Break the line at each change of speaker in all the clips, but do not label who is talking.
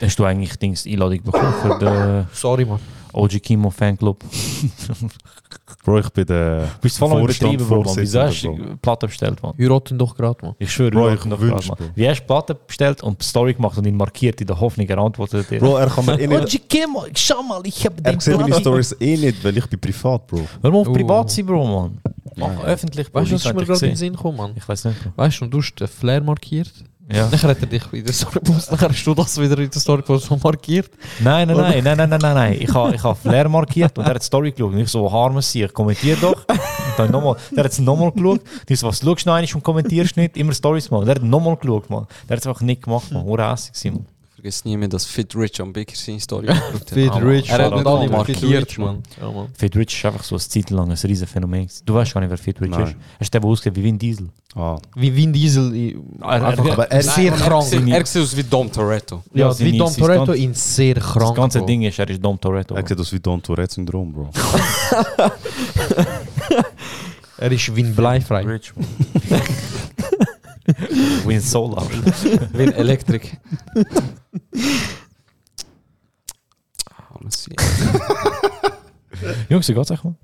Hast du eigentlich Dings die Einladung bekommen für den
Sorry, Mann.
OG Kimo Fanclub?
Bro, ich bin der
Bist voll am
Vorstand,
Übertreiben, Bro. Mann. Wieso
Vorsitzender,
hast du die Platte bestellt, Mann?
Heiraten doch gerade, Mann.
Ich schwöre,
Bro,
wir
ich
hatten doch
wünsch,
gerade, Mann.
Bro.
Wie hast du die Platte bestellt und die Story gemacht und ihn markiert in der Hoffnung, er antwortet dir?
Bro, er kann mir eh nicht...
Kimo, schau mal, ich habe
Er sieht meine Stories eh nicht, weil ich bin privat, Bro.
Hör mal auf
Oh.
privat sein, Bro, Oh, Mann. Mach öffentlich, Bro.
Weißt du, was
Leute haben dich
ist mir gerade in den
gesehen.
Sinn gekommen, Mann?
Ich weiß nicht, Bro.
Weißt du, und du hast den eh, Flair markiert.
Ja.
Dann hat er dich wieder so gepostet. Dann hast du das wieder in der Story gepostet, so markiert.
Nein, nein, nein, nein, nein, nein, nein, nein. Ich habe ich ha Flair markiert und er hat die Story geschaut. Und ich so, harmes sie, kommentier doch. Und dann nochmal, der hat es nochmal geschaut. Und ich so, was schaust du noch einmal und kommentierst nicht? Immer Stories machen. Der hat nochmal geschaut, Mann. Der hat es einfach nicht gemacht, Mann. Hure hässig gewesen, Mann.
Vergiss nie mehr, dass Fit Rich am Baker seine Story gebracht
Fit
hat.
Mann.
Rich.
Er hat nicht alle markiert,
Mann. Ja, Mann.
Fitwitch ist einfach so ein Zeit lang ein riesen Phänomen. gewesen. Du weißt gar nicht, wer Fitwitch
Nein.
ist. Er ist der, der aussieht wie Vin Diesel.
Ah.
Wie Vin Diesel. Ah, in- Einfach
Aber er
Nein, sehr
und
krank.
Er, sieht- er sieht aus wie Dom Toretto.
Ja,
Ja,
seine-
wie Dom
sein
Toretto
ganz-
in sehr krank.
das ganze
Bro.
Ding ist, er ist Dom Toretto.
Er sieht aus wie Don Tourette-Syndrom, Bro.
Er ist Win bleifrei.
Rich. Win Solar.
Wie ein Elektrik. Ah, man sieht.
Jungs, wie geht's euch, Mann?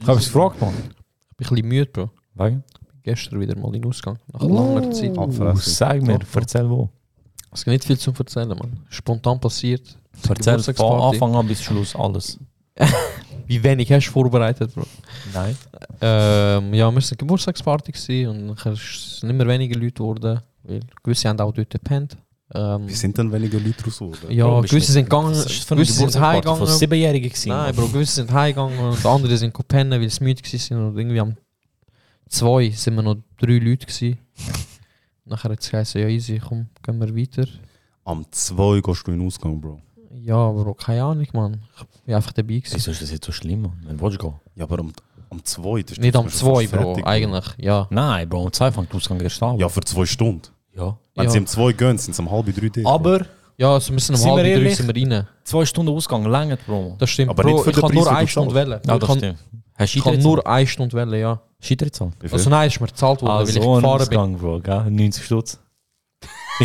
Ich habe es gefragt, Mann.
Ich bin ein bisschen müde, Bro.
Wegen?
Gestern wieder mal in Ausgang. Nach langer Zeit.
Uh, sag mir, erzähl wo.
Es gibt nicht viel zu erzählen, Mann. Spontan passiert. Es ist
Erzähl von
Geburtstagsparty.
Anfang an bis Schluss alles.
Wie wenig hast du vorbereitet, Bro?
Nein.
Ähm, ja, wir waren eine Geburtstagsparty gewesen und nachher ist es nicht mehr weniger Leute geworden, weil gewisse haben auch dort gepennt. Ähm,
Wie sind denn weniger Leute raus, oder?
ja,
Warum bist
gewisse
du
sind gegangen,
Das ist für eine
gewisse sind
Geburtstagsparty von
heimgegangen.
Siebenjährigen gewesen.
Nein,
Mann.
Bro, gewisse sind heimgegangen und andere sind gepennt, weil sie müde waren und irgendwie am zwei sind wir noch drei Leute gewesen. Nachher hat es geheißen, ja easy, komm, gehen wir weiter.
Am 2 gehst du in den Ausgang, Bro.
Ja, Bro, keine Ahnung, Mann. Ich bin einfach dabei gewesen.
Wieso ist das jetzt so schlimm, Mann? Wenn du willst gehen?
Ja, aber am, am 2... das ist-
Nicht
das
am
ist schon
zwei, Bro,
fertig,
eigentlich, ja.
Nein, Bro, und zwei fängt Ausgang erst an.
Ja, für 2 Stunden.
ja.
Wenn
Ja.
sie um 2 gehen, sind sie um halb 3 dort. Bro.
Aber
Ja, also wir sind um
Sind wir
halb drei
ehrlich?
sind wir rein.
zwei Stunden Ausgang länger, Bro.
Das stimmt,
Aber
Bro, Also,
nicht für
ich
den
kann
Preis,
nur
den du
eine Stunde wählen.
Ja,
Ich
das
kann-
stimmt. Hast du
Ich kann
Scheiterezahlen?
nur eine Stunde wählen, ja.
Scheiterezahlen?
Wie viel?
Also nein, ist mir gezahlt worden,
Ah,
weil ich
so ein
gefahren bin.
Ausgang, Bro, gell? 90 Stutz.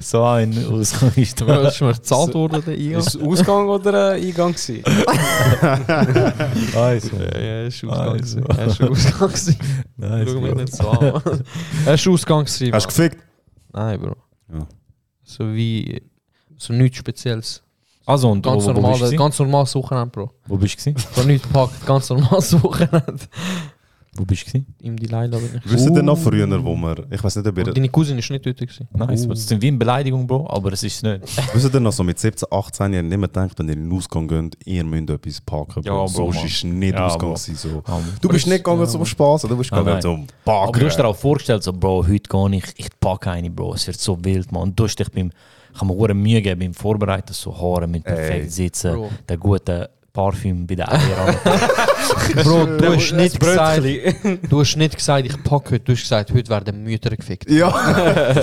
so ein Ausgang ist
Weil
das.
ist mir gezahlt worden, der Ian.
Ist es Ausgang oder äh, Eingang? gewesen?
Also.
Ah, ja, ist
Ausgang gewesen.
Er ist Ausgang gewesen.
Nice,
Schau mich
Bro.
nicht so an. Mann. Er ist Ausgang gewesen.
Hast du
Mann.
gefickt?
Nein, Bro.
Ja.
So wie... So nichts Spezielles.
Also, und
Ganz
wo, wo,
normal, äh,
bist du gewesen?
ganz normal Wochenende, Bro.
wo bist du? gewesen?
So nichts gepackt, ganz normal Wochenende.
Wo bist du? gewesen?
Im Delay bin ich.
Wisst ihr denn noch früher, wo wir... Ich weiß nicht, ob ihr...
Und deine Cousine ist nicht dort gewesen.
Nice. Das ist wie eine Beleidigung, Bro, aber es ist nicht.
Wisst ihr noch so mit 17, 18 Jahren nicht mehr denkt, wenn ihr in den Ausgang geht, ihr müsst etwas packen.
Ja,
Bro.
Bro,
Sonst
Mann.
ist nicht
Ja,
Ausgang
Bro.
gewesen, so.
Aber
Du bist nicht gegangen zum Spaß, du bist
Ah,
gegangen
nein.
zum
aber du hast dir
Packen.
auch vorgestellt, so, Bro, heute gehe ich, ich packe eine, Bro, es wird so wild, man. Und du hast dich beim, ich habe mir hure Mühe gegeben, beim Vorbereiten, so Haare mit perfekt sitzen,
Bro.
der gute Parfüm bei den Eiern.
Bro, du hast nicht gesagt...
Brötchen.
Du hast nicht gesagt, ich packe heute. Du hast gesagt, heute werden Mütter gefickt.
Ja.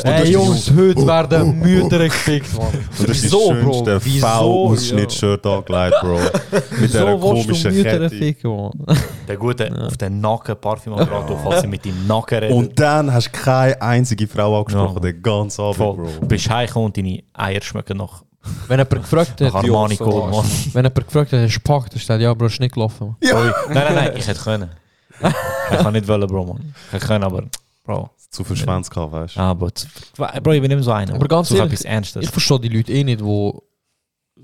Hey Jungs,
Oh,
heute werden Mütter gefickt, Mann.
Und das ist das
Wieso, Bro?
schönste
Wieso?
V-Ausschnitt-Shirt angelegt, Bro. Mit dieser
Wieso willst du
komischen
Mütter
Kette.
ficken, Mann?
Der gute auf den Nacken Parfüm am Rad auf, als sie mit dem Nacken redet.
Und dann hast du keine einzige Frau angesprochen,
Ja.
den ganzen Abend,
voll.
Bro.
Du bist heimgekommen und deine Eier schmecken nach,
Wenn jemand gefragt
nach
hat,
Armani
so
Gold, Mann.
wenn jemand gefragt hat, hast du gepackt, hast du gesagt, ja, Bro, ist nicht gelaufen. Mann.
Sorry. Nein, nein, nein, ich hätte können. ich kann nicht wollen, Bro, Mann. Ich hätte können, aber, Bro.
Zu viel Schwänze gehabt, weißt du.
Ah, Bro, zu- Bro, ich bin nicht mehr so einer.
Aber ganz
so
ehrlich,
etwas Ernstes.
Ich verstehe die Leute eh nicht, die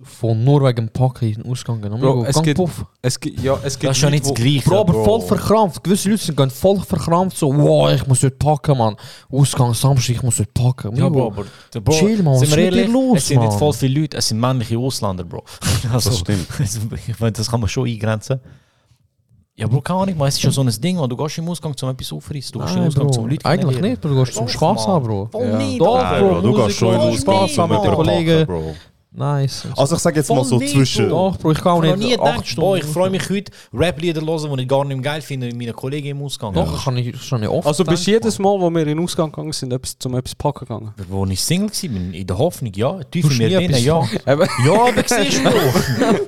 von nur wegen Packen in den Ausgang gehen.
Bro,
Bro,
es
Gang
gibt-
puff.
Es gibt, ja, es gibt
Das ist ja
Leute,
nicht das
wo-
Gleiche.
Bro, aber voll verkrampft. Gewisse Leute sind gehen voll verkrampft, so, wow, ich muss heute packen, Mann. Ausgang Samstag, ich muss heute packen.
Ja, Bro,
Migo.
aber bro,
Chill, Mann, was
sind
ist
wir
mit dir
ehrlich,
los,
es sind nicht
Mann?
voll viele Leute, es sind männliche Ausländer, Bro. Also,
Das stimmt.
Ich meine, das kann man schon eingrenzen. Ja, Bro, keine Ahnung, man, es ist schon so ein Ding, man. du gehst im Ausgang zum etwas aufreißen, du gehst im
Nein,
Ausgang
Bro.
zum Leute
Eigentlich
kennenlernen.
nicht, Bro, du gehst zum
Doch,
Spaß
Mann.
haben, Bro.
Voll
Ja.
nicht,
Doch,
Alter.
Nein, Bro, du
Musik
gehst schon in den
los,
Ausgang
Spaß
so mit
haben,
den
Kollegen.
Kollegen. Bro.
Nice.
Also ich sag jetzt mal so
Voll nicht,
zwischen...
Bro.
Doch, Bro, ich kann auch
Ich habe
nicht.
nie
acht
gedacht,
Stunden
boah, ich freue
rausgehen.
mich heute, Rap-Lieder hören, die ich gar nicht geil finde, mit meinen Kollegen im Ausgang.
Doch, ich kann ich schon nicht oft.
Also bist
denken,
du jedes Mal, wo wir in den Ausgang gegangen sind, etwas, zum etwas packen gegangen?
Wo ich Single war, bin, in der Hoffnung, ja, tief
Du
in mir
hast
drin,
nie etwas
ja.
gemacht.
Eben.
Ja, aber siehst du, Bro.
Mann.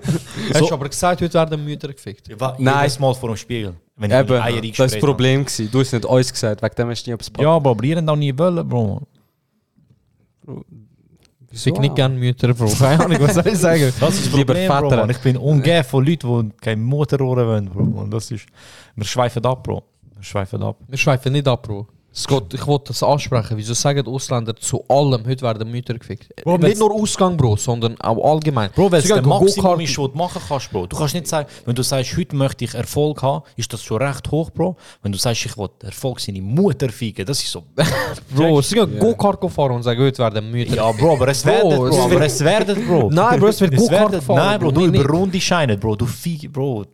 Hast du aber gesagt, heute werden Mütter gefickt.
Ich war
Nein.
jedes Mal vor dem Spiegel. Wenn
Eben,
meine Eier
das war das
eingesprayt
Problem. Gewesen. Du hast nicht uns gesagt, wegen dem hast du nie etwas
habe. Ja, aber wir haben auch nie wollen, Bro.
Ich sag nicht gerne Mütter, Bro. Keine Ahnung, was soll ich sagen?
Das ist das
Lieber
Problem, Bro.
Väter.
Mann. Ich bin umgeben von Leuten, die keine Motorrohre wollen, Bro. Und das ist... Wir schweifen ab, Bro. Wir schweifen ab.
Wir schweifen nicht ab, Bro. Es geht, ich wollte das ansprechen. Wieso sagen die Ausländer zu allem, heute werden Mütter gefickt?
Bro,
nicht
wenn's-
nur Ausgang, Bro, sondern auch allgemein.
Bro, weil es
Sie
der
gehen
Maximum
Go-Karten-
ist, was du machen kannst, Bro. Du kannst nicht sagen, wenn du sagst, heute möchte ich Erfolg haben, ist das schon recht hoch, Bro. Wenn du sagst, ich will Erfolg seine Mutter feigen, das ist so...
Bro, sie gehen Go-Kart fahren und sagen, heute werden Mütter
Ja, Bro, aber es werden,
Bro,
Bro,
es
aber es werden, Bro.
Nein, Bro, es wird Go-Kart
werden-
gefahren,
Nein, Bro,
Bro,
du
nicht.
überrundi scheinen, Bro. Du Vieh, Bro.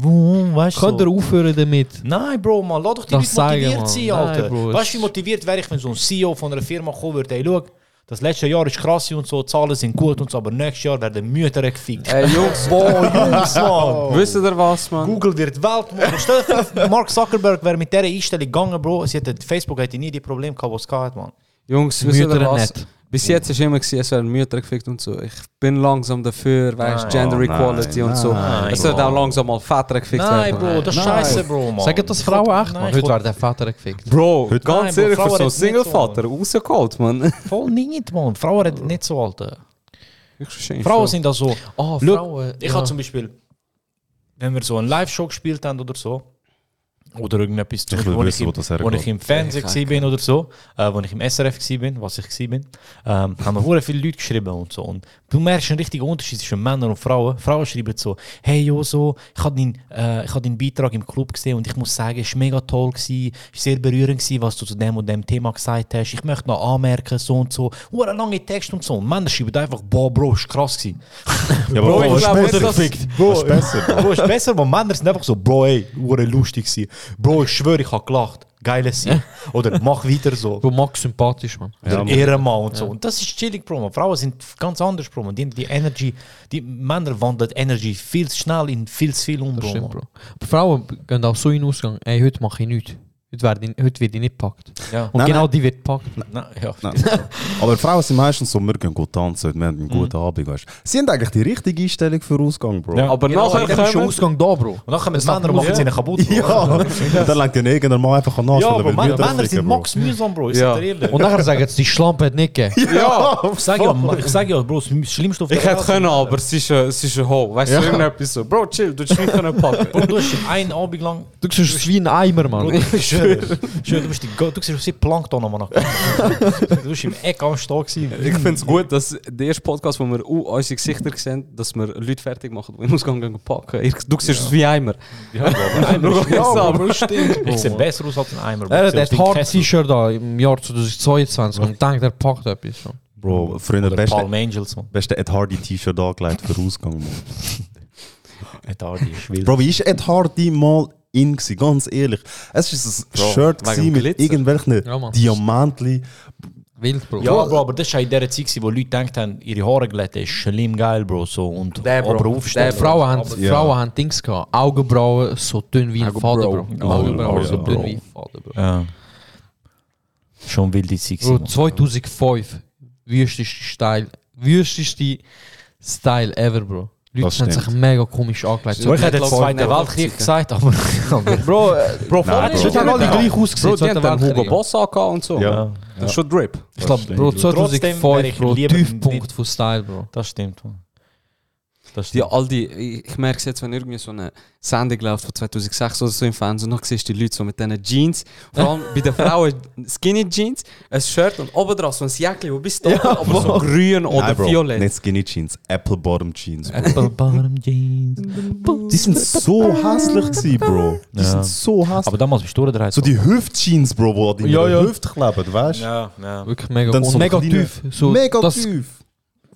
Wuh, Weißt du?
Könnt ihr
So.
aufhören damit?
Nein, Bro, man, lass doch die Leute
Das sagen,
motiviert
Mann.
sein,
Nein,
Alter.
Bro,
weißt du,
es-
wie motiviert wäre ich, wenn so ein CEO von einer Firma kommen würde, ey, schau, das letzte Jahr ist krass und so, Zahlen sind gut und so, aber nächstes Jahr werden Mütter gefickt.
Ey, Jungs,
Boah, Jungs, Mann.
wisst ihr was, Mann?
Google wird Weltmodell. Stell dir vor, Mark Zuckerberg wäre mit dieser Einstellung gegangen, Bro. Sie hätte, Facebook hätte nie die Probleme gehabt, die es gehabt hat, Mann.
Jungs, wisst ihr
Mütter
was?
nicht.
Bis jetzt war immer, gewesen, es werden Mütter gefickt und so. Ich bin langsam dafür, weißt
Nein.
Gender
Oh, nein,
Equality und so.
nein,
es wird
Bro.
auch langsam mal Väter gefickt werden.
das ist scheiße, Bro, Mann.
Sagen das Frauen echt, Mann. Heute werden Väter gefickt.
Bro,
Heute-
ganz
Nein, Bro,
ehrlich,
Frauen
für so einen
reden's nicht
Single-Vater rausgeholt, Mann.
Voll nicht, Mann. Frauen reden nicht so, Alter.
Ich verstehe
Frauen
schon.
sind da so.
Ah,
Look,
Frauen.
Ich habe zum Beispiel, wenn wir so einen Live-Show gespielt haben oder so, oder irgendetwas,
Ich will
wo,
wissen,
ich
wo
im,
das
wo
herkommt.
ich im Fernsehen gsi bin oder so, äh, wo ich im SRF gsi bin, was ich gsi bin, ähm, haben mir hure viele Leute geschrieben und so. Und du merkst einen richtigen Unterschied zwischen Männern und Frauen. Frauen schreiben so, hey Joso, ich habe deinen äh, ich hab deinen Beitrag im Club gesehen und ich muss sagen, es war mega toll, gsi, es war sehr berührend, gsi, was du zu dem und dem Thema gesagt hast. Ich möchte noch anmerken, so und so. Hure lange Texte und so. Und Männer schreiben einfach, boah, Bro, ist krass gsi.
Ja, aber
Bro,
Bro,
ich
was
glaube,
ist
das-
besser gefickt? Was ist besser?
Bro, ist besser, weil Männer sind einfach so, Bro, ey, hure lustig gewesen. Bro, ich schwöre, ich hab gelacht. Geiles Sieg. Oder mach weiter so.
Du magst sympathisch, Mann.
Oder
Ja, Mann.
Ehrenmann und so. Und das ist chillig, Bro. Mann. Frauen sind ganz anders, Bro. Mann. Die, die Energy, die Männer wandeln Energy viel zu schnell in viel zu viel um,
Das
Bro.
stimmt,
Mann.
Bro. Aber Frauen gehen auch so in den Ausgang, ey, heute mache ich nichts. Heute, werd ich, heute wird ich nicht gepackt.
Ja.
Und
Nein,
genau die wird gepackt.
Nein, Nou, ja.
Nein. Aber Frauen sind meistens so, wir gehen gut tanzen, wir haben einen guten Abend, weißt du. Sie haben eigentlich die richtige Einstellung für Ausgang, Bro.
Ja.
Aber
Genau,
nachher
dann ist der
kommen...
Ausgang da, Bro.
Und dann kommen die
macht
Männer und
Musik.
machen sie ihnen kaputt. Bro.
Ja, dann lenkt ja irgendein Mann einfach an den
ja
Anstellen,
aber
weil
Männer,
Mütter
Männer
ficken,
sind
Bro.
max mühsam, Bro. Ist
Ja.
ja. ehrlich.
Und nachher sagen sie, die Schlampe hat nicht gegeben.
Ja,
ich sage ja, ich sag ja, Bro, das Schlimmste auf der
ich hätte
Welt-
können, aber es ist, äh, es ist ein Ho. Weißt du, irgendetwas so. Bro, chill, du hast mich können packen.
Bro, du hast einen Abend lang
Du siehst wie ein Eimer,
Bro,
Mann.
du bist schön. Schön, du bist die Go du siehst wie Plankton am Anfang. Du bist im Eck am Stall gewesen.
Ich finde es gut, dass der erste Podcast, wo wir uh, unsere Gesichter sehen, dass wir Leute fertig machen, die in den Ausgang gehen packen. Ich- Du siehst es wie Eimer.
Ja,
Schau jetzt an, Bro.
Ich sehe besser aus als ein Eimer. Bro.
Er hat
Ich seh aus
ein
wie
hartes
Kessel.
T-Shirt da im Jahr 2022 und denkt, er packt etwas schon.
Bro, Freunde,
Oder
beste,
Palm Angels, man.
beste Ed Hardy T-Shirt angelegt für Ausgang, Mann.
Ed Hardy ist wild.
Bro, wie ist Ed Hardy mal in gewesen? Ganz ehrlich. Es ist ein
Bro,
Shirt
wegen
gewesen
dem
mit
Glitzer.
irgendwelchen
Ja, Mann.
Diamantli.
Wild, Bro.
Ja, Bro, aber das war in der Zeit, gewesen, wo Leute gedacht haben, ihre Haare glätten ist schlimm geil, Bro. So, und
Der, Bro.
aber
Ne,
aufstehen.
Der,
Bro.
Frauen haben,
Ja.
Frauen haben Dings gehabt. Augenbrauen so dünn wie ein Faden, Bro.
Augenbrauen.
Augenbrauen so
Augenbrauen.
dünn wie ein Faden, Bro.
Ja. Schon wilde Zeit.
Bro,
gewesen, Mann.
2005. Wüsteste Style. Wüsteste Style ever, Bro.
Das
Leute haben sich
stimmt.
mega komisch angelegt.
Bro, ich hätte den
glaub,
Zweiten
nein,
Weltkrieg
Zeit.
gesagt, aber.
Bro, Bro,
vorne ist
Bro.
Bro.
Die haben alle gleich ausgesehen.
Bro, die haben
Zweiter
dann Hugo
Weltkrieg.
Boss angehabt und so.
Ja.
Das ist schon Drip.
Ich glaube, Bro,
Trotzdem wär ich
2005, Bro,
lieber
Tiefpunkt
nicht-
von Style, Bro.
Das stimmt, man. Das
Die,
stimmt.
all die, ich- ich merke es jetzt, wenn irgendwie so eine Sendung läuft von 2006 oder so im Fernsehen, noch siehst du die Leute so mit diesen Jeans, vor allem bei den Frauen Skinny Jeans, ein Shirt und oben drauf so ein Jäckchen, wo bist du? aber so grün oder
Nein, Bro,
violett.
Nicht Skinny Jeans, Apple Bottom Jeans. Bro.
Apple Bottom Jeans.
Die sind so hässlich gewesen, Bro. Die
Ja.
sind so hässlich.
Aber damals bist du der
So die Hüft-Jeans, Bro, wo die
Ja, ja.
ja, Hüfte kleben, weißt du?
Ja, ja.
Wirklich mega
Dann
und
so
mega
kleine-
tief. So,
Mega
das
tief.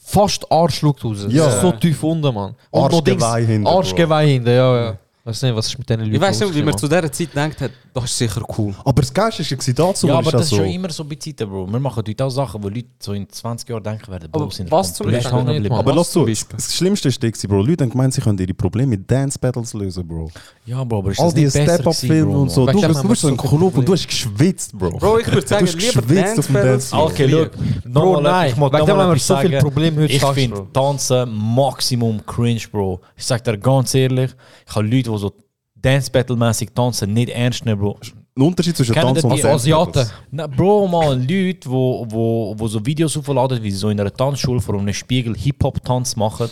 fast Arsch schaut raus.
Ja.
Das ist so tief unten, Mann. Und noch Dings-
Arschgeweih hinten, Bro.
Arschgeweih hinten, ja, ja. Weiß nicht, was ist mit diesen Leuten
Ich weiß nicht, wie man
losgegangen,
zu dieser Zeit denkt hat, das ist sicher cool.
Aber das Geist war dazu,
ja,
war
aber
ich
das ist
so.
schon immer so bei Zeiten, Bro. Wir machen heute auch Sachen, wo Leute so in 20 Jahren denken werden, Bro,
Aber
sind wir
was zum
komplett
Beispiel?
hängen geblieben.
Aber
aber
was
lass
zum
zu,
Beispiel?
das Schlimmste war, gewesen, Bro. Leute haben gemeint, sie können ihre Probleme mit Dance Battles lösen, Bro.
Ja, Bro, aber ist
All
das
die
nicht besser gewesen,
Step-Up-Filme
Bro,
und so.
Mann.
Du,
Weißt du,
bist- du bist so ein
haben wir so
Club und du hast geschwitzt, Bro.
Bro, ich würde sagen,
hast
lieber
geschwitzt
Dance
auf dem
Battles.
Dance-
Okay,
Lieber.
schau, nochmal,
nein,
ich muss
wegen dem
nochmal
haben wir
etwas
so viel
sagen.
Probleme heute
Ich
sagst,
finde
Bro.
Tanzen Maximum cringe, Bro. Ich sag dir ganz ehrlich, ich habe Leute, die so Dance Battle-mäßig tanzen nicht ernst nehmen, Bro.
Ein Unterschied zwischen
Kennen
Tanz
die
und
Die Asiaten.
Na, Bro, mal Leute, wo, wo, wo so Videos aufladen, wie sie so in einer Tanzschule vor einem Spiegel Hip-Hop-Tanz machen,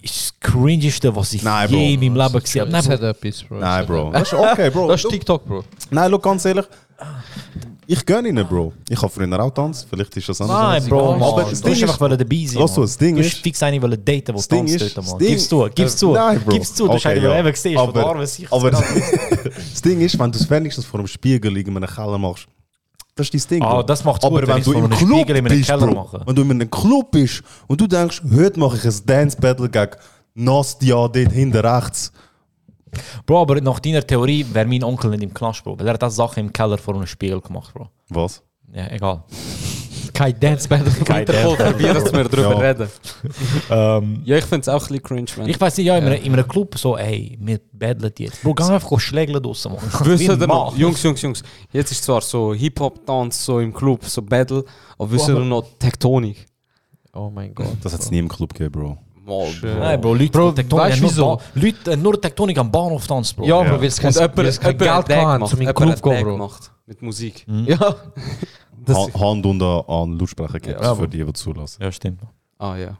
ist das cringeste, was ich
Nein, Bro.
je in meinem Leben gesehen habe.
Das
Nein,
hat etwas, Bro.
Nein, Bro. Das ist okay, Bro.
Das ist TikTok, Bro.
Nein, look, ganz ehrlich. Ich gönne ihnen, Bro. Ich habe früher auch tanzt. Vielleicht ist das
Bro,
anders.
Nein, Bro,
Aber
Mann.
das
Du
Ding
hast
ist-
einfach wollen dabei sein.
Lass
Mann.
uns, das Ding
Du hast
ist-
fix eine wollen daten, die
Das Ding
tanzt
ist-
dort, Mann.
das Ding- Äh,
Gib's zu, gib's zu.
Nein, Bro.
Gib's zu, du hast
Okay,
einen,
ja.
der eben siehst, von
Aber-
der Arme siehst.
Aber das Ding ist, wenn du es wenigstens vor dem Spiegel in einem Keller machst, das ist dein Ding.
Ah,
Bro.
das macht's
Aber
gut, wenn
wenn
ich's
du
vor
im
einem
Club
Spiegel in einem
bist,
Keller
Bro,
mache.
wenn du in einem Club bist und du denkst, heute mache ich ein Dance Battle gegen Nastia dort hinten rechts.
Bro, aber nach deiner Theorie wäre mein Onkel nicht im Knast, Bro. Weil er hat das Sache im Keller vor einem Spiegel gemacht, Bro.
Was?
Ja, egal.
Kein Dance Battle.
Kein
Peter Paul, probier, dass wir darüber
Ja. Ehm,
reden. Ja, ich finde es auch ein bisschen cringe, man.
Ich weiß nicht, ja, in, Einem, in einem Club so, ey, wir battlen jetzt. Bro, geh einfach schlägeln draussen, Mann.
Wisst
Wie ein
ihr noch,
Mann.
Jungs, Jungs, Jungs, jetzt ist zwar so Hip-Hop-Tanz, so im Club, so Battle, aber wisst ihr noch Tektonik?
Oh mein Gott.
Das hat es nie im Club gegeben, Bro.
Mal,
Schön.
Bro.
Nein, Bro, Leute,
Bro,
die Tektonik
weißt
haben
du
nur
wieso?
Ba- Leute, haben nur Tektonik am Bahnhof tanzt, Bro.
Ja,
Ja.
aber weil es kein,
Und jemand,
weil es kein
jemand hat
Geld
Tag
kann,
gemacht,
um in den
jemand
Club
hat
zu gehen,
Tag
Bro.
gemacht mit Musik.
Mm. Ja.
Das-
Ha- Hand und an, an Lautsprecher gibt
Ja,
für
Bro.
die, die zulassen.
Ja, stimmt.
Ah ja.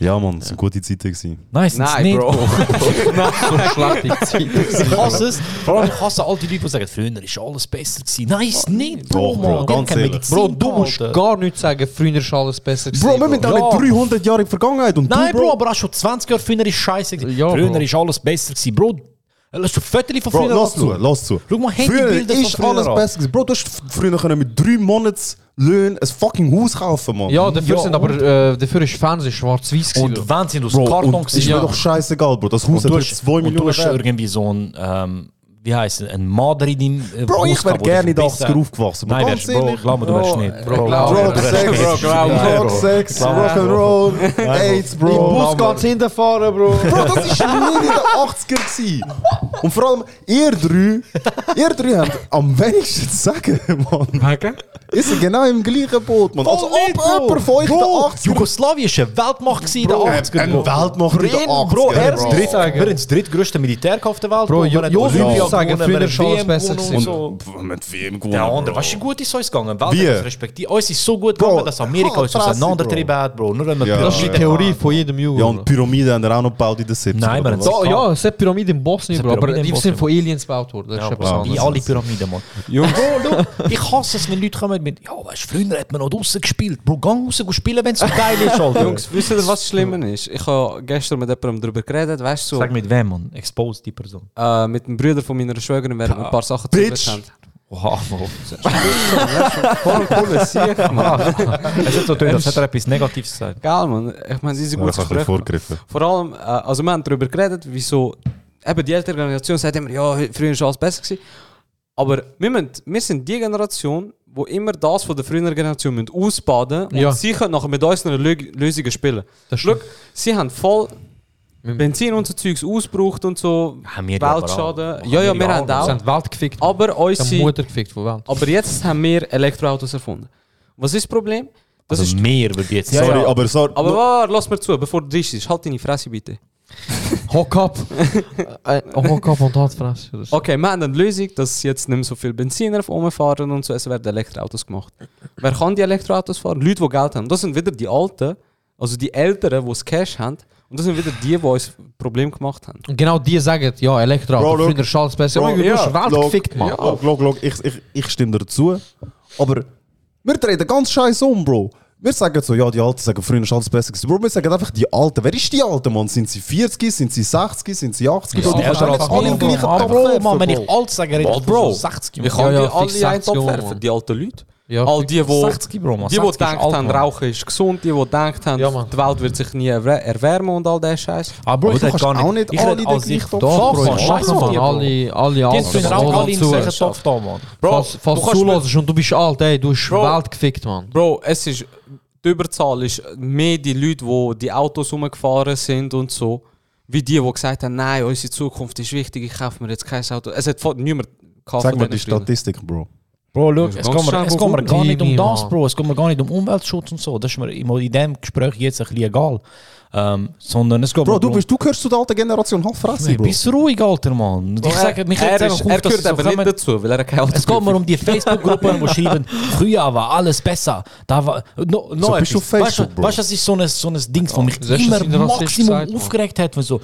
Ja, Mann, es sind gute Zeiten. Gewesen.
Nein, sind's nicht.
So schlappig Zeit.
Ich hasse es. Vor allem, ich hasse all die Leute, die sagen, früher ist alles besser gewesen. Nein, ist nicht, Bro,
Doch,
Mann.
Bro,
Wir
ganz
kennen
ehrlich.
Medizin,
Bro, du musst
Alter.
gar nichts sagen, früher ist alles besser
Bro,
gewesen,
wir sind
Ja.
alle 300 Jahre in die Vergangenheit und
Nein,
du,
Bro,
Bro.
aber auch schon 20 Jahre früher ist scheiße. gewesen.
Ja,
früher
Bro.
ist alles besser gewesen. Bro, lass du Fotos von
Bro,
früher
lass zu,
anschauen.
lass zu.
Schau mal,
Früher
Handybilder von
ist
früher
alles
an.
besser gewesen. Bro, dus du hast f- früher können mit drei Monats Löhnen ein fucking Haus kaufen, Mann.
Ja, dafür
Ja,
sind aber,
und-
äh, dafür ist Fernsehen schwarz-weiß gewesen.
Und wenn sie aus
Bro,
Karton
und ist
gewesen,
ja.
mir doch scheißegal, Bro. Das
Und
Haus hat
du
jetzt
hast,
2
und du
Millionen
hast
wert.
irgendwie so ein, ähm, wie heißt es, ein Marder in deinem äh,
Bro,
Haus
ich wäre
gehabt, wo du
gerne in den
verbissst
80er
hast.
aufgewachsen. Bro,
Nein,
ganz
wärst, Bro,
ehrlich.
glaub mir, du wärst nicht.
Bro,
glaub mir,
Bro,
du
Drug,
wärst
Sex,
nicht.
Bro,
Sex,
glaub mir.
Drug,
Bro. Glaub
Sex,
mir.
Rock'n'Roll, AIDS,
Im
Oh, nou,
Bro.
Bus ganz hinten fahren, Bro.
Bro, das ist nie in den 80er gewesen. Und vor allem, ihr drei, ihr drei habt am wenigsten zu sagen, Mann. Ist er genau im gleichen Boot, Mann. Als
Voll
ob
nicht, Bro.
jemand von euch in den
Bro,
80er
Jugoslawien war eine Weltmacht gewesen in den 80er.
Ein
Bro.
Weltmacher in den
Bro, Bro, er ist
80er.
dritt, wir sind das drittgrößte Militär auf der Welt.
Bro,
wir
Jo-
haben
Josef
Olympia
würde sagen,
gewonnen, wir
früher
haben
schon alles
WM
besser
gewonnen und
gewesen.
so.
mit wem gewonnen?
Der andere, weißt du, wie gut ist uns gegangen? Weltmacht
Wie?
respektiert. Uns ist so gut gegangen,
Bro,
dass Amerika uns
Fresse,
auseinandertrieben hat, Ah, Bro. Nur wenn wir
Ja.
Das ist die
Pyramiden
Theorie
haben.
von jedem Jungen.
Ja, und die Pyramide haben wir auch noch gebaut in den 70ern.
Nein, wir haben
Bro.
so-
Oh, ja, es hat Pyramide in Bosnien,
Es hat
Bro, aber
Pyramide in
die
Bosnien.
sind von Aliens gebaut worden. Das ist
Ja,
etwas
Bro, in
anderes.
alle Pyramiden, Mann.
Jungs.
Bro, schau, ich hasse es, wenn Leute kommen mit, ja, weißt du, früher hat man noch draußen gespielt. Bro, geh raus und spielen, wenn es so geil ist, Alter.
Jungs, wisst ihr, was schlimmer ist? Ich habe gestern mit jemandem darüber geredet, weißt du, so,
Sag mit wem, Mann? Expose die Person.
äh, mit dem Bruder von meiner Schwägerin werden wir ein paar Sachen zu
Bitch.
erzählen.
Oha, Bro.
Voll cooler Sieg, Mann.
Es hat so tönt, als hätte er etwas Negatives gesagt.
Geil, Mann. Ich meine, sie sind
Ja,
gut
Ich habe ein bisschen
gesprochen.
vorgegriffen.
Vor allem, äh, also wir haben darüber geredet, wieso eben die ältere Generation sagt immer, ja, he- früher war alles besser. Gewesen. Aber wir, müssen, wir sind die Generation, die immer das von der früheren Generation müssen ausbaden und
Ja.
sie können nachher mit unseren Lö- Lösungen spielen.
Das
Schau, sie haben voll
Mhm.
Benzin und so Zeugs ausgebraucht und so,
Haben wir die aber auch.
Weltschaden.
Haben
Ja, ja,
wir
wir
die
haben
auch.
Sie
auch.
haben die Welt gefickt. Mann.
Aber
Sie haben die
unsere,
Mutter gefickt von Welt.
aber jetzt haben wir Elektroautos erfunden. Was ist das Problem? Das
Also
ist
mehr würde ich jetzt nicht
Sorry,
sagen.
aber sorry.
aber warte, lass mir zu, bevor du dich ist, halt deine Fresse bitte.
Hock ab! Äh, Hock ab und Handfress. Das-
Okay, wir haben eine Lösung, dass jetzt nicht mehr so viele Benziner auf rumfahren und so, es werden Elektroautos gemacht. Wer kann die Elektroautos fahren? Leute, die Geld haben. Das sind wieder die Alten, also die Älteren, die das Cash haben. Und das sind wieder die, die uns Problem gemacht haben.
Und genau die sagen, ja, Elektroauto,
Bro, look.
früher ist alles besser.
Bro,
Aber du
ja,
hast die Welt
look,
gefickt, Mann.
Ja. Look, look, look, ich, ich, ich stimme dir zu. Aber wir drehen ganz scheiß um, Bro. Wir sagen so, ja, die Alten sagen, früher ist alles besser gewesen. Bro, wir sagen einfach, die Alten. Wer ist die Alten, Mann? Sind sie 40, sind sie 60, sind sie 80?
Ja,
Bro, die
die
kannst
Eltern haben
nicht alle im
alle
gleichen
Mann,
Topf
Bro,
werfen,
Mann, wenn
Bro.
ich alt sage, rede
Bro,
ich
Bro.
von 60 Mann.
Ich kann
ja,
die
fix
alle in einen
60
Topf
Jahre,
werfen,
Mann.
die alten Leute.
Ja,
All
fix
die, wo,
60, Bro, Mann.
die, die
60 ist
gedacht
alt,
haben,
Mann.
Rauchen ist gesund, die, die gedacht haben,
Ja, Mann.
die Welt wird sich nie erwär- erwärmen und all der Scheiß.
Ah, Bro,
Aber
ich
du
rede
kannst
gar
auch
nicht.
nicht
Ich
alle
rede
in
als
den
ich.
gleichen Topf
Doch,
Fuck,
Bro,
Mann,
ich
scheiß
mache
auf
von
die,
alle, alle
Jetzt
Alten.
sind wir
Mann,
auch alle
die
im
zuhören.
gleichen Topf da, Mann.
Falls, falls
kannst
du
mir-
zuhörst und du bist alt, ey, du hast die
Bro.
Welt gefickt, Mann.
Bro, es ist. Die Überzahl ist mehr die Leute, die die Autos rumgefahren sind und so, wie die, die gesagt haben, nein, unsere Zukunft ist wichtig, ich kaufe mir jetzt kein Auto. Es hat voll niemand gekauft.
Sag
von
mir
diesen
die
Freunden.
Statistik, Bro.
Bro, schau, es
Das ganz
geht mir,
schnell
es geht mir
gucken.
gar nicht um
Dimi,
das,
Mann.
Bro. Es geht mir gar nicht um Umweltschutz und so. Das ist mir immer in diesem Gespräch jetzt ein bisschen egal. Ähm, sondern es geht
Bro,
mir
du,
darum-
bist, du gehörst zu der alten Generation Haftfresse,
Hey,
Bro.
bist ruhig, alter Mann. Ich sage, mich
er,
jetzt
ist,
einfach
er
auf, dass
gehört
sie so
aber nicht
kommen.
dazu, weil er kein Auto
Es geht mir um die Facebook-Gruppen, die schreiben, früher war alles besser. Da war, no, no
So, bist
etwas.
du Facebook,
weißt du,
Bro?
weißt du, das ist so ein, so ein Ding, das mich
das hast du in der
immer
Rassist
maximum
gesagt, Mann.
aufgeregt hat. Wenn so,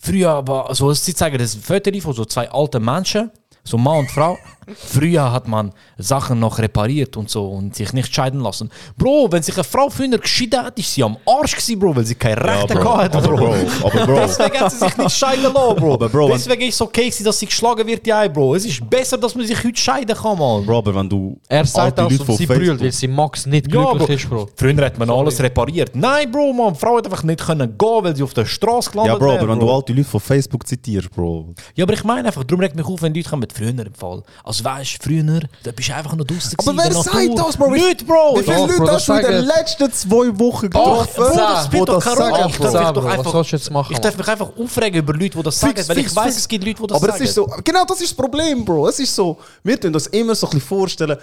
früher war, so, sie zeigen das Foto von so zwei alten Menschen, so Mann und Frau. Früher hat man Sachen noch repariert und so und sich nicht scheiden lassen. Bro, wenn sich eine Frau früher geschieden hat, ist sie am Arsch gewesen, Bro, weil sie keine Rechte hatte,
Aber Bro, aber Bro.
Deswegen hat sie sich nicht scheiden lassen, Bro.
Aber Bro, wenn-
Deswegen ist es okay, gewesen, dass sie geschlagen wird, ja, Bro. Es ist besser, dass man sich heute scheiden kann, Mann.
Bro, aber wenn du
Er sagt
alte
auch,
Leute von
sie
Facebook-
brüllt, weil sie Max nicht
Ja,
glücklich
Bro.
ist, Bro.
Früher hat man alles repariert. Nein, Bro, man. Frau hat einfach nicht können gehen, weil sie auf der Straße gelandet
Ja, Bro, aber
wäre,
wenn du alte Leute von Facebook zitierst, Bro.
Oh,
Ja, aber ich meine einfach, darum regt mich auf, wenn Leute kommen mit früher im Fall. Als weißt du, früher, da bist du einfach noch draußen
Aber wer sagt das, Bro? Wie-
Nicht, Bro.
Wie viele
Doch, Bro,
Leute
das
hast du in den
sagen-
letzten zwei Wochen
Doch,
getroffen?
Bro, das
wo
spielt doch keine Rolle. Ich darf mich
Bro.
sagen?
doch
Was
einfach-
sollst du jetzt machen,
Ich darf mich einfach aufregen über Leute, die das sagen,
Fix,
weil
fix,
ich weiß,
fix.
es gibt Leute, die das
Aber
sagen.
es ist so, genau das ist das Problem, Bro. Es ist so, wir tun uns immer so ein bisschen vorstellen,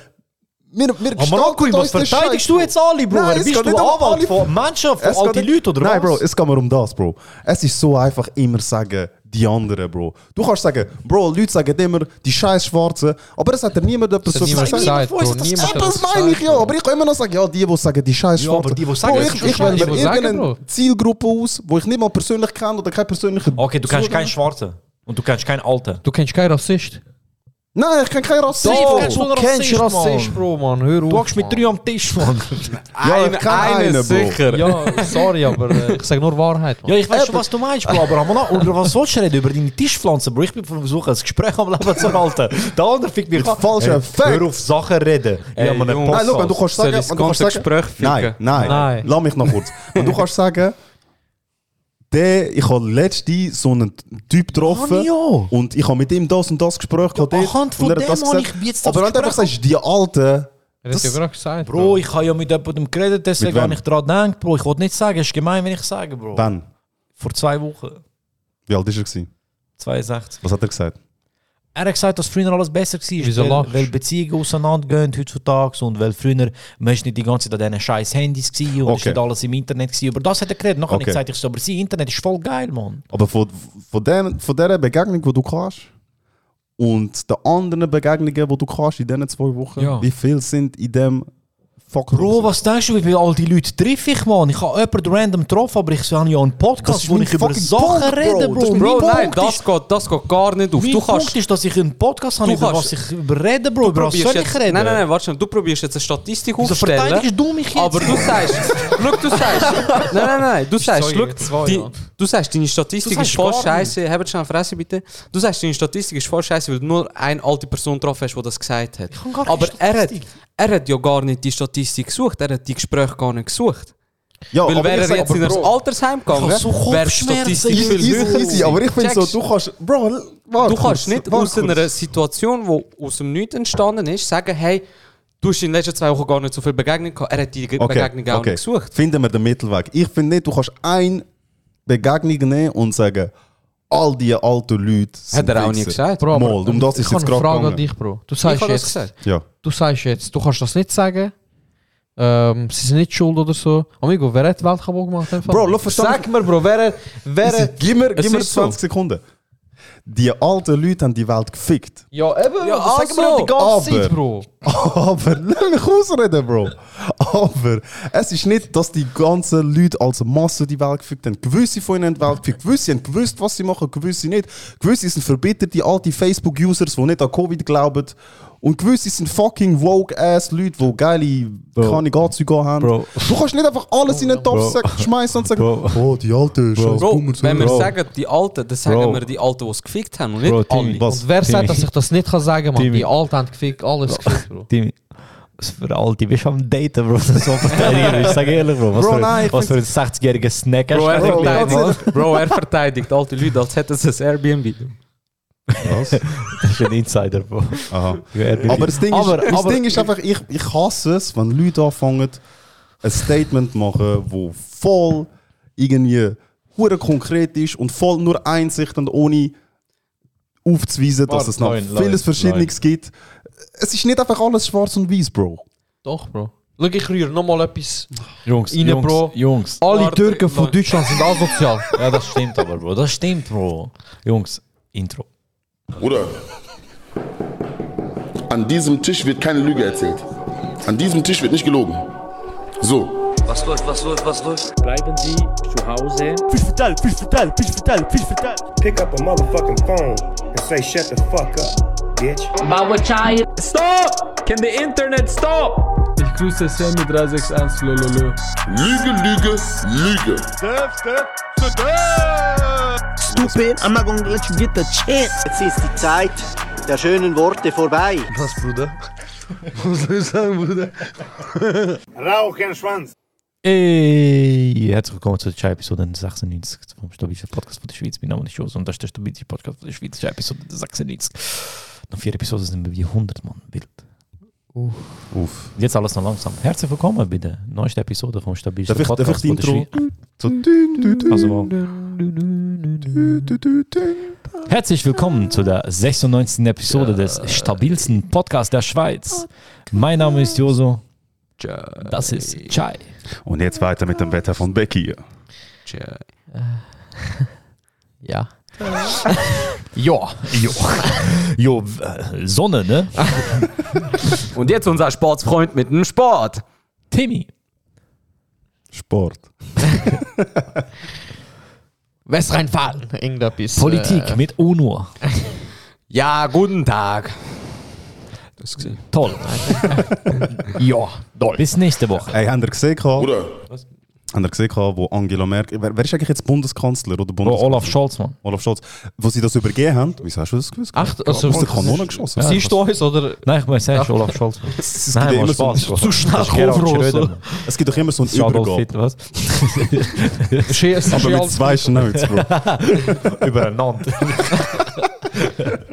wir, wir
Oh, Marco,
gestalten
was
den Scheiß,
verteidigst du
Bro.
jetzt alle, Bro?
Nein, es
bist
geht
du
nicht um
Anwalt
alle.
von Menschen, von
Es geht
alten
nicht-
Leuten, oder
Nein,
was?
Bro, es geht mir um das, Bro. Es ist so einfach immer sagen, die anderen, Bro. Du kannst sagen, Bro, Leute sagen immer, die scheiß Schwarzen, aber es hat ja niemand etwas
hat niemand gesagt, Bro. Niemand
Ja,
hat das
das meine ich
gesagt,
ja,
Bro.
aber ich kann immer noch sagen, ja, die, die sagen, die scheiß
Ja,
Schwarzen.
aber die, die sagen,
Bro,
das
ich,
ist
ich
schon
wähle
scheiße.
mir
Die, die sagen,
irgendeine
Bro.
Zielgruppe aus, wo ich nicht mal persönlich kenne oder keinen persönlichen...
Okay, du kennst
Zugang-
keinen Schwarzen. Und du kennst keinen Alten.
Du kennst keinen Rassist.
Nein, ich kenne keinen Rassist.
Safe
Bro.
kennst du einen Rassist, Mann.
Bro, Mann. Hör auf,
Du hockst mit
Mann.
drei am Tisch, Mann.
Ja, ich kenne einen, Bro.
sicher.
Ja, sorry, aber äh, ich sage nur Wahrheit, Mann.
ja, ich weiß schon, Äh, was du meinst, Bro. Aber haben wir noch, über was sollst du reden? Über deine Tischpflanzen, Bro. Ich bin versuchen, ein Gespräch am Leben zu halten. Der andere fickt mich an.
falschen
Hey,
Facts.
Hör auf Sachen reden. Ich
Ey,
habe einen
Jungs.
Post.
Nein, schau, wenn du kannst
Soll
sagen...
ich das
wenn du kannst
ganze
sagen-
Gespräch
Nein,
ficken?
nein,
Nein.
Lass mich noch kurz. Wenn du kannst sagen... Der, ich habe letztens so einen Typ getroffen.
Hab ich auch.
und ich habe mit ihm das und das Gespräch gehabt. dort,
anhand von
und er hat
dem
das
habe
gesagt.
ich jetzt das
Aber wenn du einfach
Gespräch
sagst, die Alten...
Er hat ja gerade gesagt,
Bro, ich habe ja mit jemandem geredet, deswegen
wem?
habe ich daran gedacht, Bro. Ich wollte nicht sagen, es ist gemein, wenn ich sage, Bro.
Wann?
Vor zwei Wochen.
Wie alt ist er gewesen?
62.
Was hat er gesagt?
Er hat gesagt, dass früher alles besser war.
Wieso lachst
weil,
du?
weil Beziehungen auseinandergehen heutzutage und weil früher man ist nicht die ganze Zeit an diesen scheiß Handys gewesen und
Okay.
ist nicht alles im Internet gewesen. Über das hat er geredet. Nachher habe ich
Okay.
gesagt, ich so, aber sie, Internet ist voll geil, Mann.
Aber von, von, dem, von dieser Begegnung, die du hast und den anderen Begegnungen, die du hast in diesen zwei Wochen,
Ja.
wie viel sind in dem Fuck
Bro, was denkst du, wie viele all die Leute treffe ich, Mann? Ich habe jemanden random getroffen, aber ich habe ja einen
Das
Podcast,
ist
wo
mein
ich über
fucking
Sachen
Punkt, Bro.
rede, Bro.
Das ist
Mein
mein
Bro,
Punkt
nein,
ist-
das geht, das geht gar nicht auf.
Mein
Du
Punkt
kannst...
ist, dass ich einen Podcast habe,
Du
über
kannst-
was ich über reden, Bro.
Du
Über was
probierst
soll ich
jetzt,
reden?
nein, nein, nein, warte schon. Du probierst jetzt eine Statistik
Wieso
aufzustellen.
verteidigst du mich jetzt?
Aber du sagst, schau, du sagst, nein, nein, nein, du sagst,
Zeuge,
schau,
zwei,
die,
Mann.
du sagst, deine Statistik
Du sagst
ist voll
gar
scheiße, habt schon Fresse bitte. Du sagst, deine Statistik ist voll scheiße, weil du nur eine alte Person getroffen hast, die das gesagt hat.
habe gar keine
Aber er hat,
Statistik.
er hat ja gar nicht die Statistik gesucht, er hat die Gespräche gar nicht gesucht.
Ja,
Weil
ich
wäre er
sag-
jetzt in
aber
ein
Bro,
Altersheim gegangen,
Ich hab so
wäre die
Kopfschmerzen,
Statistik
Jungs.
viel
easy,
höher
easy, easy,
gewesen.
aber ich finde so,
Checkst?
du kannst... Bro, warte
Du
kurz,
kannst nicht
warte
aus
kurz.
einer Situation, die aus dem Nichts entstanden ist, sagen, hey, du hast in den letzten zwei Wochen gar nicht so viel Begegnung gehabt. Er hat die Begegnung auch nicht gesucht.
Finden wir den Mittelweg. Ich finde nicht, du kannst eine Begegnung nehmen und sagen, all die alten Leute sind
Hat er auch
Wichser.
nie gesagt.
Bro, aber-
Mal, um das ist
ich
jetzt
habe eine
gerade
Frage
gegangen.
an dich, Bro. Du
Ich
sagst
habe das
jetzt,
gesagt.
Ja.
du sagst jetzt, du kannst das nicht sagen. Ähm, sie sind nicht schuld oder so. Amigo, wer hat die Welt kaputt gemacht? im Fall?
Bro, lass verstanden-
Sag mir, Bro, wer,
Easy,
wer
Gib mir,
Es
gib mir
ist so.
20 Sekunden. Die alten Leute haben die Welt gefickt.
Ja, eben,
Ja,
das sagen wir
also,
die ganze
aber-
Zeit, Bro.
Aber, lass mich ausreden, Bro. Aber es ist nicht, dass die ganzen Leute als Masse die Welt gefickt haben. Gewisse von ihnen haben die Welt gefickt. Gewisse haben gewusst, was sie machen, gewisse nicht. Gewisse sind verbitterte alte Facebook-Users, die nicht an Covid glauben. Und gewisse sind fucking woke-ass-Leute, die geile, keine Anzüge haben.
Bro.
Du kannst nicht einfach alles in den Topf sack- schmeißen und sagen, oh, die alte scheiß
Bro,
Boomer sind
wenn wir
Bro.
sagen, die Alten, dann sagen
Bro.
wir die Alten, die es gefickt haben und nicht
Bro,
alle.
Timmy.
Was?
Und wer
Timmy.
sagt, dass ich das nicht kann sagen, Mann?
Timmy.
Die Alten haben gefickt, alles gefickt, Bro.
Timmy, was für Alte, bist du am Daten, Bro? Das ist so verteidiger. Ich sage ehrlich, Bro. Was
Bro,
für,
nein, ich
was für ein 60-jähriger Snack
Bro, er,
hast du?
Bro,
gekriegt,
ganz
Mann?
verteidigt, Bro, er verteidigt alte Leute, als hätten sie ein Airbnb.
Das ist ein Insider, Bro.
Aha.
Ja, er bin-
Aber das Ding,
Aber-
ist, das
aber-
Ding ist einfach, ich, ich hasse es, wenn Leute anfangen, ein Statement zu machen, wo voll irgendwie hure konkret ist und voll nur Einsicht und ohne aufzuweisen, dass
Warte,
es noch
nein, nein,
vieles Verschiedenes gibt. es ist nicht einfach alles schwarz und weiß, Bro.
Doch, Bro. Schau, ich rühre nochmal etwas.
Jungs,
Rein,
Jungs,
Bro.
Jungs.
Alle
Warte,
Türken von
warte.
Deutschland sind asozial.
Ja, das stimmt aber, Bro. Das stimmt, Bro. Jungs, Intro.
Bruder, an diesem Tisch wird keine Lüge erzählt. An diesem Tisch wird nicht gelogen. So.
Was läuft, was läuft, was läuft?
bleiben Sie zu Hause.
pick up a motherfucking phone and say, shut the fuck up, bitch.
Stop! Can the internet stop? Ich grüße Sammy 361 Lololo.
Lüge, Lüge, Lüge.
stupid. I'm not gonna let you get the chance. Jetzt ist die Zeit der schönen Worte vorbei.
Hey, herzlich willkommen zu der Episode 96 vom Stabilischen Podcast von der Schweiz. Mein Name ist Jos und das ist der Stabilische Podcast von der Schweiz, das ist Episode 96. Nach vier Episoden sind wir wie 100 Mann wild.
Uff.
Jetzt alles noch langsam. Herzlich willkommen bei der neuesten Episode vom Stabilischen
Darf ich,
Podcast
darf ich die
von der
Intro?
Schweiz.
So, dün, dün, dün,
Also mal.
dün, dün, dün, dün.
Herzlich willkommen zu der 96. Episode des stabilsten Podcasts der Schweiz. Mein Name ist Joso. Das ist Chai.
Und jetzt weiter mit dem Wetter von Becky.
Ja.
Ja. Jo. Jo, äh, Sonne, ne?
Und jetzt unser Sportsfreund mit dem Sport.
Timmy.
Sport.
Westrhein-Fahlen. Irgendetwas.
Politik
Äh,
mit UNO.
Ja, guten Tag. Das gesehen.
Toll. ja, toll. Bis nächste Woche.
Ey, habt ihr gesehen, gehabt-
Bruder,
habt ihr gesehen gehabt, wo Angela Merkel. Wer, wer ist eigentlich jetzt Bundeskanzler oder
Bro,
Bundeskanzler?
Oh, Olaf Scholz, Mann.
Olaf Scholz. Wo sie das übergeben haben. Wieso hast du das gewusst?
Ach, also-
Aus der Kanone geschossen.
Ah, Ja.
Siehst du uns oder?
Nein, ich meine, es ist Olaf Scholz. Mann.
Es gibt
Nein,
immer
Mann,
so,
Spaß. Bro.
zu schnell
Das ist Gerhard
Kohlrohr,
Schröder,
so.
Mann.
Es gibt doch immer so ein
Das ist Adolf
Übergabe.
Hitler, was?
Aber
Aber mit zwei Schnauze, Bro.
Übereinander.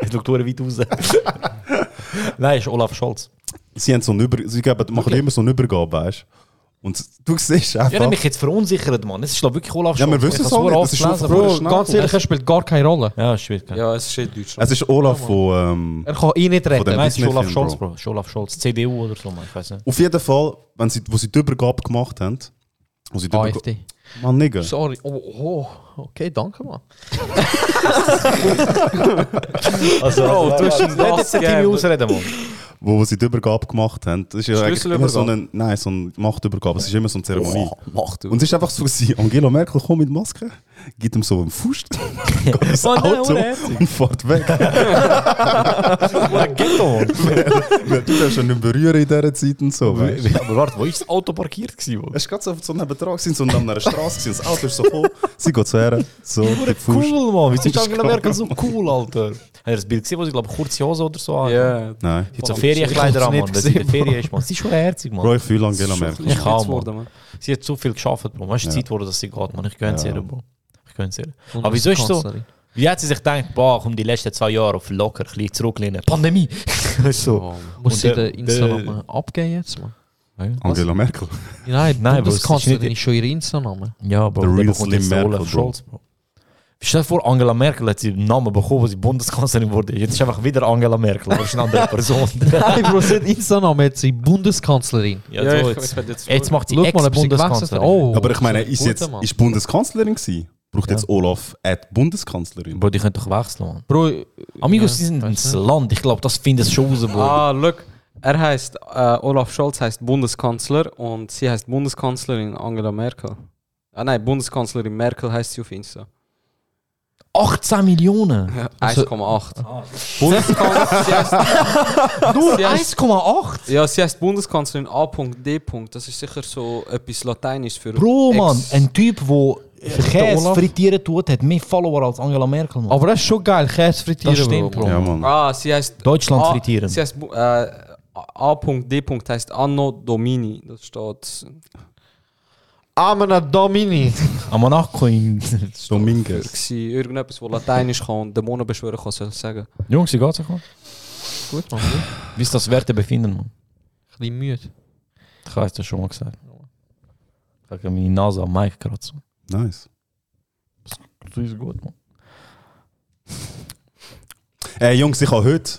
Die Strukturen weit raus. Nein, ist Olaf Scholz.
sie, haben so einen Über sie geben, machen immer so eine Übergabe, weißt du? Und du siehst einfach.
Ja, er mich jetzt verunsichert, Mann. Es ist glaub ich, wirklich Olaf
Ja,
Scholz.
wir wissen
Ich hab's
es auch nicht.
verdammt
Das ist
oft
schon
gelesen,
verdammt
Bro,
schnell.
ganz ehrlich, er spielt gar keine Rolle.
Bro. Ja, ist schwierig. Ja.
Ja, es steht Deutschland.
es ist Olaf von. Ähm,
Er kann eh nicht
Von
retten.
dem-
Nein, es ist Olaf
Disney-Film,
Scholz,
Bro.
Bro. Es ist Olaf Scholz. CDU oder so, Mann. Ich weiß nicht.
auf jeden Fall, wenn sie, wo sie die Übergabe gemacht haben. Wo sie die
Ah,
Übergabe-
AfD.
Mann, Nigga.
Sorry. Oh, oh. okay, danke, Mann.
Also, Bro,
du hast einen Bass
Timmy
gegeben.
ausreden, Mann.
Wo, wo sie die Übergabe gemacht haben. Das ist ja eigentlich immer so eine, nein, so eine Machtübergabe. Es ist immer so eine Zeremonie.
Mach du.
Und es ist einfach so, gewesen, Angela Merkel kommt mit Maske, gibt ihm so einen Fuß, geht ins
Oh nein,
Auto
unherzig.
und fährt weg.
Ghetto, Mann.
Weil du darfst ja nicht berühren in dieser Zeit und so. weißt du?
Aber warte, wo ist das Auto parkiert gewesen, Mann?
Es war gerade so, so nebenan, sind so an einer Straße, gewesen, das Auto ist so voll, sie geht zu her, so, die Fuß.
Cool, Mann. Wieso ist
Das ist
Angela
klar.
Merkel so cool, Alter? Habt ihr das Bild gesehen, wo sie, glaube ich, kurze Hose oder so hat?
Ja.
Nein.
Die hat so Ferienkleider an, Mann. Wenn sie in der Ferien ist, Mann. Sie ist schon herzig, Mann.
Bro, ich fühle Angela Merkel.
Ich kann,
worden,
Mann. Sie hat zu viel geschafft, Bro. Weißt du, die
Ja.
Zeit wurde, dass sie geht, Mann. Ich gönn's ihr, Bro. Ich gönn's ihr.
Und
Aber wieso ist so?
Kanzlerin.
Wie hat sie sich gedacht, boah, komm, die letzten zwei Jahre auf locker, ein bisschen zurücklehnen. Pandemie! so. Und
Muss sie
der-
den Insta
der-
nochmal abgeben jetzt, Mann?
Angela Merkel.
Nein,
Nein,
Nein
Bro, es ist
Bundeskanzlerin
nicht-
ist schon ihr Insta-Name.
Ja, Bro,
The
der
real
bekommt jetzt
Slim
den Olaf
Merkel, Bro.
Scholz, Bro. Stell dir vor, Angela Merkel hat den Namen bekommen, als sie Bundeskanzlerin wurde. Jetzt ist einfach wieder Angela Merkel, aber es ist eine andere Person.
Nein, Bro, sie hat Insta-Name, jetzt sie Bundeskanzlerin.
ja,
Ja,
so
ich-
jetzt.
ich werd jetzt-
jetzt macht sie
Schau mal, ob sie gewechselt hat.
Ex-Bundeskanzlerin.
Oh,
Aber ich meine,
so,
ist
guter
jetzt
Mann.
ist Bundeskanzlerin gewesen? Braucht jetzt Olaf at Bundeskanzlerin?
Bro, die können doch wechseln, Mann.
Bro,
Amigos,
Ja,
sie sind
weiss
ins Land. Ich glaube, das findet es schon raus, Bro.
Ah, look. Er heißt, äh, Olaf Scholz heißt Bundeskanzler und sie heißt Bundeskanzlerin Angela Merkel. Ah nein, Bundeskanzlerin Merkel heißt sie auf Insta.
18 Millionen!
1,8. Bundeskanzlerin, sie heißt,
Nur
Sie heißt-
1,8!
ja, sie heißt Bundeskanzlerin A.D. Das ist sicher so etwas Lateinisch für.
Bro,
Ex-
man, ein Typ, der
der
Verkehrs
Olaf.
frittieren tut, hat mehr Follower als Angela Merkel. Mann.
Aber das ist schon geil, Käse frittieren,
Das stimmt, Bro.
Ja, Mann.
Ah, sie heißt.
Deutschland
A-
frittieren.
Sie heißt Bu- äh, A.D. heißt Anno Domini. Das steht.
Amena Domini.
Am Monaco in.
Dominguez.
gewesen, Irgendetwas, wo Lateinisch kann und Dämonen beschwören kann, soll ich sagen.
Jungs, wie geht's euch? Mann?
Gut, Mann. Gut. Ein
Wie ist das Wertebefinden, Mann?
bisschen müde.
Ich habe es dir schon mal gesagt. Ich habe meine Nase am Mike kratzen.
Nice.
Das ist gut, Mann.
Ey, Jungs, ich habe heute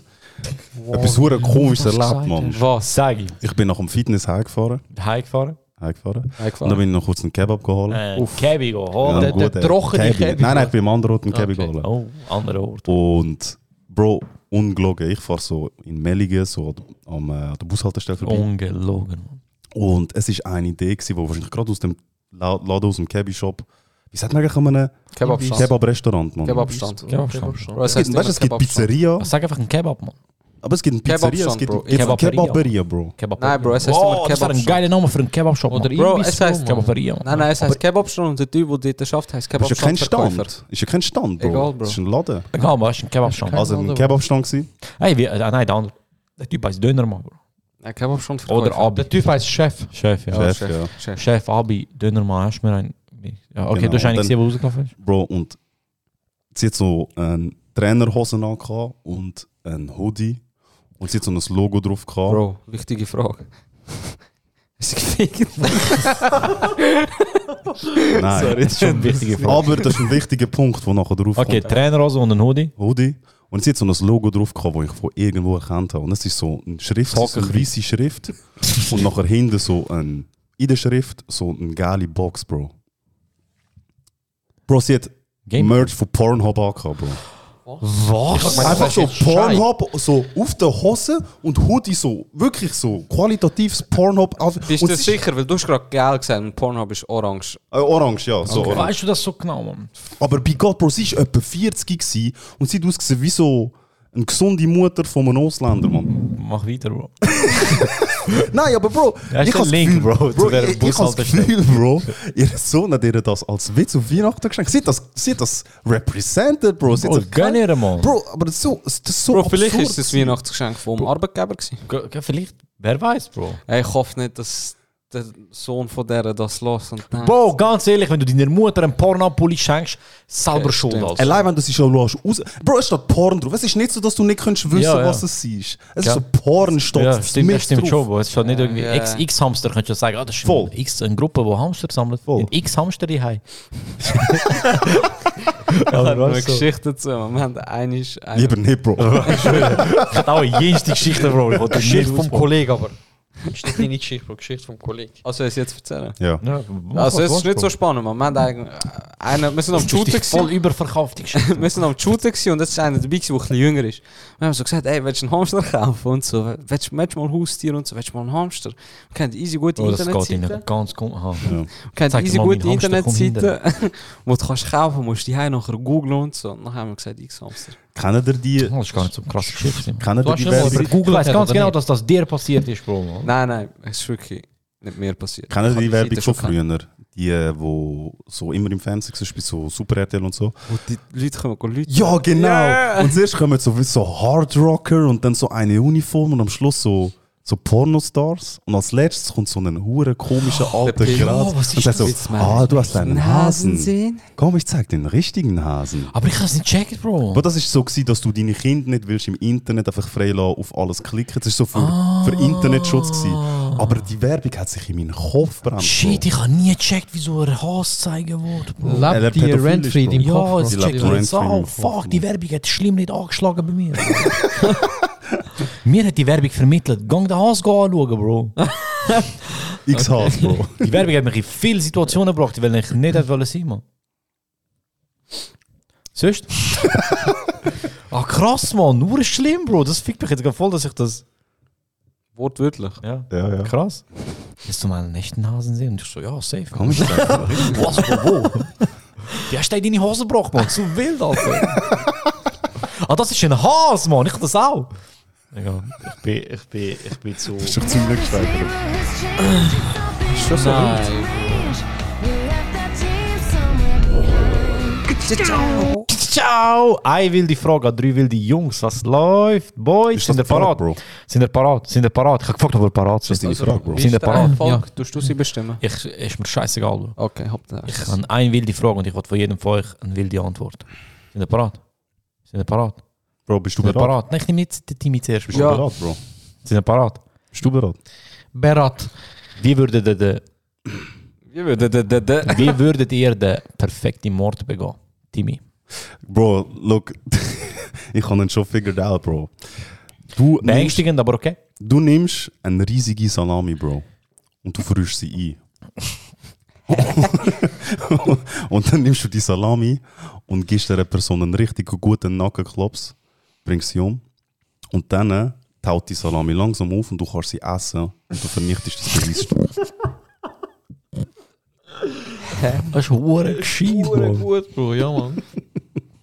Etwas hure komisches erlebt, Mann.
Was? Sag ich.
Ich bin nach dem Fitness heimgefahren.
Heimgefahren?
heimgefahren. Und dann bin ich noch kurz einen Kebab geholt.
Äh, Käbi gehen. Oh,
Der- der trockene Kebab.
äh, Nein, nein, ich bin am anderen Ort einen Kebab
Okay.
geholt.
oh anderer Ort.
Und Bro, ungelogen, ich fahre so in Melligen, so am, äh, an der Bushaltestelle vorbei.
Ungelogen.
Oh.
Und es ist eine Idee, gewesen, die wahrscheinlich gerade aus dem La- Laden, aus dem Kebab-Shop, wie sagt man eigentlich an einem
Kebabstand.
Kebab-Restaurant, Mann?
Kebabstand.
Kebabstand.
Bro, es
Es gibt,
heisst
weißt, du,
immer
es gibt
Kebabstand.
Pizzeria,
Sag einfach einen Kebab, Mann.
aber es gibt eine Pizzeria, es
Kebabstand,
gibt,
Bro.
gibt's eine
Kebaberia.
Kebaberia, Bro.
Kebab
Nein, Bro, es heisst
oh,
immer
Das wäre ein
Kebabshop.
geiler Name für einen Kebabshop.
Oder
Mann.
Bro,
Ibis,
es heisst-
Mann.
Kebaberia. Mann.
Nein, nein, es heisst Kebabstand und der Typ, der dort schafft,
Ist
heisst
ja kein
Kebabstand-Verkäufer.
Stand. Ist ja kein Stand, Bro.
Egal, Bro.
Es ist ein Laden.
Egal, Mann, es ist ein Kebabshop.
Kein
Also ein
Laden,
Kebabstand gewesen.
Hey, wie, ah, nein, der andere. Der Typ heißt Dönermann, Bro.
Ein Kebabstand-Verkäufer.
Oder Abi.
Der Typ heißt Chef.
Chef, ja.
Chef,
Chef.
ja.
Chef.
Chef, Abi, Dönermann, hast du mir einen... Ja, dus okay,
Genau,
du hast einen
dann-
gesehen, der rausgelaufen ist.
Bro, und sie hat so einen Trainerhosen angehabt und einen Hoodie. Und sie hat so ein Logo drauf gehabt.
Bro, wichtige Frage. Ist er gefickt?
Nein.
Das ist schon eine wichtige Frage.
Aber das ist ein wichtiger Punkt, der nachher drauf
Okay,
kommt.
Trainerhose und ein Hoodie.
Hoodie. Und sie hat so ein Logo drauf gehabt, das ich von irgendwo erkannt habe. Und es ist so eine Schrift, so eine weiße Schrift. und nachher hinten so ein, in der Schrift so eine geile Box, Bro. Bro, sie hat
Game-
Merch von Pornhub angehabt, Bro.
Was?
Einfach so Pornhub so auf der Hose und Hoodie so, wirklich so qualitatives Pornhub. auf-
Bist
und
du
es ist-
sicher? Weil du hast gerade geil gesagt und Pornhub ist orange.
Äh, orange, ja. So orange.
Weißt du das so genau, Mann?
Aber bei Gott, Bro, sie war etwa 40 gewesen und sie hat ausgesehen wie so eine gesunde Mutter von einem Ausländer, Mann.
Mach weiter, Bro.
Nein, aber Bro,
Da ist
ich
der
habe
Link,
Gefühl,
Bro, zu dieser
ich, ich habe das
Bushaltestelle.
Gefühl, Bro, ihr Sohn hat ihr das als Witz auf Weihnachten geschenkt. Sie hat das, sie hat das represented, Bro. Sie hat
Bro,
so-
gönn ihr, Mann.
Bro, aber das ist so, das ist so
Bro, vielleicht
absurd
ist das
gewesen.
Weihnachtsgeschenk vom Arbeitgeber gewesen.
Ge- ge- Vielleicht, wer weiß, Bro.
Ey, Ich hoffe nicht, dass der Sohn von der das los und denkt.
Bro, ganz ehrlich, wenn du deiner Mutter einen Pornopulli schenkst, selber
Ja,
schuld.
stimmt.
Also.
Allein wenn du sie schon schaust, raus. Bro, es steht Porn drauf. Es ist nicht so, dass du nicht kannst wissen
Ja, ja.
was es ist. Es
Ja.
ist so Porn steht
ja, stimmt,
mit
das stimmt
drauf.
schon, Bro. Es ist schon nicht irgendwie
ja.
X- X-Hamster, könntest du ja sagen, ah, das ist
Voll.
Voll. Ein X, eine Gruppe, die Hamster sammelt.
Voll.
Ein X-Hamster die Hei.
Ich habe
Aber
eine
weißt du,
Geschichte dazu. Wir haben eine ist. eine-
Lieber nicht, Bro.
ich hatte auch jenste Geschichte, Bro. Ich wollte
Geschichte vom
ausbauen.
Kollegen, aber. Ist nicht deine Geschichte, Bro. Geschichte vom Kollegen.
Also, soll ich es jetzt erzählen.
ja.
Ja, mach was
Also, es
du
ist nicht
willst,
so
Bro.
spannend. Mann. Wir, haben einen- einen, wir sind am
Du bist
Shooten.
dich voll
gewesen.
überverkauft, die Geschichte.
Wir sind am Shooten gewesen und jetzt war einer dabei, gewesen, der ein bisschen jünger ist. Wir haben so gesagt: Ey, willst du einen Hamster kaufen? Und so, willst du willst du mal ein Haustier und so, willst du mal einen Hamster? Wir kennen easy gute
Bro, Oh, das geht in
Internetseiten.
eine ganz... kom- Aha.
kennt
Zeig
diese
mal meinen
gute
Hamster, komm
Internetseite, wo du kannst kaufen musst, die haben nachher googeln und so. Und dann haben wir gesagt, X-Hamster.
Kennt ihr die,
Oh, Das ist gar nicht so eine krasse Geschichte. Mann.
kennt
Du
ihr
hast
die
schon mal
Werbung?
über-
Google weiß
Oder
ganz genau,
nicht?
dass das dir passiert ist, Bro. Mann.
Nein, nein, es ist wirklich nicht mehr passiert.
Kennt ihr
Ich
die
hab
Werbung
Seite
von
gehabt.
früher? Die, äh, wo so immer im Fernsehen war, bei so Super RTL und so.
Wo die Leute kommen, gehen Leute.
Ja, genau.
Yeah.
Und zuerst kommen so, so Hardrocker und dann so eine Uniform und am Schluss so, so Pornostars. Und als letztes kommt so ein hure komischer alter
Pimp.
Grad.
Oh, was
und
ist
sagt so,
Jetzt meinst
ah, du
du
hast einen
den
Hasen.
Hasensinn?
Komm, ich zeig dir den richtigen Hasen.
Aber ich kann es nicht checken, Bro.
Aber das ist so gewesen, dass du deine Kinder nicht willst im Internet einfach frei lassen, auf alles klicken. Das ist so für, für Internetschutz gewesen. Aber die Werbung hat sich in meinen Kopf brennt.
Shit,
Bro.
ich habe nie gecheckt, wieso er Hass zeigen wurde, Bro.
Э,
Er lebt
Lebt die
pädophilisch,
Rentfree in
Bro.
deinem
Ja,
Kopf?
jetzt
Die
check ich
Laptop
jetzt
rennt
auch.
für ihn.
oh, Fuck, die Werbung hat schlimm nicht angeschlagen bei mir. mir hat die Werbung vermittelt. Gang den Hass anschauen, Bro.
Ich hasse, Bro.
Die Werbung hat mich in viele Situationen gebracht, weil ich nicht hätte wollen sein, Mann. Sonst? ah, krass, Mann. Nur schlimm, Bro. Das fickt mich jetzt gerade voll, dass ich das...
Wortwörtlich.
Ja.
Ja, ja.
Krass. Willst du mal einen echten Hasen sehen? Und ich so, ja, safe.
Komm, ich zeig dir.
Was, wo? wo? Wie hast du denn deine Hose gebrochen, Mann? So wild, Alter. ah, das ist ein Hase, Mann. Ich hab das auch. Egal. Ich bin, ich bin, ich bin zu...
Das ist doch zum Glück gesteigert.
Schon so Nein.
Ciao! Eine wilde Frage an drei wilde Jungs. Was läuft? Boys,
Ist
sind ihr
das die Frage,
parat?
Bro?
Sind ihr parat? Sind ihr parat? Ich hab gefragt, ob ihr parat
Das ist
sind.
deine Frage, Bro.
Sind ihr parat?
Folge?
Ja.
Tust du sie bestimmen?
Ich, ist mir scheißegal, Bro.
Okay, habt ihr.
Ich habe eine wilde Frage und ich will von jedem von euch eine wilde Antwort. Sind ihr parat? Sind ihr parat?
Bro, bist du
Sind ihr
bereit?
parat? Nein, ich nehme jetzt den Timmy zuerst.
Bist du
Ja.
bereit, Bro?
Sind ihr parat?
Bist du bereit?
Berat.
Wie würdet ihr den,
Wie würde der, der, der.
wie würdet ihr den perfekten Mord begehen? Timmy.
Bro, look. ich habe ihn schon figured out, Bro. Du nimmst,
Beängstigend, aber okay.
du nimmst eine riesige Salami, Bro. Und du frischst sie ein. und dann nimmst du die Salami und gibst der Person einen richtig guten Nackenklops, bringst sie um. Und dann taut die Salami langsam auf und du kannst sie essen und du vernichtest das Beweisstück.
Das ist hure gescheit, Bro.
Gut, Bro, ja, Mann.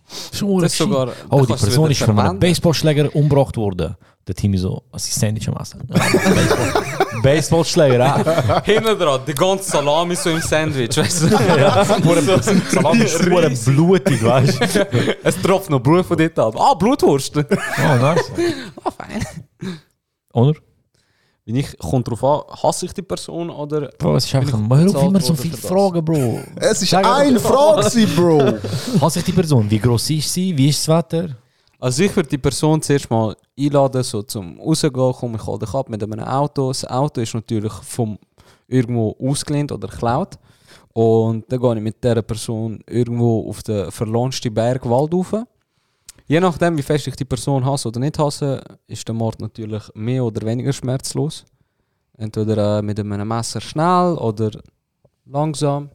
Das ist hure
Das ist
gescheit.
sogar- da
Oh,
kannst
die
du es
Person
wieder
ist von einem
verwenden.
Baseballschläger umgebracht worden. Der Timmy so, was ist Sandwich am Essen? Baseball- Baseballschläger, ah.
Hinten dran, die ganze Salami so im Sandwich, weißt du?
Salat ist hure blutig, weißt du?
es tropft noch Blut von dort ab. Ah, Blutwurst!
Oh, nice.
ah, fein.
Oder?
Wenn ich, kommt drauf an, hasse ich die Person oder...
Bro, es ist einfach.
Bin ich
Hör auf
bezahlt
immer so
worden
viele
für das?
Fragen, Bro.
Es ist
Sag-
eine Frage, gewesen, Bro.
Hast sich die Person? Wie groß ist sie? Wie ist das Wetter?
Also ich würde die Person zuerst mal einladen, so zum Rausgehen, komm, ich hole dich ab mit einem Auto. Das Auto ist natürlich vom irgendwo ausgelehnt oder geklaut. Und dann gehe ich mit dieser Person irgendwo auf den verlohnsten Berg Wald rauf. Je nachdem, wie fest ich die Person hasse oder nicht hasse, ist der Mord natürlich mehr oder weniger schmerzlos. Entweder äh, mit einem Messer schnell oder langsam.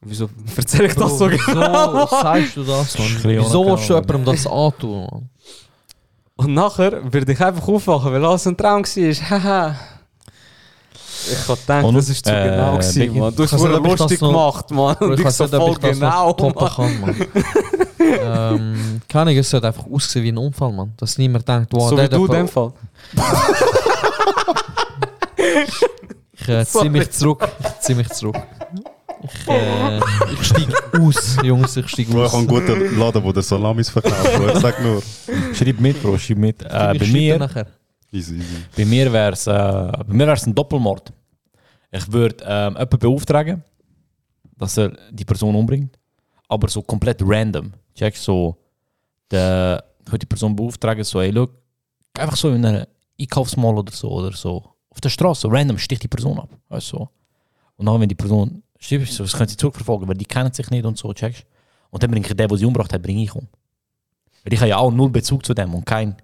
Wieso erzähle ich das so
Oh,
genau?
Wieso sagst du das, Mann?
Ist ein bisschen
Wieso willst du
unangenehm.
jemandem das antun, Mann?
Und nachher würde ich einfach aufwachen, weil alles ein Traum war. Haha. Ich hab gedacht,
Und,
das ist zu
äh,
genau gewesen,
Biggie,
Mann. Du hast
kannst du
es
nicht, ob ich
lustig
das noch-
gemacht, Mann.
Bro,
Und ich so
weiss
voll
das
genau,
noch toppen
Mann.
kann, Mann. ähm, keine Ahnung, es hat einfach ausgesehen wie ein Unfall, Mann. Dass niemand denkt, wow,
So
der
wie du in dem
hat
Fall.
ich, äh, zieh
Sorry.
mich zurück. Ich zieh mich zurück. Ich, äh, ich steig aus, Jungs, ich steig
Bro, ich
aus.
habe einen guten Laden, wo der Salamis verkauft. Bro. Ich sag nur.
Schreib mit, Bro, schreib mit. Äh, bei,
Ich schreibe
mir,
nachher.
Easy, easy.
bei mir wäre es äh, bei mir wär's ein Doppelmord. Ich würde ähm, jemanden beauftragen, dass er die Person umbringt, aber so komplett random. Check so, der, ich würde die Person beauftragen, so, ey, look, einfach so in einer Einkaufsmall oder so, oder so, auf der Straße, random sticht die Person ab. Weißt du? so. Und dann, wenn die Person stirbt, so, das können sie zurückverfolgen, weil die kennen sich nicht und so, checkst Und dann bringe ich den, der sie umgebracht hat, bringe ich um. Weil ich habe ja auch null Bezug zu dem und kein.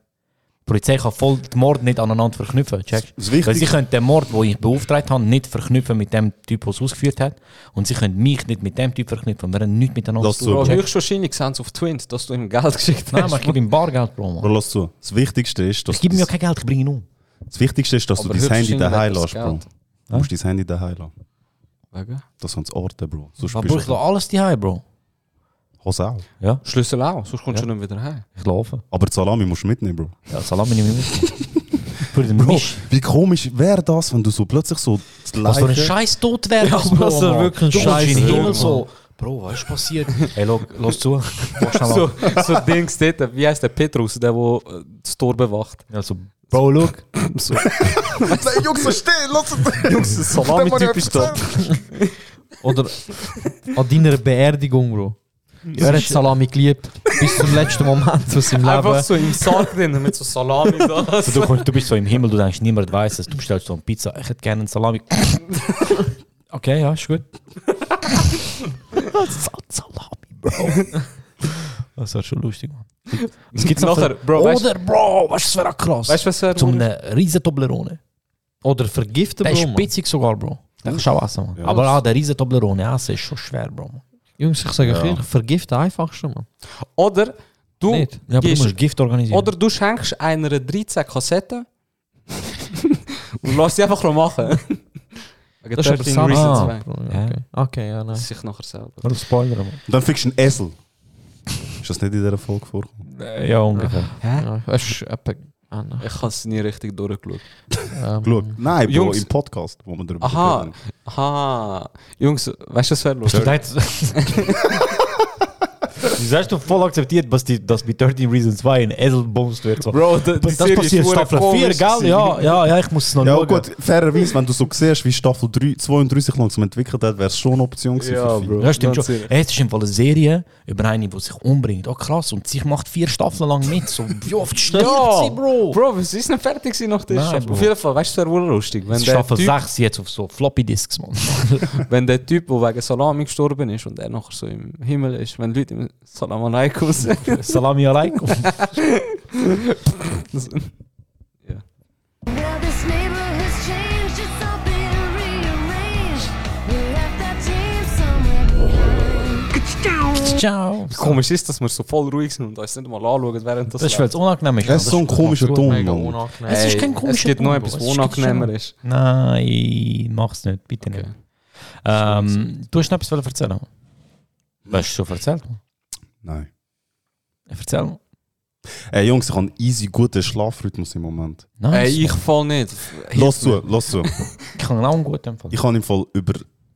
Die Polizei kann voll den Mord nicht aneinander verknüpfen, checkst
Das
Weil sie
Wichtigste,
können den Mord, den ich beauftragt habe, nicht verknüpfen mit dem Typ, der es ausgeführt hat. Und sie können mich nicht mit dem Typ verknüpfen. Wir haben nichts miteinander
Lass
zu
Bro,
tun. checkst?
höchstwahrscheinlich sehen sie auf Twint, dass du ihm Geld geschickt
Nein, aber
hast.
ich gebe ihm Bargeld, Bro.
Bro,
Mann.
lass zu. Das Wichtigste ist, dass
Ich gebe
du
ihm ja
das-
kein Geld, ich bringe ihn um.
Das Wichtigste ist, dass
Aber
du dein Handy
höchstwahrscheinlich
daheim
wegen
lässt, Bro.
des
Du musst dein Handy daheim lassen.
Wegen?
Das sind Orte, Bro. Sonst
Aber
bist
Bro, ich
du
lasse alles daheim, Bro.
Hast auch.
Ja,
Schlüssel auch, sonst kommst du nicht wieder heim.
ich laufe.
Aber die Salami musst du mitnehmen, Bro.
Ja, Salami nehme ich mit. Für den
Bro,
Misch.
wie komisch wäre das, wenn du so plötzlich so das
Was für ein
Leiche-
scheiß Tod wäre das,
Bro, das ist
Mann.
wirklich ein
Du kommst in den
scheiß
Himmel
Tod,
so. Bro, was ist passiert? Hey, look, lass zu. Mach schnell mal.
So, so Dings dort, wie heißt der Petrus, der wo äh, das Tor bewacht?
Ja, so, Bro, look.
Nein, Jungs, versteh, lass es.
Jungs, das Salami-Typisch da.
Oder an deiner Beerdigung, Bro. Er hat Salami geliebt. Bis zum letzten Moment von seinem
Einfach
Leben.
so im Sarg drin mit so Salami da.
So, du, kommst, du bist so im Himmel, du denkst, niemand weiß es. Du bestellst so eine Pizza. Ich hätte gerne einen Salami. Okay, ja, ist gut. Sa- Salami, Bro. Das war schon lustig, Mann. Es gibt's noch
Nachher,
für-
Bro, weißt-
Oder, Bro, was ist für ein krass?
Weißt du, was er
Zum eine riesen Toblerone.
Oder vergiften,
Der ist
Bro. Mann.
spitzig sogar, Bro. Den kannst du auch essen, Mann. Aber auch der riesen Toblerone essen ist schon schwer, Bro.
Jungs, ich sage euch ehrlich, vergiften einfachste, Mann.
Oder du
Nicht.
Ja, aber du
gehst-
musst Gift organisieren.
Oder du schenkst einer 13 Kassetten und lass sie einfach noch machen. Wegen
Das ist aber
13
Salami.
Reasons
Ah.
Why.
Bro, ja, okay. okay, ja, nou. nein.
Das ist sich nachher selber.
Nur Spoiler, Mann.
Dann fickst du einen Esel. Ist das nicht in dieser Folge vorgekommen?
Eh, Ja, ungefähr.
Ja, es ist epic. Ah, nein.
Ich habe es nie richtig durchgeschaut.
Schau. Nein, Bro,
Jungs.
im Podcast, wo wir darüber
Aha,
reden.
aha. Jungs, weißt du, was wäre
Bist
lustig?
du Das hast du voll akzeptiert, dass, die, dass bei 13 Reasons 2 ein Esel bumst wird. So.
Bro, die, die
das passiert Staffel 4, gell? Ja, ja, ja, ich muss es noch
Ja,
schauen.
gut, fairerweise, wenn du so siehst, wie Staffel 3, 32 sich langsam entwickelt hat, wäre es schon eine Option gewesen.
Ja,
für viele.
Bro.
Ja, stimmt
Ganz
schon.
ehrlich.
Hey, es ist im Fall eine Serie über eine, die sich umbringt. Oh, krass. Und sie macht vier Staffeln lang mit. So, wie oft stirbt
Ja,
sie, Bro?
Bro, es ist nicht fertig gewesen nach der
Nein,
Staffel.
Bro.
Auf jeden Fall, weißt du, es wäre wohl lustig, wenn
Das ist
der,
Staffel
typ,
6 jetzt auf so Floppy Disks, Mann.
wenn der Typ, der wegen Salami gestorben ist und er nachher so im Himmel ist, wenn Leute ihm Salam alaikum sagen.
Salami alaikum.
Now this neighborhood's changed, it's all been rearranged. We left that team somewhere behind.
Ciao.
Komisch ist, dass wir so voll ruhig sind und uns nicht mal anschauen, während das.
Das ist, weil es unangenehm ist.
Das ist so ein komischer Ton, Mann.
Es
unangenehm.
ist kein
Es
komischer
gibt noch
Ton,
etwas,
Bro.
was
Es ist kein
unangenehmer ist.
Nein, mach's nicht, bitte nicht. Ähm, du hast noch etwas wollen erzählen? Was hast du schon erzählt?
Nein.
Erzähl mal.
Ey, Jungs, ich habe einen easy guten Schlafrhythmus im Moment.
Nein,
Ey, Äh, ich voll nicht.
Los zu, los zu.
ich kann genau einen guten Fall.
Ich habe im Fall über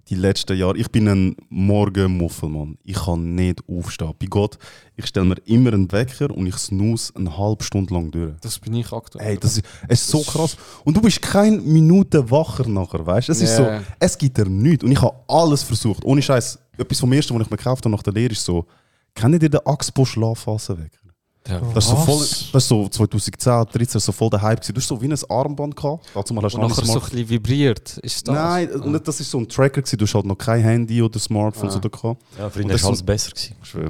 die letzten Jahre, ich bin ein Morgenmuffel, Mann. Ich kann nicht aufstehen. Bei Gott, ich stelle mir immer einen Wecker und ich snooze eine halbe Stunde lang durch.
Das bin ich aktuell.
Ey, das ist, es ist so krass. Und du bist keine Minute wacher nachher, weißt du? Es ist so,
Ja.
es gibt dir nichts. Und ich habe alles versucht. Ohne Scheiß, etwas vom ersten, was ich mir gekauft habe nach der Lehre, ist so, kennt ihr den Axpo Schlafphasenwecker? Das ist, so voll, das ist so 2010, 13 so voll der Hype. gewesen. Du hast so wie ein Armband gehabt. Dazu mal hast du
Und
noch
nachher
nicht
so ein
Smart-
bisschen vibriert. Ist das? Ah.
Nein, nicht, das ist so ein Tracker. Gewesen. Du hast halt noch kein Handy oder Smartphones oder gehabt.
Ja,
Und das ist so-
besser gewesen.
Schwör.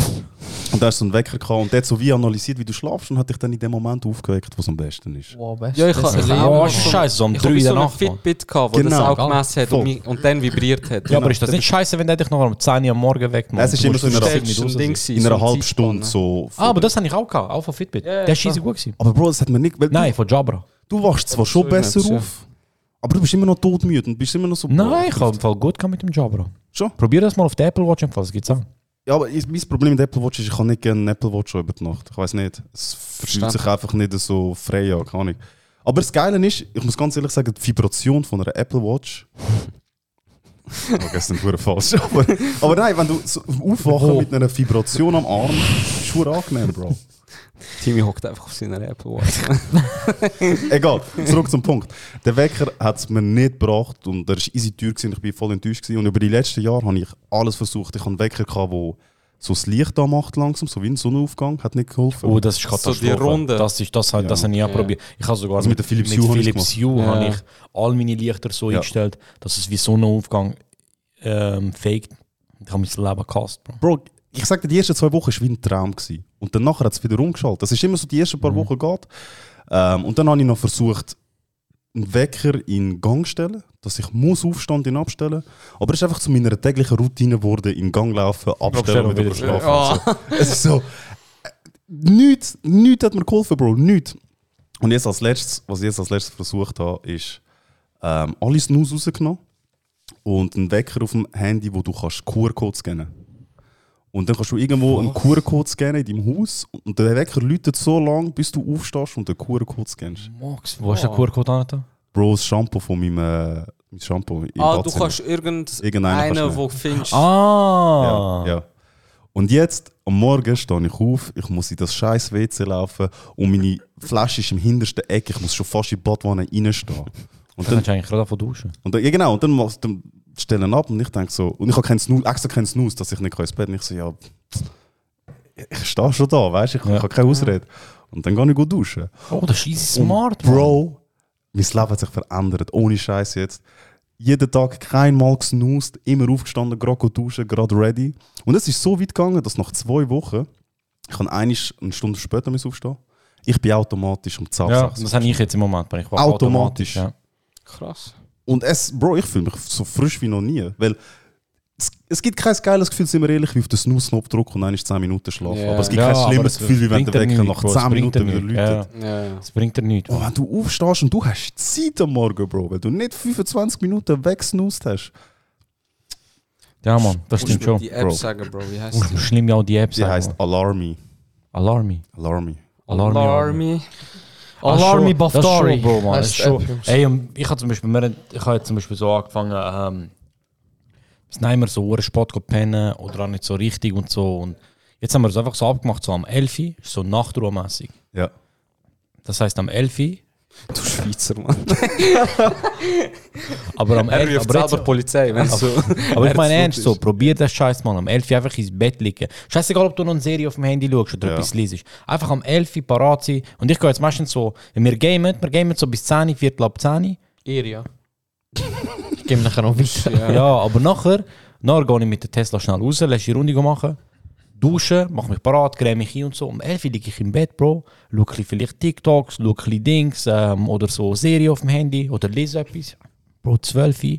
Und da hast du so einen Wecker gehabt und der hat so wie analysiert, wie du schlafst und hat dich dann in dem Moment aufgeweckt, was am besten ist.
Wow, best,
Ja, ich
besser
kann- ich
Leben.
kann-
Oh, scheiße, so um
Ich habe
3
wie
in
so
der
eine
Nacht. Mann.
Fitbit gehabt, wo das
Genau.
auch gemessen hat und, mich, und dann vibriert hat.
Ja, aber ist das nicht scheiße, wenn der dich noch um 10 Uhr am Morgen weckt? Mann?
Es ist
Du
immer
musst
so in einer-
ständig
Stärksten
raus sein.
Ding gewesen,
in einer
so
halben
Zeitspanne.
Stunde so.
Ah, aber das habe ich auch gehabt, auch von Fitbit.
Ja, ja,
der ist
klar.
scheiße gut gewesen.
Aber Bro, das hat man nicht. Weil
Nein, von Jabra.
Du wachst zwar
so
schon besser
etwas, ja.
auf, aber du bist immer noch todmüde und bist immer noch so.
Nein, ich habe im Fall gut gehabt mit dem Jabra.
Schon?
Probier das mal auf der Apple Watch, im Fall, das gibt's auch.
Ja, aber ich- mein Problem mit Apple Watch ist, ich kann nicht gerne eine Apple Watch über die Nacht. Ich weiß nicht. Es fühlt sich einfach nicht so frei an, keine Ahnung. Aber das Geile ist, ich muss ganz ehrlich sagen, die Vibration von einer Apple Watch. okay, das ist nicht falsch. Aber, aber nein, wenn du so aufwachen mit einer Vibration am Arm, ist schon angenehm, Bro.
Timmy hockt einfach auf seiner Apple Watch.
Egal, zurück zum Punkt. Der Wecker hat es mir nicht gebracht und er war easy teuer gewesen, ich bin voll enttäuscht. Gewesen. Und über die letzten Jahre habe ich alles versucht. Ich habe einen Wecker, gehabt, der so das Licht anmacht langsam, so wie ein Sonnenaufgang, hat nicht geholfen.
Oh, das ist Katastrophe.
So die Runde.
Das, ist, das, das, das habe ich auch probiert. Ich habe sogar
Also mit der Philips
mit
Hue habe ich
Philips Hue
Ja.
habe ich all meine Lichter so
Ja.
eingestellt, dass es wie Sonnenaufgang ähm, faked. Ich habe mein Leben gehasst, Bro.
Bro, ich sagte, die ersten zwei Wochen war wie ein Traum. Gewesen. Und dann nachher hat es wieder umgeschaltet. Das ist immer so, die ersten paar Wochen geht. Ähm, und dann habe ich noch versucht, einen Wecker in Gang zu stellen, dass ich muss aufstehen und ihn abstellen. Aber es ist einfach zu meiner täglichen Routine geworden, in Gang laufen, abstellen und wieder schlafen.
Oh,
Es ist so. äh, Nichts, nichts hat mir geholfen, Bro. Nichts. Und jetzt als letztes, was ich jetzt als letztes versucht habe, ist ähm, alle Snooze rausgenommen und einen Wecker auf dem Handy, wo du kannst QR-Code scannen Und dann kannst du irgendwo einen QR-Code scannen in deinem Haus und der Wecker läutet so lange, bis du aufstehst und den QR-Code scannst.
Max, wo hast du den QR-Code angetan?
Bro, das Shampoo von meinem äh, mein Shampoo im
Ah, du
Badzimmer.
kannst irgendeinen,
Irgendeinen kannst
den
du
du findest.
Ah!
Ja, ja. Und jetzt, am Morgen stehe ich auf, ich muss in das scheiß WC laufen und meine Flasche ist im hintersten Eck, ich muss schon fast in die Badwanne reinstehen.
Dann
Und dann,
kannst du eigentlich gerade davon duschen.
und dann, ja genau, und dann machst du Stellen ab und ich denke so, und ich habe keinen Snooze, extra keinen Snooze, dass ich nicht kann ins Bett kann. Ich so, ja, ich stehe schon da, weißt du, ich, ich habe keine Ausrede. Und dann gehe ich gut duschen.
Oh, das ist easy smart, Bro.
Um Bro, mein Leben hat sich verändert, ohne Scheiß jetzt. Jeden Tag keinmal gesnoost, immer aufgestanden, gerade go duschen, gerade ready. Und es ist so weit gegangen, dass nach zwei Wochen, ich kann eine Stunde später müssen aufstehen, ich bin automatisch um 10 Uhr
Ja,
sechs.
das habe ich jetzt im Moment. Wenn ich wach-
Automatisch.
Ja.
Krass.
Und es, Bro, ich fühle mich so frisch wie noch nie, weil es, es gibt kein geiles Gefühl, sind wir ehrlich, wie auf den Snooze-Knopf drücken und dann ist 10 Minuten schlafen.
Ja.
Aber es gibt
Ja,
kein
aber
schlimmes
es
Gefühl, wie wenn
bringt
der
dir
Wecker
nichts,
nach
Bro, es
10
bringt dir
Minuten wieder
nichts.
läutet.
Ja.
Ja, ja.
Das bringt dir nichts.
Oh, wenn du aufstehst und du hast Zeit am Morgen, Bro, weil du nicht 25 Minuten wegsnoost hast.
Ja, Mann, das
Musst
stimmt
du mir
schon.
die App
Bro.
sagen, Bro, wie heißt
Und schlimm ja auch die App
Die
sagen,
heißt
Mann.
Alarmi.
Alarmi.
Alarmi.
Alarmi.
Alarmi.
Alarmi
Das schon-
Bafdari.
Das schon, Bro, Mann. Das
Heißt
ist
die App,
schon.
Jungs.
Ey, und ich habe zum Beispiel, wir haben- ich habe jetzt zum Beispiel so angefangen, ähm, das nehmen wir so Uhren spät zu pennen oder auch nicht so richtig und so. Und jetzt haben wir es einfach so abgemacht, so am 11 Uhr, ist so Nachtruhemäßig.
Ja.
Das heißt am 11 Uhr,
Du Schweizer, Mann.
aber am 11 Uhr, aber jetzt,
Polizei, wenn so.
Aber ich meine ernst so, probier das Scheiß mal. Am 11 Uhr einfach ins Bett liegen. Scheißegal, ob du noch eine Serie auf dem Handy schaust oder
Ja.
etwas liest. Einfach am 11 Uhr parat sein. Und ich gehe jetzt meistens so, wenn wir gamen, wir gamen so bis 10 Uhr, Viertel ab 10 Uhr.
Ihr, ja. Ich gebe nachher noch weiter.
Ja, aber nachher, nachher gehe ich mit der Tesla schnell raus, lass die Runde machen. dusche, mache mich parat, creme mich ein und so. Um 11 Uhr liege ich im Bett, Bro, schaue ein bisschen vielleicht TikToks, schaue ein bisschen Dings ähm, oder so Serie auf dem Handy oder lese etwas. Bro, 12 Uhr.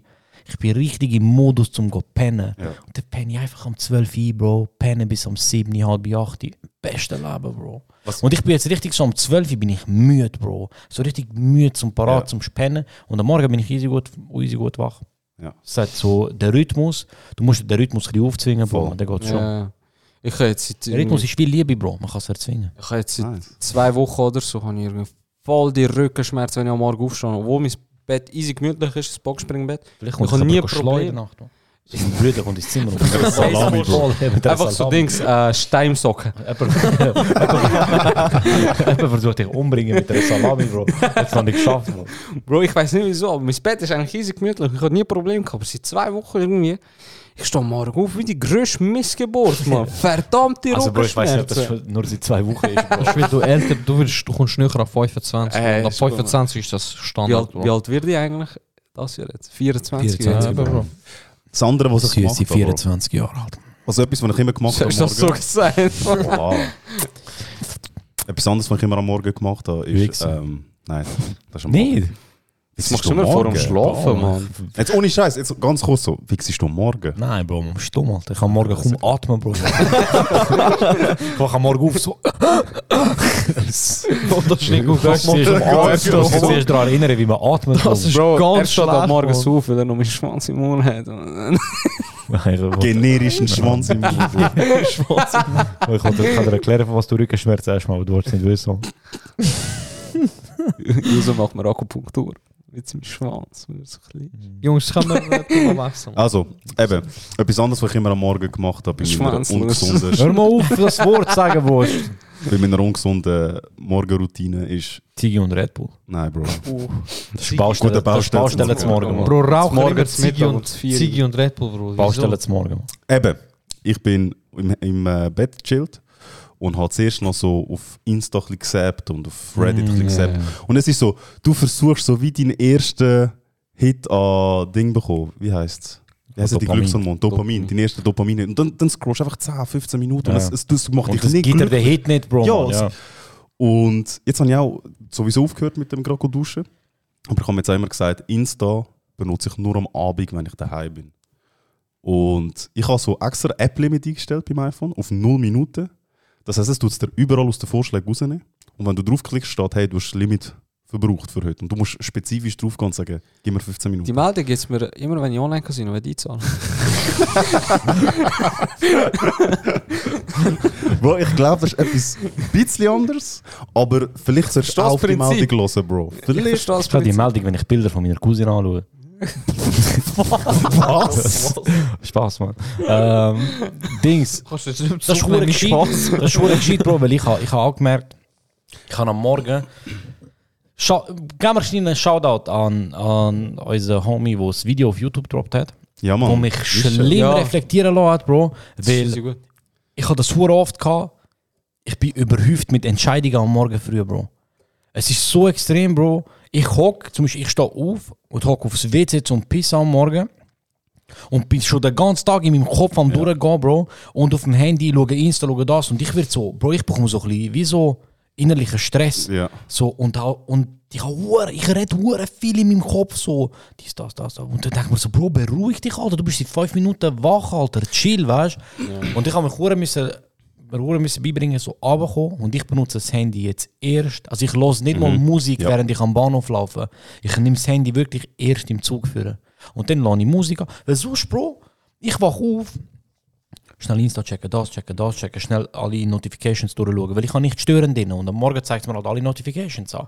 Ich bin richtig im Modus zum go pennen. Und dann penne ich einfach um 12 Uhr, Bro. Penne bis um 7, Uhr, halb 8 Uhr. Beste Leben, Bro. Und ich bin jetzt richtig so um 12 Uhr bin ich müde, Bro. So richtig müde zum Parat, zum Spennen. Und am Morgen bin ich easy gut, easy gut wach.
Ja.
Es hat so der Rhythmus. Du musst den Rhythmus ein bisschen aufzwingen, Bro. Dann geht's schon.
Ja. Ich habe jetzt seit,
Der Rhythmus ist viel Liebe, Bro. Man kann es erzwingen.
ich habe jetzt seit
Nice.
zwei Wochen oder so habe ich irgendwie voll die Rückenschmerzen, wenn ich am Morgen aufstehe. Obwohl mein Bett easy gemütlich ist, das Boxspringbett.
Vielleicht
Ich habe nie Probleme.
Nacht. Sein Bruder kommt ins Zimmer und bringt
Das ist
Salami,
so.
Bro. Eben, der
Einfach so
Salami.
Dings, äh, Steinsocken.
Jemand versucht dich umbringen mit der Salami, Bro. Jetzt habe ich geschafft, Bro.
Bro, ich weiß nicht wieso, aber mein Bett ist eigentlich riesig gemütlich. Ich habe nie Probleme gehabt, aber seit zwei Wochen irgendwie. Ich stehe morgen auf wie die grösste Missgeburt, Mann. Verdammte
Also, Bro, ich weiß nicht, ob das
Rückenschmerzen.
schon nur seit zwei Wochen ist, Bro.
Ich will, du älter, du, wirst, du kommst näher auf 25.
Äh,
Nach
ist gut,
25 ist das
Wie
Standard.
alt,
Bro.
wie alt wird ich eigentlich das Jahr jetzt? 24?
24,
jetzt, Bro.
Bro.
Das andere, was ich
Sie
gemacht
ist
habe, Bro.
24 Jahre alt.
also etwas, was ich immer gemacht habe
Sollst du das
am
so
Morgen.
gesagt?
Wow. Etwas anderes, was ich immer am Morgen gemacht habe, ist...
Wichsen.
Ähm, nein, das ist am Morgen.
Nein,
Das
machst du immer vor dem Schlafen, Mann.
Jetzt ohne Scheiß, jetzt ganz kurz so, fixest du am Morgen?
nein, Bro, man ist dumm, Alter. Ich kann morgen kaum atmen, Bro. ich wach am Morgen auf, so. Und das schlägt auf, das ist am Arzt. Ich muss mich erst daran erinnern, wie man atmet.
Das ist
Bro, er
ganz
steht am
schlecht,
Morgen
Mann.
auf, weil er noch meinen Schwanz im Mund hat.
Bro.
Generischen Schwanz im Mund.
Oh, Ich kann dir, ich kann dir erklären, von was du Rückenschmerzen hast, aber du wolltest nicht wissen.
Wieso macht man Akupunktur? Mit seinem Schwanz. weil er so klein ist.
Jungs, kann eh, man nicht wechseln.
Also, eben, etwas anderes, was ich immer am Morgen gemacht habe, bei meiner
Schwanzlos.
ungesunden,
Hör mal auf, das Wort zu sagen, Bro.
bei meiner ungesunden Morgenroutine ist...
Ziggy und Red Bull.
Nein, Bro.
Das ist Baustelle,
Gute
das ist
Baustelle
Baustelle
zum
zum Morgen. Mann.
Bro, Rauch
Morgen
lieber
zum
Ziggy
Mittag
und,
und zum Vier.
Ziggy und Red Bull, Bro. Wieso?
Baustelle zum Morgen. Mann.
Eben, ich bin im, im äh, Bett gechillt und habe zuerst noch so auf Insta ein bisschen gesappt und auf Reddit
Mm,
ein bisschen gesappt. Und es ist so, du versuchst so wie deinen ersten Hit an Ding bekommen. Wie heißt es? Wie heißt die
Dopamin.
Glückshormon? Dopamin, deinen ersten Dopamin. Und dann, dann scrollst du einfach 10, 15 Minuten und
Ja.
es, es, das macht
Und
dich
das
nicht
gibt dir
glücklich.
den Hit nicht, Bro.
Ja,
Mann.
es- Und jetzt habe ich auch sowieso aufgehört mit dem gerade duschen. Aber ich habe mir jetzt auch immer gesagt, Insta benutze ich nur am Abend, wenn ich daheim bin. Und ich habe so extra App-Limit eingestellt beim iPhone auf 0 Minuten. Das heißt, es tut es dir überall aus den Vorschlägen rausnehmen. Und wenn du draufklickst, steht, hey, du hast das Limit verbraucht für heute. Und du musst spezifisch draufgehen und sagen, gib mir 15
Die
Minuten.
Meldung gibt es mir immer, wenn ich Online-Casino einzahle.
Bro, ich glaube, das ist etwas ein bisschen anders. Aber vielleicht solltest du
Das
auf die
Prinzip.
Meldung hören, Bro. Vielleicht.
verstehe das
Ich habe die
Prinzip.
Meldung, wenn ich Bilder von meiner Cousine anschaue.
Was?
Spaß, Mann. ähm, Dings.
Kannst du jetzt nicht
Das ist verdammt
zurücknehmen,
gescheit.
Spaß.
Das ist verdammt gescheit, Bro, weil ich habe ich ha auch gemerkt, ich habe am Morgen... Schau, geben wir schnell einen Shoutout an, an unseren Homie, der das Video auf YouTube gedroppt hat.
Ja, Mann.
wo mich
Ist so.
schlimm
Ja.
reflektieren lassen hat, Bro.
Das ist
Weil
gut.
ich habe das hure oft gehabt. Ich bin überhäuft mit Entscheidungen am Morgen früh, Bro. Es ist so extrem, Bro. Ich hock, zum Beispiel, ich stehe auf und hock aufs WC zum Pissen am Morgen und bin schon den ganzen Tag in meinem Kopf am durchgehen, Bro. Und auf dem Handy schaue Insta, schaue das und ich werde so, Bro, ich bekomme so ein bisschen wie so innerlichen Stress.
Ja.
So, und, auch, und ich, hab hure- ich rede hure viel in meinem Kopf so, dies, das, das, das. Und dann denke ich mir so, Bro, beruhig dich, Alter. Du bist seit fünf Minuten wach, Alter. Chill, weißt du? Und ich habe mich hure müssen, mir hure müssen beibringen, so runterkommen. Und ich benutze das Handy jetzt erst. Also ich höre nicht mal Musik,
Ja.
während ich am Bahnhof laufe. Ich nehme das Handy wirklich erst im Zug führen. Und dann lasse ich Musik an. Weil sonst, Bro, ich wach auf, schnell Insta checken, das checken, das checken, schnell alle Notifications durchschauen, weil ich kann nicht stören drin und am Morgen zeigt mir halt alle Notifications an.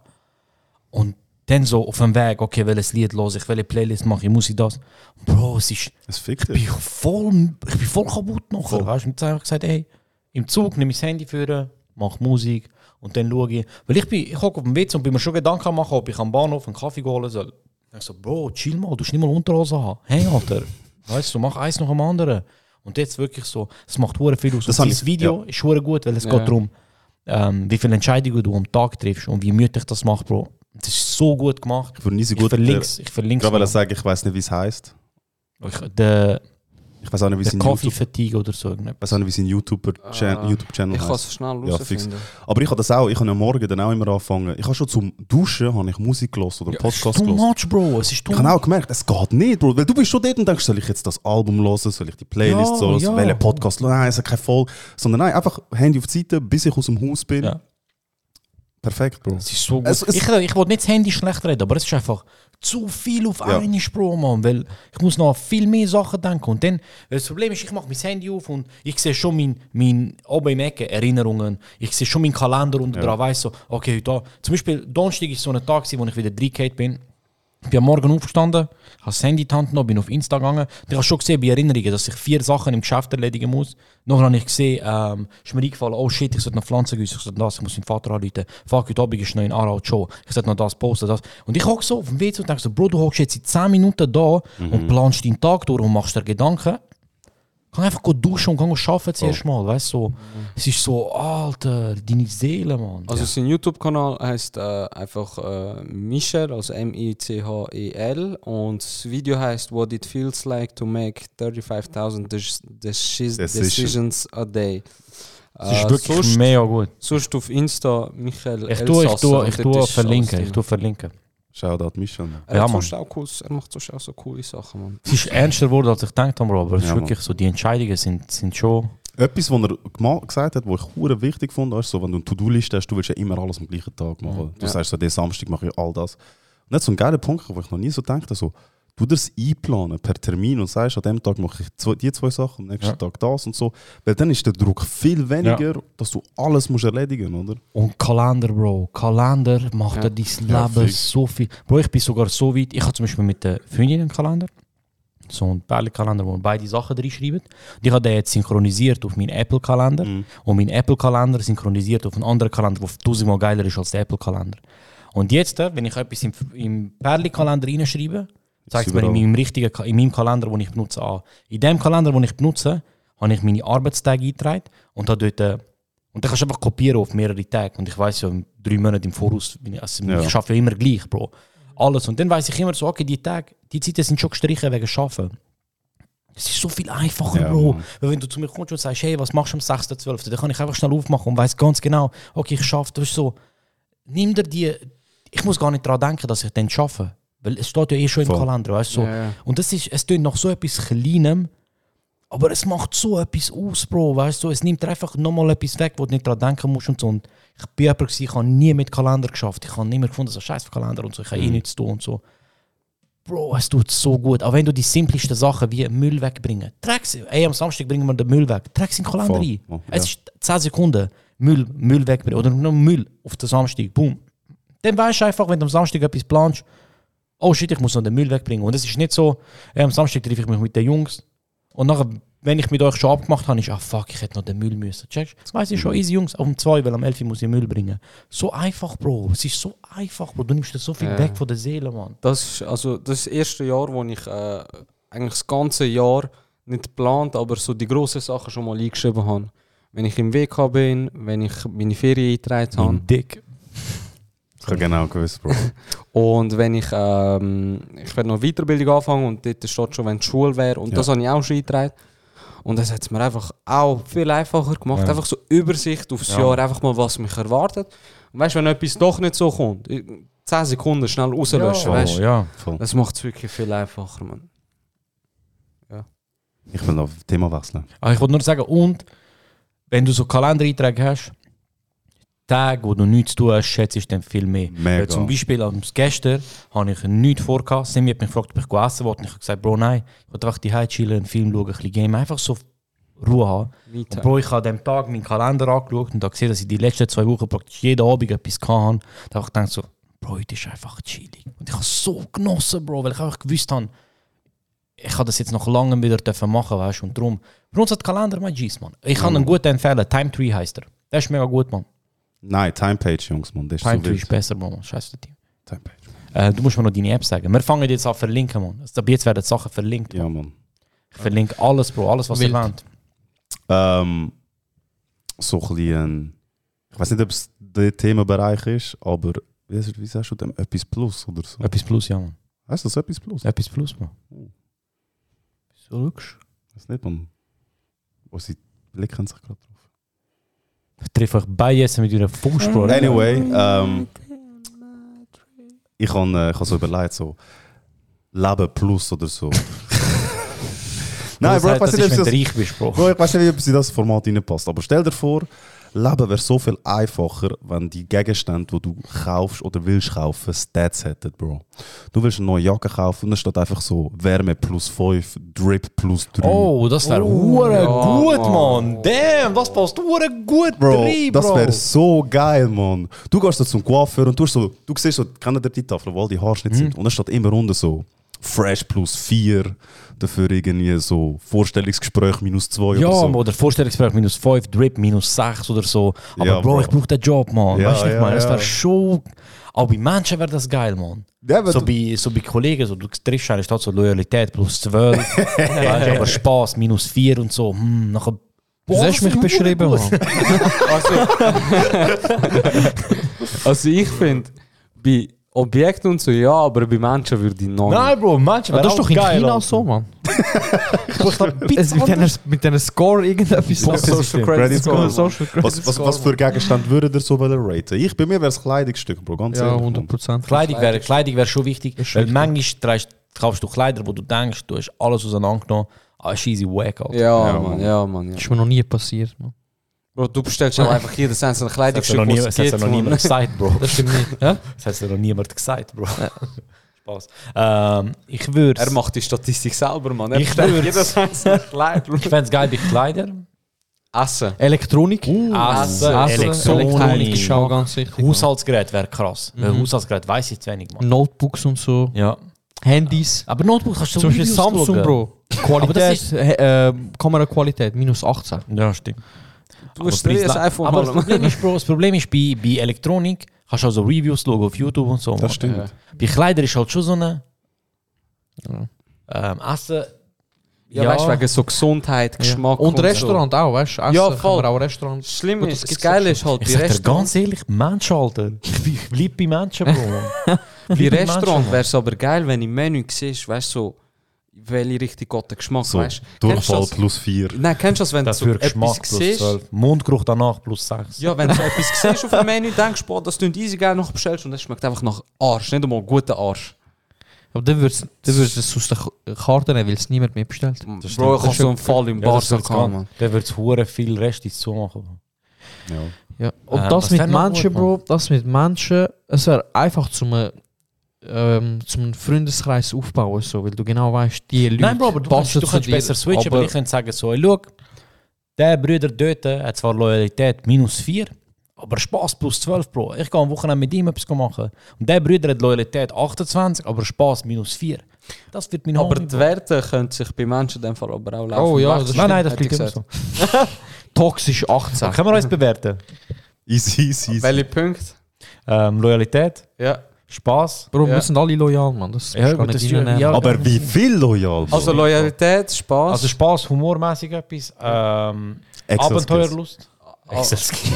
Und dann so auf dem Weg, okay, welches Lied los ich, welche Playlist mache ich, muss ich das? Bro, es ist,
Es fickt
ich
dich.
bin voll, ich bin voll kaputt nachher, weißt du? Und jetzt habe ich gesagt, hey, im Zug nehme ich das Handy führen, mache Musik und dann schaue ich, weil ich bin, ich hocke auf dem Witz und bin mir schon Gedanken am machen, ob ich am Bahnhof einen Kaffee holen soll. Ich so, Bro, chill mal, du musst nicht mal Unterhose haben. Hey, Alter, weißt du, mach eins nach dem anderen. Und jetzt wirklich so, es macht hure viel aus.
Das
und
hab
dieses
ich-
Video ist hure gut, weil es
Ja.
geht darum, ähm, wie viele Entscheidungen du am Tag triffst und wie müde ich das macht, Bro. Das ist so gut gemacht.
Für Nisi
Ich
gut.
verlinke es, ich verlinke
Gerade weil er
es.
sagt, ich weiß nicht, wie es heißt.
noch. Ich- Der
Ich weiß auch nicht, wie
Der
sein YouTube,
Kaffee-Fatigue oder so. irgendetwas.
weiß auch nicht, wie sein YouTuber
Ah.
YouTube Channel
Ich kann es schnell
Ja, fix.
rausfinden.
Aber ich habe das auch, ich habe am Morgen dann auch immer angefangen. Ich habe schon zum Duschen habe ich Musik gelesen oder einen Podcast
Too
gelesen.
much, Bro. Es ist too
Ich habe auch gemerkt, es geht nicht, Bro. Weil du bist schon dort und denkst, soll ich jetzt das Album hören, soll ich die Playlist
Ja,
hören,
ja.
welchen Podcast hören? Nein, es ist keine Folge. Sondern nein, einfach Handy auf die Seite, bis ich aus dem Haus bin.
Ja.
Perfekt, Bro.
Es ist so gut.
Es- es-
ich ich wollte nicht das Handy schlecht reden, aber es ist einfach zu viel auf
Ja.
einen Sprung, Mann. Weil ich muss noch an viel mehr Sachen denken. Und dann, weil das Problem ist, ich mache mein Handy auf und ich sehe schon mein, mein oben im Ecke Erinnerungen. Ich sehe schon meinen Kalender unten dran, weiss so, okay, da. Zum Beispiel, Donnerstag ist so ein Tag, gewesen, wo ich wieder reingehauen bin. Ich bin am Morgen aufgestanden, habe das Handy in die Hand genommen, bin auf Insta gegangen. Ich habe schon gesehen bei Erinnerungen, dass ich vier Sachen im Geschäft erledigen muss. Nachher habe ich gesehen, ähm, ist mir eingefallen, oh shit, ich sollte noch Pflanzen gießen, ich sollte noch das, ich muss meinen Vater anrufen. Fuck, heute Abend ist noch in Aarau die Show. Ich sollte noch das posten, das. Und ich hocke so auf dem WC und denke so, Bro, du hockst jetzt in 10 Minuten da
Mhm.
und planst deinen Tag durch und machst dir Gedanken. Kann einfach gut duschen und kann arbeiten zuerst mal, weißt du. So. Es ist so, Alter, deine Seele, Mann.
Also sein YouTube-Kanal heißt äh, einfach äh, Michel, also M-I-C-H-E-L E und das Video heißt What It Feels Like to Make 35.000 des- decis-
Decision.
Decisions a Day.
es ist
Äh,
wirklich
sonst,
mega gut.
sonst auf Insta Michael
Ich tue, ich
Elsasser
tue,
und
ich
dort
tue
ist
verlinken,
alles
ich
drin.
tue verlinken.
Shoutout Michel. Mann.
Er,
Ja,
hat
Mann.
sonst Äh, auch cool, er macht sonst auch so coole Sachen, Mann.
Es ist ernster geworden, als ich gedacht habe, Bro, aber es ist
Ja,
wirklich so, die Entscheidungen sind, sind schon.
Etwas, was er gema- gesagt hat, was ich hure wichtig fand, ist so, wenn du eine To-Do-Liste hast, du willst ja immer alles am gleichen Tag machen.
Mhm,
Du sagst so, den Samstag mache ich all das. Und das ist so ein geiler Punkt, wo ich noch nie so gedacht habe, so, du das einplanen per Termin und sagst, an dem Tag mache ich zwei, die zwei Sachen, am nächsten
Ja.
Tag das und so. Weil dann ist der Druck viel weniger, dass du alles musst erledigen musst, oder?
Und Kalender, Bro, Kalender macht
Ja.
dir dein
Ja,
Leben
fix.
so viel. Bro, ich bin sogar so weit, ich habe zum Beispiel mit der Freundin einen Kalender, so einen Perlenkalender, wo wir beide Sachen reinschreiben. Die habe den jetzt synchronisiert auf meinen Apple-Kalender
Mhm.
und mein Apple-Kalender synchronisiert auf einen anderen Kalender, der tausendmal geiler ist als der Apple-Kalender. Und jetzt, äh, wenn ich etwas im, im Perlenkalender reinschreibe, zeigt es mir in
überall.
meinem richtigen, Ka- in meinem Kalender, den ich benutze, an. In dem Kalender, den ich benutze, habe ich meine Arbeitstage eingetragen und habe dort äh, und dann kannst du einfach kopieren auf mehrere Tage. Und ich weiß ja, in drei Monate im Voraus, bin ich- also
Ja.
ich schaffe ja immer gleich, Bro. Alles. Und dann weiß ich immer so, okay, die Tage, die Zeiten sind schon gestrichen wegen Schaffen. Es ist so viel einfacher,
Ja,
Bro.
Mann.
Weil wenn du zu mir kommst und sagst, hey, was machst du am 6.12., dann kann ich einfach schnell aufmachen und weiß ganz genau, okay, ich schaffe. Du bist so, nimm dir die, ich muss gar nicht daran denken, dass ich dann schaffe. Weil es steht ja eh schon
Voll.
im Kalender, weißt du? So.
Ja, ja.
Und das ist, es tönt nach so etwas Kleinem, aber es macht so etwas aus, Bro, weißt du? Es nimmt dir einfach nochmal etwas weg, wo du nicht dran denken musst und so. Und ich bin jemand, gewesen, ich habe nie mit Kalender geschafft. Ich habe nie mehr gefunden, so scheiß für Kalender und so. Ich habe eh
Mhm.
nichts zu tun und so. Bro, es tut so gut. Auch wenn du die simpelsten Sachen wie Müll wegbringen. Träg's, ey, am Samstag bringen wir den Müll weg. Träg's in den Kalender
Voll. Oh,
ein.
Ja.
Es ist 10 Sekunden. Müll, Müll wegbringen. Oder nur Müll auf den Samstag. Boom. Dann weißt du einfach, wenn du am Samstag etwas planst, oh shit, ich muss noch den Müll wegbringen. Und es ist nicht so, ey, am Samstag treffe ich mich mit den Jungs. Und nachher, wenn ich mit euch schon abgemacht habe, ist, ah fuck, ich hätte noch den Müll müssen. Checkst? Das weiss ich schon, easy Jungs, auf dem 2, weil am 11 Uhr muss ich Müll bringen. So einfach, Bro. Es ist so einfach, Bro. Du nimmst dir so viel
Ja.
weg von der Seele, Mann.
Das ist also das erste Jahr, wo ich äh, eigentlich das ganze Jahr nicht geplant, aber so die grossen Sachen schon mal eingeschrieben habe. Wenn ich im WK bin, wenn ich meine Ferien eingetragen habe.
Dick.
Ich habe genau gewusst, Bro.
Und wenn ich, ähm, ich werde noch Weiterbildung anfangen und dort steht schon, wenn die Schule wäre. Und
Ja.
das habe ich auch schon eingetragen. Und das hat es mir einfach auch viel einfacher gemacht. Einfach so Übersicht aufs Jahr, einfach mal, was mich erwartet. Und weißt du, wenn etwas doch nicht so kommt, äh, 10 Sekunden schnell rauslöschen, weißt du?
Oh, ja.
Voll.
Das macht es wirklich viel einfacher, Mann.
Ich will noch auf das Thema wechseln.
Aber ich wollte nur sagen, und wenn du so Kalendereinträge hast, Tage, wo du nichts zu tun hast, schätzt du dann viel mehr.
Mega.
Weil zum Beispiel am gestern habe ich nichts vor. gehabt. Simi hat mich gefragt, ob ich essen wollte. Und ich habe gesagt, Bro, nein, ich wollte einfach die Hause chillen, einen Film schauen, ein bisschen Game, einfach so Ruhe haben. Und Bro, ich habe an diesem Tag meinen Kalender angeschaut und habe gesehen, dass ich die letzten zwei Wochen praktisch jeden Abend etwas hatte. Da habe ich gedacht, so, Bro, heute ist einfach chillig. Und ich habe so genossen, Bro, weil ich einfach gewusst habe, ich habe das jetzt noch lange wieder dürfen machen, weißt du? Und darum, bei uns hat Kalender mein G's, Mann. Ich kann einen guten empfehlen, Time Tree heißt er. Der ist mega gut, Mann.
Nein, Timepage, Jungs, Mann. Das ist
Time
so
Tree
wild.
ist besser, Mann. Scheiße, Team.
Timepage.
Äh, du musst mir noch deine App sagen. Wir fangen jetzt an verlinken, Mann. Also, ab jetzt werden die Sachen verlinkt.
Ja, Mann.
Ich verlinke alles, Bro, alles, was
Wild.
ihr wollt.
Ähm, so ein bisschen. Ich weiß nicht, ob es der Themenbereich ist, aber wie, wie sagst du dem? Etwas Plus oder so?
Etwas Plus, ja, Mann.
Heißt das etwas Plus?
Etwas Plus, Mann. Wieso schaust
Weiß nicht, man. Unsere Blicke können sich gerade drauf.
Triff euch beides mit eurer Faust, Bro.
Anyway, ähm, ich habe äh, ich hab so überlegt, so Leben plus oder so. Nein, Bro, ich
das
weiß nicht,
ist,
ob
wenn
das,
du reich bist, Bro.
Bro, ich weiß nicht, ob sie in das Format reinpasst. Aber stell dir vor, Leben wäre so viel einfacher, wenn die Gegenstände, die du kaufst oder willst kaufen, Stats hätten, Bro. Du willst eine neue Jacke kaufen und dann steht einfach so Wärme plus 5, Drip plus 3.
Oh, das wäre hure gut, Mann. Damn, das passt hure gut
Bro,
rein,
das
Bro.
wäre so geil, Mann. Du gehst da zum Coiffeur und du, hast so, du siehst so, kennt ihr die Tafel, wo all die Haarschnitte
Mhm.
sind? Und dann steht immer unten so Fresh plus 4, dafür irgendwie so Vorstellungsgespräch minus 2
ja,
oder so.
Mann, oder Vorstellungsgespräch minus 5, Drip minus 6 oder so. Aber
Ja,
Bro,
Bro.
ich brauche den Job, Mann.
Ja,
weißt du, was ich
ja,
meine? Das
ja.
wäre schon... Auch bei Menschen wäre das geil, Mann.
Ja, aber
so,
Äh, du-
bei, so bei Kollegen, so, du triffst einen, steht so Loyalität plus 12, weißt, du, aber Spaß minus 4 und so. Hm, nachher,
Du
Boah,
hast
das
mich
wär
beschrieben,
hure gut.
Mann.
Also ich finde, bei Objekten und so ja, aber bei Menschen würde ich noch.
Nein, Bro, Menschen wäre
Aber das ist
auch
doch in
geil.
China
Alter.
so, Mann.
Das ist doch
Es, mit,
anders.
deiner, mit deiner Score irgendetwas.
Social
Social
Credit Score.
Social Credit
was, was,
Score,
was für Gegenstände würdet ihr so wollen raten? Ich, bei mir wäre es Kleidungsstück, Bro, ganz
Ja,
ehrlich.
100 Prozent.
Kleidung wäre Kleidung wär schon wichtig,
Ist
weil
wichtig.
manchmal trägst, kaufst du Kleider, wo du denkst, du hast alles auseinandergenommen, Ah, aber cheesy wack, Alter.
Ja,
Ja,
Mann,
Mann.
ja, Mann. Ja.
Ist mir noch nie passiert, Mann.
Bro, du bestellst halt einfach jedes einzelne
Das hat
Kleidungsstück,
noch, nie,
was
das hat
es
noch
gibt.
niemand
Mann.
gesagt, Bro.
Das stimmt nicht. Ja?
Das hat noch niemand gesagt, Bro. Spaß. Ähm, ich würde
Er macht die Statistik selber, Mann. Er
Ich
bestellt
würd's.
jedes einzelne Kleid. Bro.
ich fände es geil bei Kleider.
Essen.
Elektronik.
Uh.
Essen,
Essen, Elektronik ist auch
Elektronik.
ganz wichtig.
Haushaltsgerät wäre krass. Weil Haushaltsgerät weiß ich zu wenig, Mann.
Notebooks und so.
Mhm. Ja.
Handys.
Aber Notebook kannst du
Zum Beispiel
Videos
Samsung,
schauen.
Bro.
Aber das
Qualität,
ist-
äh, äh, Kameraqualität, minus 18.
Ja, stimmt.
Du hast
Preis-
dir ein iPhone
aber das
holen, Mann.
Problem ist, Bro, das Problem ist bei, bei Elektronik kannst du also Reviews schauen auf YouTube und so. Mann.
Das stimmt.
Bei Kleider ist halt schon so eine ähm, Essen.
Ja, weißt du, wegen so Gesundheit, Geschmack.
Und
so.
Restaurant auch, weißt du? Essen
Ja,
kann
voll.
man auch Restaurant.
Schlimm
Gut,
ist, das
gibt's
Geile
doch
ist halt,
Ich
die
sag dir ganz
Restaurant,
ehrlich, Mensch, Alter. Ich bin- Ich bleib bei Menschen, Bro. Mann. Bleib bei
bei
Menschen,
Restaurant
Mann.
wäre es aber geil, wenn im Menü siehst, weißt du, so, welche Richtung geht der Geschmack,
So,
weißt du? Kennst du
Durchfall
das?
plus 4.
Nein, kennst du das, wenn du so
Dafür Geschmack
etwas
plus
siehst?
12. Mundgeruch danach plus 6.
Ja, wenn du so etwas siehst auf dem Menü, denkst du, boah, das klingt easy geil, noch bestellst und es schmeckt einfach nach Arsch, nicht einmal guten Arsch.
Aber dann würdest du es aus der K- Karte nehmen, weil es niemand mehr bestellt.
Bro, ich habe so einen Fall im Barca gehabt, Mann.
Der wird hure viel Rest ins zumachen. Mann.
Ja. Und
Äh,
das
was
mit
wär noch gut,
Menschen, Bro, das mit Menschen, es wäre einfach zum, äh, ähm, zum Freundeskreis aufbauen, so, weil du genau weißt, die Leute
Nein, Bro, aber du kannst,
passen
du
zu
kannst
dir,
besser switchen, aber,
aber
ich könnte sagen so, hey, schau, der Bruder dort hat zwar Loyalität minus 4, aber Spaß plus 12, Bro. Ich kann am Wochenende mit ihm etwas machen. Und der Bruder hat Loyalität 28, aber Spaß minus 4. Das wird mein
Aber
Homie,
die
Bro.
Werte können sich bei Menschen in dem Fall aber auch laufen.
Oh ja,
wechseln,
das
Nein, nein, das
hätte ich
klingt immer
gesagt.
so.
toxisch 18.
Können wir uns bewerten?
Easy, easy, easy.
Welche Punkte?
Ähm, Loyalität,
Ja.
Spaß.
Bro,
Ja.
wir sind alle loyal, Mann. Das
Ja,
kannst du
gut, das
nicht
ist ja-
reinnehmen.
ja.
Aber wie viel loyal, Bro.
Also Loyalität, Spaß.
Also Spaß, humormäßig etwas. Ähm,
Excel Skills.
Abenteuerlust.
Ah.
Excel Skills.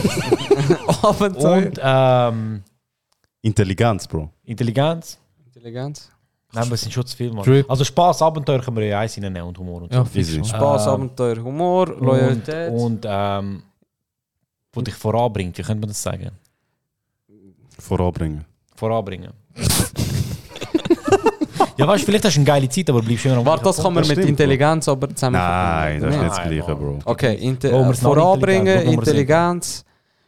Abenteuer.
Und ähm,
Intelligenz, Bro.
Intelligenz.
Intelligenz.
Nein, wir sind schon zu viel, Mann.
Drip.
Also Spaß, Abenteuer können wir ja eins hineinnehmen und Humor und so.
Ja, fix.
Easy.
Mann.
Spaß,
Ähm,
Abenteuer, Humor, Loyalität.
Und, und ähm, wo dich voranbringt, wie könnte man das sagen?
Voranbringen.
Voranbringen. ja, weißt du, vielleicht hast du eine geile Zeit, aber bleibst immer am
Warte, das
gleichen
kann man
Das
mit
stimmt,
Intelligenz aber zusammen.
Nein, das ist
Nein.
nicht das Gleiche, Bro.
Okay, Inte
Oh, wir
äh,
sind alle
voranbringen,
intelligent, Nummer sieben.
Intelligenz,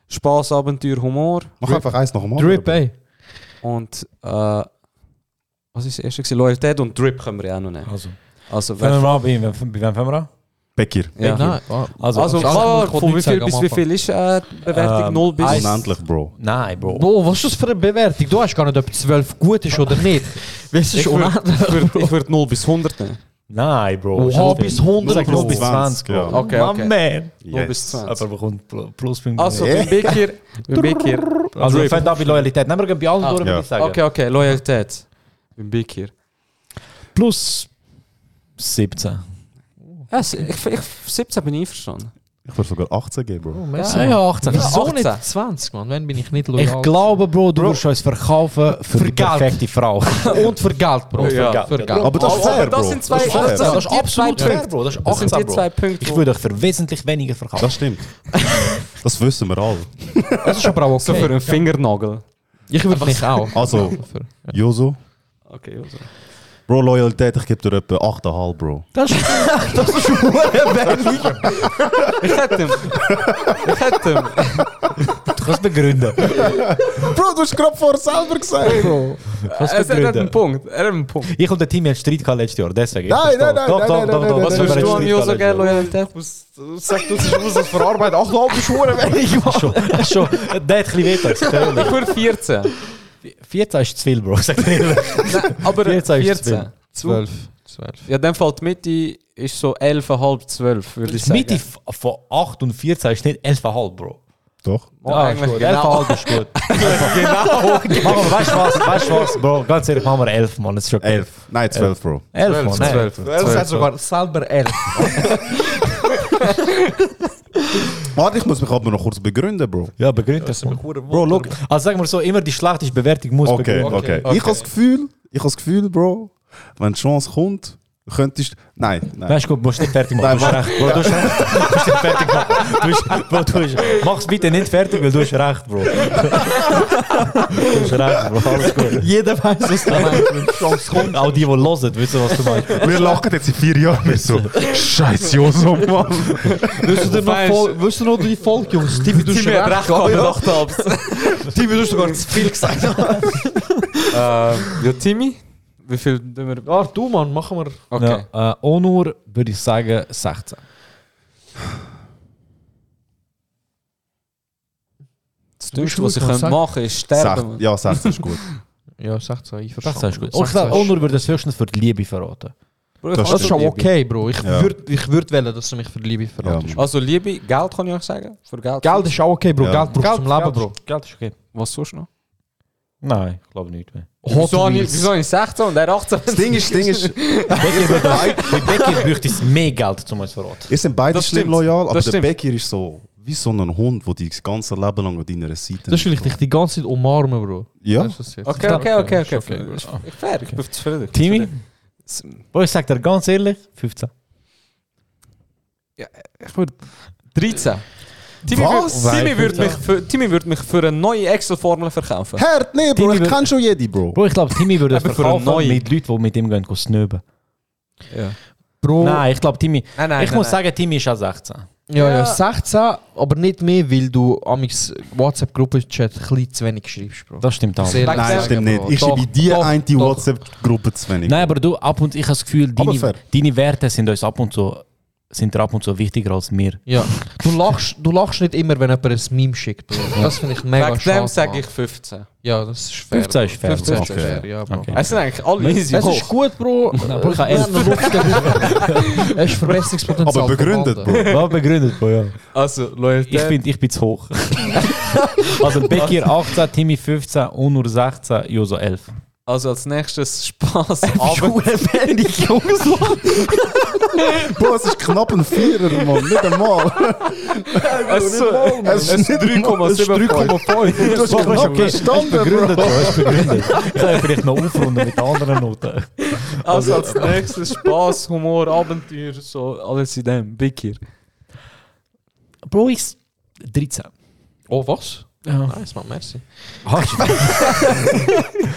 Spaß, Abenteuer, Humor
Mach einfach eins nach dem anderen.
Drip, ey.
und äh, was ist das erste? gewesen? Loyalität und Drip können wir ja auch noch
Punkt.
nehmen.
Also,
Also,
fangen
wer,
wir an, bei wem fangen wir an?
Becker.
ja.
Nein, ah,
Also,
Also,
Also,
klar,
ich wollte
von wie
nichts
viel
sagen
bis
am
wie viel ist äh, die Bewertung?
Ähm,
0 bis
eins.
Unendlich, Bro.
nein, Bro.
Bro, was ist das für eine Bewertung? Du weißt gar nicht, ob 12 gut ist oder nicht. Weißt du,
Ich
ist unendlich.
würde würd 0 bis 100 nehmen.
Nein, Bro.
Oha,
Ist das
bis
viel?
100,
Sag nur
Bro.
bis 20, Bro.
Ja.
Okay,
My
okay.
Man.
0 bis 20.
Aber bekommt pl- plus 5.
Also, beim Bikir. Beim Bikir.
also wir fangen an bei Loyalität. Nehmen wir bei allen
Ah.
durch, würde
Ja.
ich sagen.
Okay, okay, Loyalität. Beim Bikir.
Plus 17.
Ja, s- ich, ich, 17 bin ich einverstanden.
Ich würde sogar 18 geben, Bro.
merci. Ja, 18. Wieso
18?
nicht 20, Mann? Wenn bin ich nicht loyal?
Ich glaube, Bro, du
Bro.
musst uns verkaufen für die
Für Geld.
perfekte Frau.
Und für Geld, Bro.
Ja.
Für Geld.
Aber das ist fair,
das
Bro.
sind zwei-
das ist fair.
das sind-
das ist
die
absolut
zwei
fair, Bro. Das ist
Das sind
18,
die zwei
Bro.
Punkte.
Ich
wo-
würde dich für wesentlich weniger verkaufen.
Das stimmt. Das wissen wir alle.
Das ist aber auch okay.
So für einen Fingernagel.
Ich würde mich auch.
Also,
Für-
Joso.
Okay, also.
Bro, Loyalität, ich gebe dir etwa 8,5, Bro.
Ich hätte ihn. Ich hätte ihn.
Du kannst begründen.
Bro, du hast gerade vorher selber gesagt.
Er hat einen Punkt. Er hat einen Punkt.
Ich und der Team haben Streit gehabt letztes Jahr, deswegen.
Nein, nein, nein, nein, nein, nein, nein,
Was
nein,
würdest du an mir so gerne
Leute?
Loyalität?
Sag, du musst das verarbeiten. 8,5 ist hoher wenig.
Schon, schon. Der hat ein bisschen weiter.
Ich würde 14.
14 ist zu viel, Bro. Sag dir ehrlich.
Nein, aber
14
14.
ist zu viel.
12. 12.
Ja, dann fällt die Mitte ist so 11, halb 12, würde ich
Dus Die
sagen.
Mitte f- von 8 und 14 ist nicht 11,5, Bro.
Doch.
Oh, eigentlich genau.
11,5 ist gut. genau. Machen wir, weißt du was, weißt du was, Bro? Ganz ehrlich, machen wir 11, Mann. Das ist schon gut.
11. Nein, 12, Bro.
11, Mann. nein.
Er sagt sogar selber 11.
Warte, ich muss mich aber noch kurz begründen, Bro.
Ja, begründet das. Mann.
Bro,
Look, also sagen wir so, immer die schlechteste Bewertung muss
Okay, okay.
begründet
Ich habe das Gefühl, ich habe das Gefühl, Bro, wenn die Chance kommt, könntest Nein, nein.
Nein, ist gut, musst nicht fertig
Nein,
machen. du hast recht, Bro, du hast recht. Du musst nicht fertig machen. Du hast, bro, du hast, mach's bitte nicht fertig, weil du hast recht, Bro. Du hast recht, Bro, alles gut. Jeder weiß, was du meinst. Chance kommt. Auch die, die hören, wissen, was du meinst.
Wir lachen jetzt in vier Jahren mehr so. Scheiß Joso, Mann.
Willst du noch, voll, willst du noch die Folge, Jungs? Die, wie du schon recht gehabt hast. Die, wie du sogar zu viel gesagt hast.
Ja, Eh, Timmy? Wie viel tun wir?
Ja, du, Mann, machen wir.
Okay.
Ja, äh, Onur würde ich sagen 16.
Das Dümmste, was ich könnte machen, ist
Sech-
sterben.
Ja, 16 ist gut.
Ja, 16, ich verstehe.
16 ist gut. Und ich glaube, Onur würde das höchstens für die Liebe verraten.
Das
Das ist schon okay, Bro. Ich
Ja.
würde ich würd wählen, dass du mich für die Liebe verratest.
Ja.
Also Liebe, Geld kann ich euch sagen. Für Geld.
Geld ist auch okay, Bro.
Ja.
Geld braucht zum Leben, Bro.
Geld ist okay.
Was sonst noch?
Nein, ich glaube nicht mehr.
Hot
Wieso habe ich,
Wheels.
wieso habe ich 16 und er 18?
Das Ding ist, das Ding ist,
Becky würde das- bei Becky bräuchte es mehr Geld, um uns zu verraten.
ihr sind beide
Das
schlimm
stimmt.
loyal, aber
Das
der
stimmt.
Becker ist so wie so ein Hund, der dein ganze Leben lang an deiner Seite
Das will ich dich Dus die ganze Zeit umarmen, Bro.
Ja?
Weißt du, was ich jetzt-
Okay, okay, okay, okay.
Ist okay,
okay.
Bro.
Ich fair, ich bin zufrieden.
Timmy?
S-
Boah, ich sag dir ganz ehrlich, 15.
Ich würde 13. Timmy
Was?
würd- Timmy
Nein,
würde mich,
15.
für- Timmy würde mich für eine neue Excel-Formel verkaufen.
Herd, nee, Bro, ich
Timmy-
kenne schon jede, Bro.
Bro, ich glaube, Timmy würde es
Aber für
verkaufen
eine neue.
mit Leuten, die mit ihm gehen, gehen snöben.
Ja.
Bro.
Oh. Nein, ich glaube, Timmy.
Nein, nein,
ich
nein,
muss
nein.
sagen, Timmy ist auch 16.
Nou, Ja, ja, 16, aber nicht mehr, weil du amix WhatsApp-Gruppen-Chat ein bisschen zu wenig schreibst, Bro.
Das stimmt auch.
Sehr
Nein,
ehrlich
Nein,
das
sagen,
stimmt nicht.
Bro.
Ich
genau. Doch,
schreibe in die
doch,
eine
doch.
WhatsApp-Gruppe zu wenig.
Nein, aber du, ab und ich habe das Gefühl,
fair.
deine, deine Werte sind uns ab und zu sind dir ab und zu wichtiger als mir.
Ja. Du lachst, du lachst nicht immer, wenn jemand ein Meme schickt, Bro. Das finde ich mega
Wegen
schade.
dem sage
Mann.
ich 15.
Ja, das ist fair.
15 ist fair,
15
Bro.
ist fair, ja, Bro.
Okay.
Es sind eigentlich alle
Es
easy
ist
hoch.
gut, Bro.
Nein, Bro, ich habe
Wir
11.
haben noch Luft nach oben. Es ist Verbesserungspotenzial.
aber begründet,
vorhanden.
Bro.
War begründet, Bro, ja.
Also,
Ich,
Loyalität.
bin, ich bin zu hoch. also Beckir 18, Timmy 15, Onur 16, Joso 11.
Also als nächstes Spaß. Abend.
Bro, es ist knapp ein Vierer, Mann. Nicht einmal.
Also,
Es ist nicht 3,7. Du hast knapp verstanden,
Begründet,
Bro.
Bro, ist begründet. Ich kann vielleicht noch aufrunden mit anderen Noten.
also als nächstes Spaß, Humor, Abenteuer, so alles in dem. Big hier.
Bro, ich 13.
Oh, was?
Ja.
Nice, Mann, merci.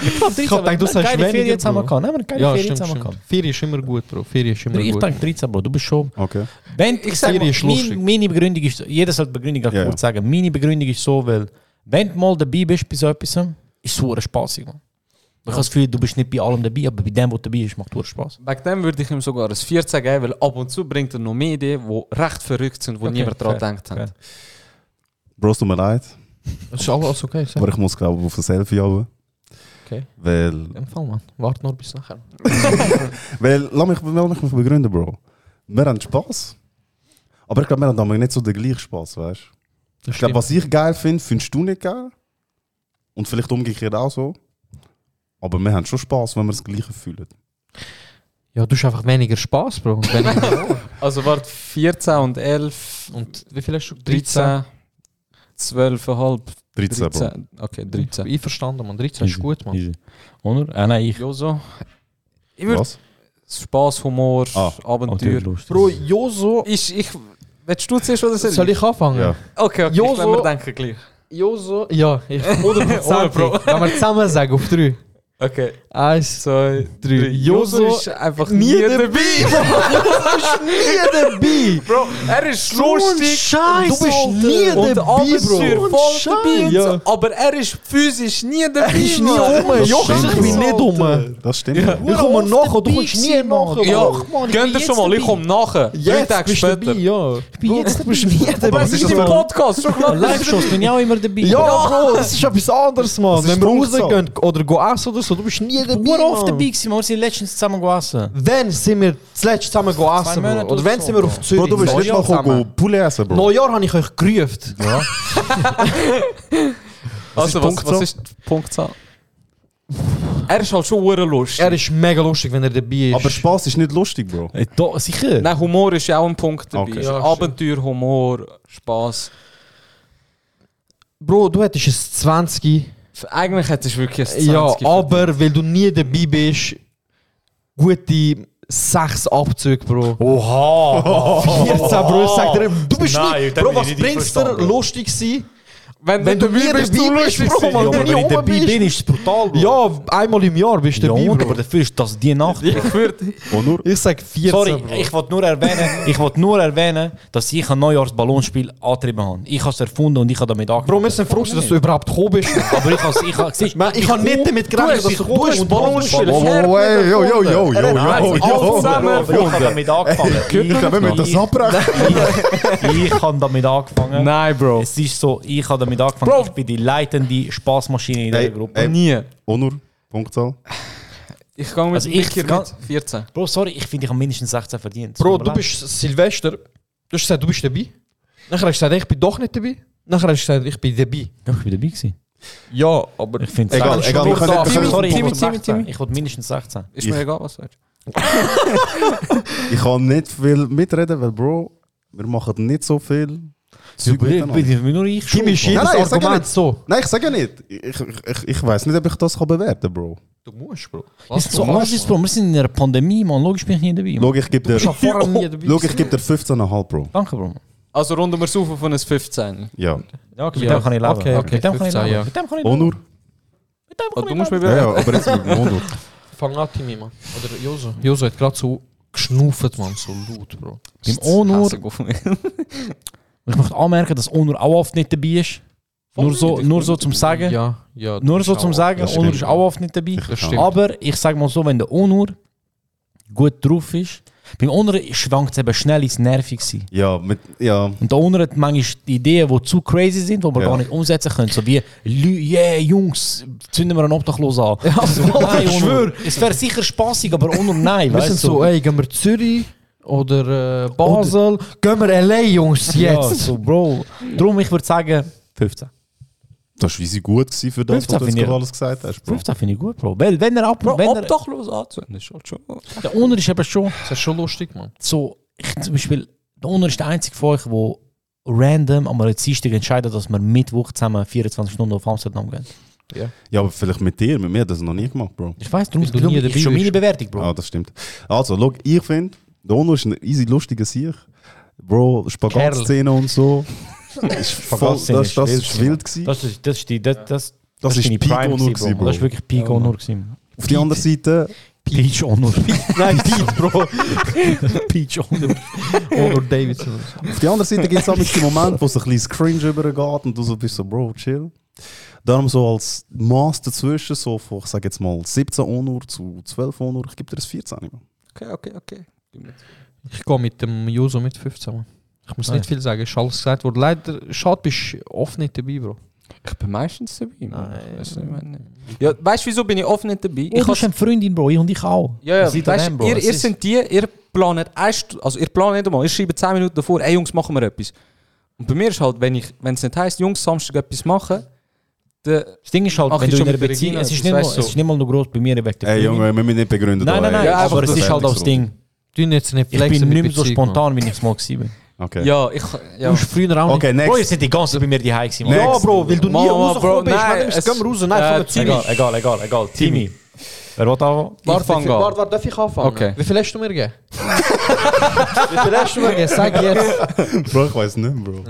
Ich hab gedacht, du sagst
weniger,
jetzt haben wir gehabt. Nein, aber keine
Ja,
Ferien
stimmt,
jetzt haben wir
stimmt.
gehabt.
Ferien ist immer gut, Bro. Ferien ist immer
Ich
gut.
denke 13, Bro, du bist schon.
Okay.
Wenn, ich sag
Serie
mal,
ist lustig.
mein, meine Begründung ist, jeder sollte die Begründung auch
Ja,
kurz
ja.
sagen. Meine Begründung ist so, weil, wenn du mal dabei bist bei so etwas, ist es super spaßig. Man. Ich habe das Gefühl, du bist nicht bei allem dabei, aber bei dem, was dabei ist, macht es Spaß.
Wegen dem würde ich ihm sogar ein 14 geben, weil ab und zu bringt er noch mehr Ideen, die recht verrückt sind, wo
Okay,
niemand daran
fair,
denkt hat.
Bro, es tut mir leid,
Es ist alles okay, sag.
aber ich muss, glaube ich, auf ein Selfie haben.
Okay.
Weil,
Im Fall, Mann. Warte noch bis nachher.
weil lass, mich, lass mich begründen, Bro. Wir haben Spass. Aber ich glaube, wir haben damals nicht so den gleichen Spass, weißt du? Ich glaube, was ich geil finde, findest du nicht geil. Und vielleicht umgekehrt auch so. Aber wir haben schon Spass, wenn wir das Gleiche fühlen.
Ja, du hast einfach weniger Spaß, Bro. Und weniger
Also warte, 14 und 11 und
Und wie viel hast du?
13, 12,5,
13, Bro.
13. Okay,
13.
13.
Einverstanden, Mann. 13 ist
Easy,
gut, Mann.
easy. Oder? Ah, nein, ich.
Joso. Ich würde
Was?
Spaß, Humor,
Ah,
Abenteuer.
Abenteuerlust.
Bro, Joso. Ich, ich, willst du zuerst oder soll ich?
Soll ich anfangen?
Ja.
Okay, okay
Joso-
ich lasse mir denken gleich.
Joso. Ja, ich.
Ohne Bro.
Wenn wir zusammen sagen, auf drei.
Okay,
Eins.
zwei, drei.
Joso
Joso ist einfach nie dabei.
Nie dabei!
Bro, er ist lustig.
Scheiße! Du bist nie
Und
dabei,
Abenteuer
Bro!
voll dabei. und
Ja.
so, Aber er ist physisch nie dabei.
Ich bin nie
Mann.
um, Joch,
stimmt,
ich bin
Mann.
nicht um.
Das stimmt.
Ich komme nachher, du kommst nie nachher.
Ja,
Ach, Mann, ich
gönn
bin
dir
jetzt
schon mal, ich
dabei.
komme nachher. Drei
Jetzt
Tage
bist du dabei,
später.
ja. Ich bin jetzt bist du nie dabei.
was ist
Nicht
das
im
für ein-
Podcast, schon klar.
Live-Shows bin ich auch immer dabei. Ja, Bro, das ist etwas anderes, Mann.
Das ist
Wenn wir
Punktzahl.
rausgehen oder gehen essen oder so, du bist nie dabei,
Nur auf
Mann.
dabei gewesen, wir sind letztens zusammen gegessen.
Wann sind wir zuletzt zusammen gehen essen,
Monate
Bro? Oder
oder
wann
so,
sind wir
Bro.
auf Zürich?
Bro, du bist nicht
Neujahr
mal
zusammen.
gekommen, Poulet essen, Bro.
Neujahr habe ich euch gerufen.
Ja.
Also, was, was ist die Punktzahl? Er ist halt schon hure lustig.
Er ist mega lustig, wenn er dabei ist.
Aber Spaß ist nicht lustig, Bro.
Ey, da, sicher?
Nou,
Nein, Nou, Humor ist ja auch ein Punkt dabei.
Okay.
Ja, Abenteuer, Humor, Spaß.
Bro, du hättest es 20.
Eigentlich hättest du wirklich ein 20
Ja,
verdient.
aber weil du nie dabei bist, gute 6 Abzüge, Bro.
Oh. Oha!
14, Bro, ich sag dir, du bist
Nein,
nicht.
dann
Bro,
bin ich
was
nicht
bringst du dir
einverstanden.
lustig sein?
wenn,
Wenn
wenn
du
du
nie
mir bist,
dabei
du
bist,
lustig.
Bro,
sein.
Mann,
Ja, aber
wenn du
wenn
nie
ich
oben
dabei
bist.
bin, ist es brutal, Bro.
Ja, einmal im Jahr bist du dabei,
Ja,
Bro.
aber dafür ist das die Nacht.
Ich würde.
Und Oh, nur
Ich sag 14,
Sorry,
Bro.
ich wollte nur erwähnen, ich wollte nur erwähnen, dass ich ein Neujahrsballonspiel angetrieben habe. Ich habe es erfunden und ich habe damit angefangen.
Bro, wir sind froh, dass du überhaupt gekommen bist.
aber ich habe es, ich habe, siehst du,
Man, ich habe nicht damit gerechnet, dass du kommst und Ballonspiele.
Wow, wow, wow, oh, yo, yo, yo, yo, yo, yo.
aber ich habe damit angefangen.
Ich glaube, wir müssen das abbrechen.
Ich, ich habe damit angefangen.
Nou.
Nein, Bro.
Es ist so, ich habe damit angefangen.
Bro.
Ich bin die leitende Spaßmaschine in dieser
Ey,
Gruppe.
ey.
Nie.
Und oh, nur Punktzahl.
Ich gehe mit
Also
also
ich kann-
mit 14.
Bro, sorry, ich finde, ich habe mindestens 16 verdient.
Bro,
Tut mir
du
leid.
bist Silvester. Du hast gesagt, du bist dabei. Nachher hast du gesagt, ich bin doch nicht dabei. Nachher hast du gesagt, ich bin dabei.
Ja, ich bin dabei gewesen.
Ja, aber...
Ich finde
Egal, egal, wir können- wir können-
Sorry, ich
Timmy,
wollte
Timmy,
16.
Timmy.
Ich wollte mindestens 16.
Ist
Ich-
mir egal, was du sagst.
Ich kann nicht viel mitreden, weil, Bro, wir machen nicht so viel. Zeug miteinander.
nur ich
Timmy ist jedes
Nein, nein, ich sag ja
Argument
nicht.
so.
Nein, ich sage ja nicht. Ich, ich, ich weiß nicht, ob ich das kann bewerten kann, Bro.
Du musst, Bro.
Ist so alles, Bro. Wir sind in einer Pandemie, Mann. Logisch bin ich nicht dabei. Mann.
Schau, ich gebe dir,
Ich habe vorher nie dabei.
schau, ich gebe dir 15,5, Bro.
Danke, Bro.
Also runden wir es auf auf ein 15.
Ja.
Ja, okay,
Ja,
mit dem kann ich leben.
okay, okay,
mit dem kann ich
15,
leben.
ja.
Mit dem kann ich leben.
Onur?
Mit dem
Oh,
kann
du
ich
musst mich
leben.
Ja,
bewerten.
ja, aber jetzt oh, mit Onur.
Fang an, Timmy, Mann. Oder Joso. Joso hat gerade so geschnuffet, Mann. So laut, Bro.
Beim Onur,
Hässig auf mich.
ich möchte anmerken, dass Onur auch oft nicht dabei ist. Nur so, nur so zum Sagen.
Ja, ja. du
Nur
bist
so
auch-
zum Sagen,
das
Onur
stimmt.
ist auch oft nicht dabei.
Das
Ja.
stimmt.
Aber ich sage mal so, wenn der Onur gut drauf ist, beim Onur schwankt es eben schnell ins Nervigsein.
Ja, mit, ja.
Und der Onur hat manchmal die Ideen, die zu crazy sind, die wir
Ja.
gar nicht umsetzen können. So wie, Lü- yeah, Jungs, zünden wir einen Obdachlos an. nein,
ich schwör.
Onur. Es wäre sicher spaßig, aber Onur nein.
Wir
weißt
sind
du?
so, ey, gehen wir Zürich oder äh, Basel. Gehen wir L.A., Jungs,
Ja,
jetzt.
so, Bro. Darum, ich würde sagen, 15.
Das war easy gut gewesen für das,
15
was du jetzt
finde ich-
gerade alles gesagt hast, Bro.
15 finde ich gut, Bro. Weil, wenn er ab...
Bro,
wenn er,
obdachlos anzünden ist halt schon.
der Onur ist eben schon
Das ist schon lustig, Mann.
so... Ich zum Beispiel... Der Onur ist der einzige von euch, der random am Dienstag entscheidet, dass wir Mittwoch zusammen 24 Stunden auf Amsterdam gehen.
Ja, aber vielleicht mit dir, mit mir, das noch nie gemacht, Bro.
Ich weiß, darum
Weil du
darum
nie
ist
dabei
schon meine
bist.
Bewertung, Bro.
Ah, das stimmt. Also, schau, ich finde, der Onur ist ein easy lustiger Sieg. Bro, Spagatszene und so. Ist voll, das,
Spagatszene
das
ist
ist wild gewesen.
Das ist, das ist die... Das, das,
Das ist
deine
Peak
Prime
Onur
gewesen,
gewesen, Bro.
Das ist wirklich Peak Onur. gewesen.
Auf die andere Seite,
Peach Onur. Nein, Peach, Bro. Peach Onur.
Oder Davidson.
auf die andere Seite gibt es auch mit dem Moment, wo es ein bisschen Cringe übergeht und du so bist so, Bro, chill. Darum so als Maß dazwischen, so von, ich sag jetzt mal 17 Onur zu 12 Onur, ich gebe dir das 14. Mann.
Okay, okay, okay.
Ich gehe mit dem Joso mit 15, Mann. Ich muss
Nein.
nicht viel sagen, ist alles gesagt worden. Leider, schade, bist du oft nicht dabei, Bro.
Ich bin meistens dabei.
Ah,
Mann.
Nein.
Weißt du, ich meine- Ja, weißt du, wieso bin ich oft nicht dabei?
Ich
Ich
habe eine Freundin, Bro. Ich und ich auch.
Ja, ja,
Das liegt an
weißt,
dem,
du,
Bro.
ihr,
Es
ihr
ist-
sind die, ihr planet eine Stu- also ihr planet nicht einmal, ihr schreibt 10 Minuten davor, ey Jungs, machen wir etwas. Und bei mir ist halt, wenn ich, wenn es nicht heisst, Jungs, Samstag etwas machen, der,
Das Ding ist halt,
Ach,
wenn du in
ist schon
einer
mit der
Beziehung,
Regina,
es ist
das
nicht mal,
weißt
es
du.
ist nicht mal nur groß bei mir wegen der Freundin.
Ey, Junge, wir müssen nicht begründen.
Nein, nein, nein,
Ja,
aber
einfach
es
das
ist halt auch das Ding.
Du jetzt nicht
Ich
flexen
bin
mit
nicht mehr so
Beziehung,
spontan, wie ich es mal gewesen bin.
Okay.
ja, ich.
Mann.
Ja.
Du bist früher auch
Okay,
nicht.
Bro, ihr
next.
seid die ganze Zeit bei mir die High gewesen.
Next.
Ja, Bro, weil du nie
Mama, Bro,
rausgekommen bist.
nein,
Nein,
es-
es gehen wir raus. Nein,
äh,
komm, zieh
egal,
mich. Egal, egal, egal. Timmy. Wer will da?
Barfang
Warte,
gehen.
warte, darf ich anfangen?
Okay.
Wie viel hast du mir gegeben? Wie viel hast du mir gegeben? Sag jetzt.
Bro, ich weiß nicht, Bro.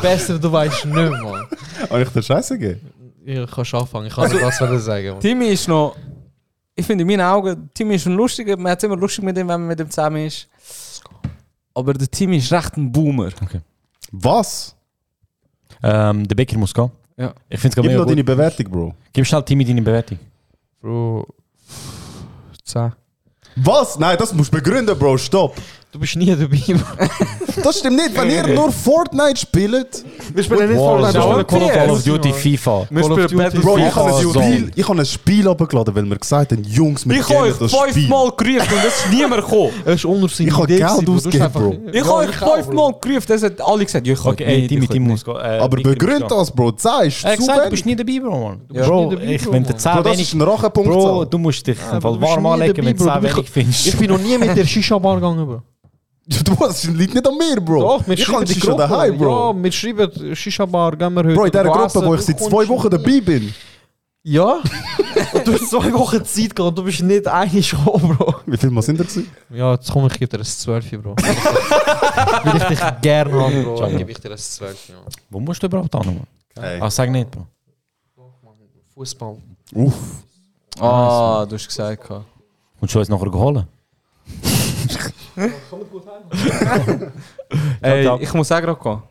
Besser, du weißt nicht, Mann.
Habe ich dir Scheiße gegeben?
Ich kann schon anfangen, ich kann dir was wollen sagen. Mann.
Timmy ist noch. Ich finde in meinen Augen, Timmy ist ein lustiger. Man hat es immer lustig mit ihm, wenn man mit ihm zusammen ist. Aber der Timmy ist recht ein Boomer.
Was?
Ähm, der Becker muss gehen.
Ja.
Ich finde es
Gib
mega
noch
gut.
deine Bewertung, Bro.
Gib schnell Timmy deine Bewertung.
Bro. Zehn.
Was? Nein, das musst du begründen, Bro. Stopp.
Du bist nie dabei, Mann.
Das stimmt nicht. Wenn ihr nur Fortnite spielt.
Wir spielen nicht
Wow,
Fortnite.
das ist
wir
Call
spielen
Call of
PS.
Duty FIFA.
Wir
Call of
spielen
Duty.
Battle
Bro,
FIFA
ich habe ein
Song.
Spiel, ich habe ein Spiel abgeladen, weil wir gesagt haben, Jungs, wir
Ich habe euch
kennen das Spiel.
fünfmal gerufen und es ist niemand gekommen.
Er ist unter
Ich hab Geld ausgegeben, Bro.
Ich habe euch fünfmal gerufen, das hat alle gesagt. Ja, ich kann
Okay, ey,
nicht,
Timmy,
ich kann
Timmy
nicht.
muss gehen. Äh,
Aber
Becker muss
begründ
gehen.
das, Bro. Zeigst
Er hat
du
gesagt, du
zu
bist
wenig.
nie dabei, Bro, Mann.
Ja.
Bro,
Bist nie dabei,
ich,
Bro,
wenn der
Mann.
10
Bro, das
wenig...
ist ein Rachenpunkt.
Bro,
Bro,
du musst dich
aber
einfach
du bist
warm
nie
anlegen,
dabei,
wenn du
Bro.
10
Ich-
wenig findest.
Ich bin noch nie mit der Shisha-Bar gegangen, Bro.
das liegt nicht an mir, Bro. ich kann dich schon daheim, Bro.
Ja, wir schreiben Shisha-Bar, gehen wir heute.
Bro, in dieser
essen,
Gruppe, wo
du
ich seit
kommst
zwei Wochen
nie.
dabei bin.
eh, Ja? Und du hast zwei Wochen Zeit gehabt, du bist nicht einig gekommen, Bro.
Wie viel Mal sind da gewesen?
Ja, jetzt komm, ich gebe dir ein 12, Bro. Weil ich dich gerne habe, Bro. Dann gebe ich dir ein 12, ja.
Wo musst du überhaupt hin, Mann?
Ey.
Ah, sag nicht, Bro.
Fußball.
Uff.
Ah,
dus
du hast gesagt. gehabt.
Und schon jetzt nachher geholt.
Ey,
ja.
ich muss auch gerade gehen.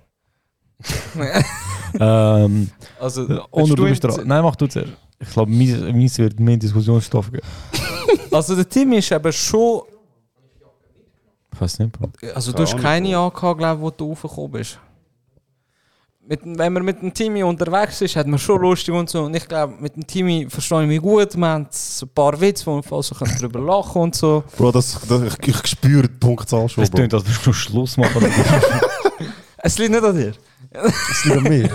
Ähm,
Also,
und
willst
du bist
ihn-
dran. Nein, mach du zuerst. Ich glaube, meins wird mehr Diskussionsstoff geben.
Also, der Timmy ist eben schon.
Ich weiß nicht, Bro.
Also, du hast keine angehabt, glaube wo du raufgekommen bist. Mit, wenn man mit dem Timmy unterwegs ist, hat man schon lustig und so. Und ich glaube, mit dem Timmy verstehe ich mich gut. Wir haben so ein paar Witze, wo wir fast so können drüber lachen und so.
Bro, das, das, ich, ich spüre die Punktzahl schon,
Das
Bro.
klingt, als würdest du Schluss machen.
Es liegt nicht an dir.
Das liegt an mir.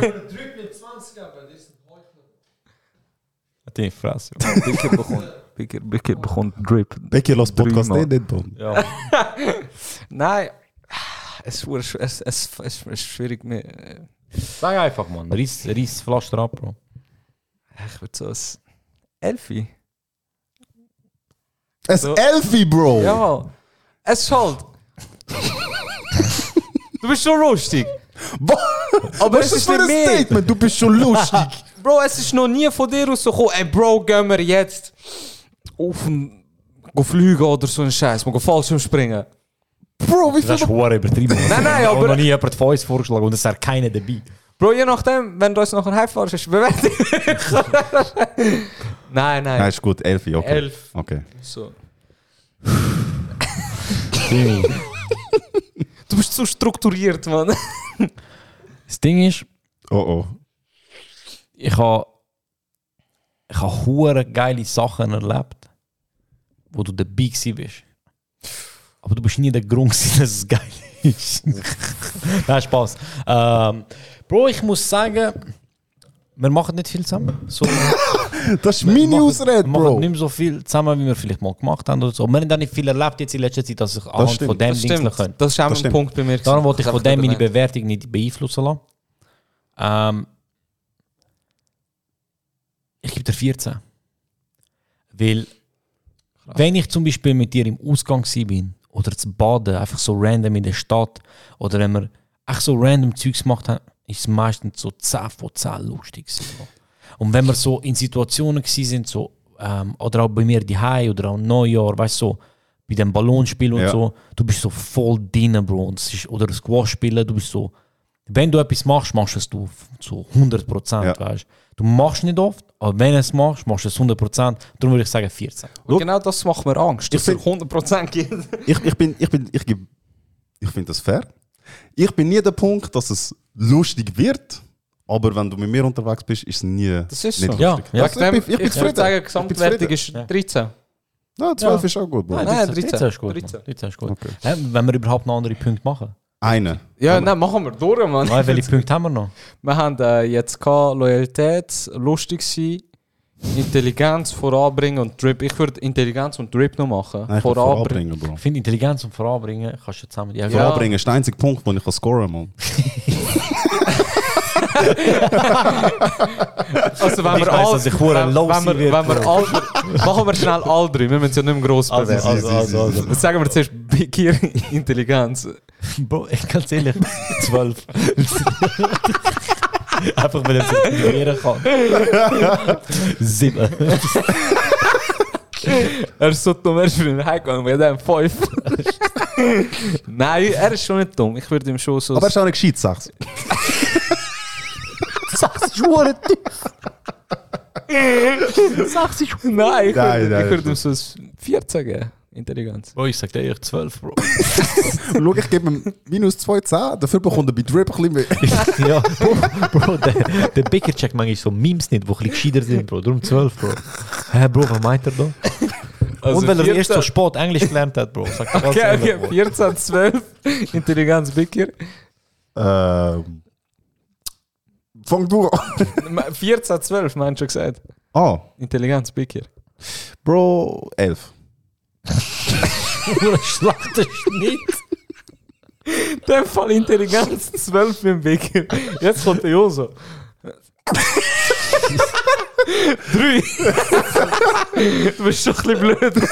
Die Fresse.
Bicker bekommt, Bicker, Bicker bekommt Drip.
Becky, lass Podcast
Dreimal.
nicht, nicht, Bro.
Nein, es ist, ur- es, es, es ist schwierig. mir- äh,
Sag einfach, Mann. Riss, riss Pflaster ab, Bro.
Ich würde so ein Elfi.
Es
So.
Elfi,
Oh.
Bro.
Jawohl. Es ist halt. du bist Oh, schon lustig.
Was
Aber
ist das
es ist
für
nicht
ein
mehr.
Statement? Du bist schon lustig.
Bro, es ist noch nie von dir aus so gekommen, ey Bro, gehen wir jetzt auf den. Go fliegen oder so ein Scheiß, mal go Fallschirm springen.
Bro, wie viel...
Das ist hoher übertrieben.
Nein, nein,
Ich habe
aber-
noch nie jemand von uns vorgeschlagen und es ist keiner dabei.
Bro, je nachdem, wenn du uns noch ein Hype fährst, ist bewerte Nein, nein.
Nein, ist gut. Elfi, okay.
Elf.
Okay.
So.
Timmy.
Du bist so strukturiert, Mann.
Das Ding ist,
Oh, oh.
ich habe ich habe hure geile Sachen erlebt, wo du dabei gsi bist. Aber du bist nie der Grund, gewesen, dass es geil ist. Nein, Spaß. Ähm, Bro, ich muss sagen, wir machen nicht viel zusammen. So,
Das ist meine Ausrede,
wir machen
Bro.
nicht mehr so viel zusammen, wie wir vielleicht mal gemacht haben. Oder so. Wir haben auch nicht viel erlebt jetzt in letzter Zeit, dass ich anhand
stimmt.
von dem
Das stimmt.
Dings können.
Das ist auch
Das
ein
stimmt.
Punkt bei mir.
Daarom
gewesen.
wollte ich
hab
von dem meine
erwähnt.
Bewertung nicht beeinflussen lassen. Ähm, ich gebe dir 14. Weil, wenn ich zum Beispiel mit dir im Ausgang gewesen bin oder zu baden, einfach so random in der Stadt oder wenn wir echt so random Zeugs gemacht haben, ist es meistens so 10 von 10 lustig. gewesen, Bro. Und wenn wir so in Situationen gewesen sind, so, ähm, oder auch bei mir die oder auch Neujahr, weißt du, so, bei dem Ballonspiel und
Ja.
so, du bist so voll drin, Bro. Und es ist, oder Squash spielen, du bist so, wenn du etwas machst, machst du es du zu 100 Prozent,
Ja.
weißt du. Du machst nicht oft, aber wenn du es machst, machst du es 100 Prozent. Darum würde ich sagen 14.
Und genau das macht mir Angst. Dass
bin-
er 100% geht.
Ich, ich bin, ich bin, ich geb- ich finde das fair. Ich bin nie der Punkt, dass es lustig wird, aber wenn du mit mir unterwegs bist, ist es nie.
Das ist
nicht
so.
lustig.
Ja, ja.
Also ich bin- ich bin
ich
zufrieden.
würde
Ich
halt sagen,
bin
Gesamtwertung ist
zufrieden.
13.
Na, 12 ist auch gut, Bro.
Nein, 13.
ist gut. Mann.
13.
13 ist gut. Hä, wenn wir überhaupt noch andere Punkte machen.
Einen.
Ja, nein, machen wir durch, Mann.
Nein, welche Punkte haben wir noch?
Wir haben äh, jetzt gehabt, Loyalität, lustig sein, Intelligenz voranbringen und Drip. Ich würde Intelligenz und Drip noch machen.
Nein, ich will
voranbringen.
voranbringen, Bro.
Ich finde, Intelligenz und Voranbringen kannst du zusammen... Ja,
Ja.
Voranbringen ist der einzige Punkt, den ich kann scoren kann.
Also wenn
Ich
wir
weiss,
all,
dass ich verdammt
wenn,
low
wenn
sein
wir,
werde,
wenn wir all, machen wir schnell all drei. Wir müssen ja nicht mehr gross
Also,
bewerten.
also, also, also.
Jetzt sagen wir zuerst Begier Intelligenz.
Bro, ich- ganz ehrlich, zwölf. Einfach, weil er sich ignorieren kann. Sieben.
Er ist so dumm, er ist für ihn heimgegangen, wir haben fünf. Nein, er ist schon nicht dumm. Ich würde ihm schon so...
Aber er ist auch eine gescheite Sechs.
nein, ich
Nein,
würde
nein,
ich würde ihm
ist
so ein 14 geben. Intelligenz.
Bro, ich sag dir ehrlich, zwölf, Bro.
Und schau, ich gebe ihm minus 2 10, dafür bekommt er bei Drip ein bisschen mehr.
ja, Bro, Bro der, der Bäcker checkt manchmal so Memes nicht, die ein bisschen gescheiter sind, Bro. Darum 12, Bro. Hä, Bro, was meint er da?
Also
Und weil er erst so spät Englisch gelernt hat, Bro. Sag dir ganz
Okay,
ehrlich,
okay,
Bro.
14, 12, Intelligenz, Bicker.
Ähm. Fang du an.
14, 12, meinst du schon gesagt?
Ah,
Intelligenz, Bicker.
Bro, 11.
Bro, schlacht den Schnitt.
In dem Fall Intelligenz, 12 mit dem Bicker. Jetzt kommt der Joso. 3. du bist schon ein bisschen blöd.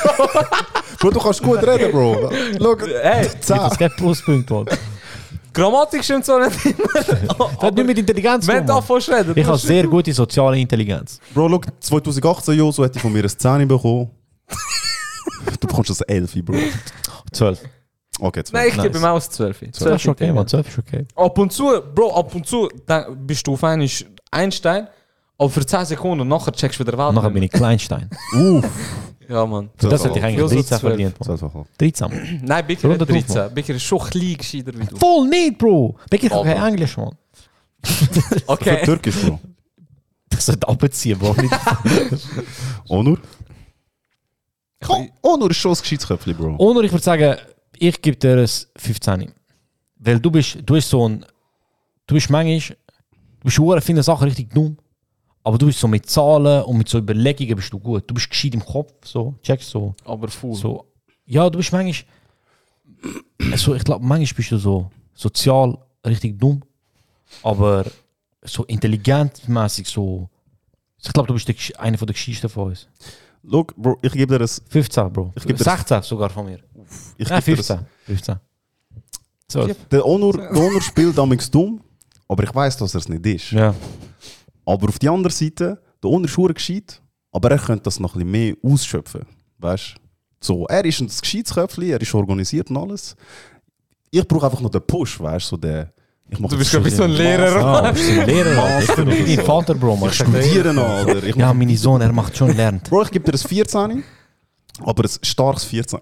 Bro, du kannst gut reden, Bro. Schau,
Hey,
10.
Das ist kein Pluspunkt, Mann. Das
Grammatik stimmt zwar nicht immer.
hat nicht mit Intelligenz zu
Wenn
tun.
du
Mann.
anfängst zu reden.
Ich habe sehr gute soziale Intelligenz.
Bro, schau, 2018 Josu hätte ich von mir eine 10 bekommen. du bekommst das 11, Bro.
12.
Okay, 12.
Nein, ich
Nice.
gebe ihm auch das 12.
12 ist okay, Mann.
Intelligenz.
12 ist okay.
Ab und zu, Bro, ab und zu da bist du auf einmal Einstein, aber für 10 Sekunden und nachher checkst du wieder Welt.
Und nachher bin ich Kleinstein.
Uff.
Ja, Mann.
Für das hätte ich eigentlich
Joso
13
12.
verdient, Mann.
12.
13.
Nein, Bicker
Runde
hat
drauf,
13. Bicker ist schon ein bisschen gescheiter wie du.
Voll nicht, Bro. Wirklich
Voll,
kein
Mann.
Englisch, Mann.
Okay.
Türkisch, Bro.
Das sollte abziehen, Bro. Nicht-
Onur? Komm, Onur ist schon ein Gescheitzköpfchen, Bro.
Onur, ich würde sagen, ich gebe dir ein 15. Weil du bist, du bist so ein, du bist manchmal, du bist hure viele Sachen richtig dumm, aber du bist so mit Zahlen und mit so Überlegungen bist du gut. Du bist gescheit im Kopf, so, checkst so,
Aber full.
so. Ja, du bist manchmal, also ich glaube, manchmal bist du so sozial richtig dumm, aber so intelligentmäßig so. Ich glaube, du bist der Gesch- einer von der Geschichten von uns.
Schau, Bro, ich gebe dir das.
15, Bro.
Ich geb dir-
16 sogar von mir.
Ich
Nein,
gebe dir das.
15. 15. 12.
Der Onur, der Onur spielt damals dumm, aber ich weiß, dass er es nicht ist.
Ja.
Aber auf die andere Seite, der Onur ist hure gescheit, aber er könnte das noch ein bisschen mehr ausschöpfen. Weißt So, er ist ein Gescheitsköpfchen, er ist organisiert und alles. Ich brauche einfach noch den Push, weißt so den. Ich mach
Du bist
das-
gerade wie so ein Lehrer.
Ah, bist du ein Lehrer, Alter.
Master
Ich bin dein Vater, Bro. Mann.
Ich studiere noch, Alter. Ich
Ja,
mach-
mein Sohn, er macht schon lernt.
Bro, ich gebe dir ein 14, aber ein starkes 14.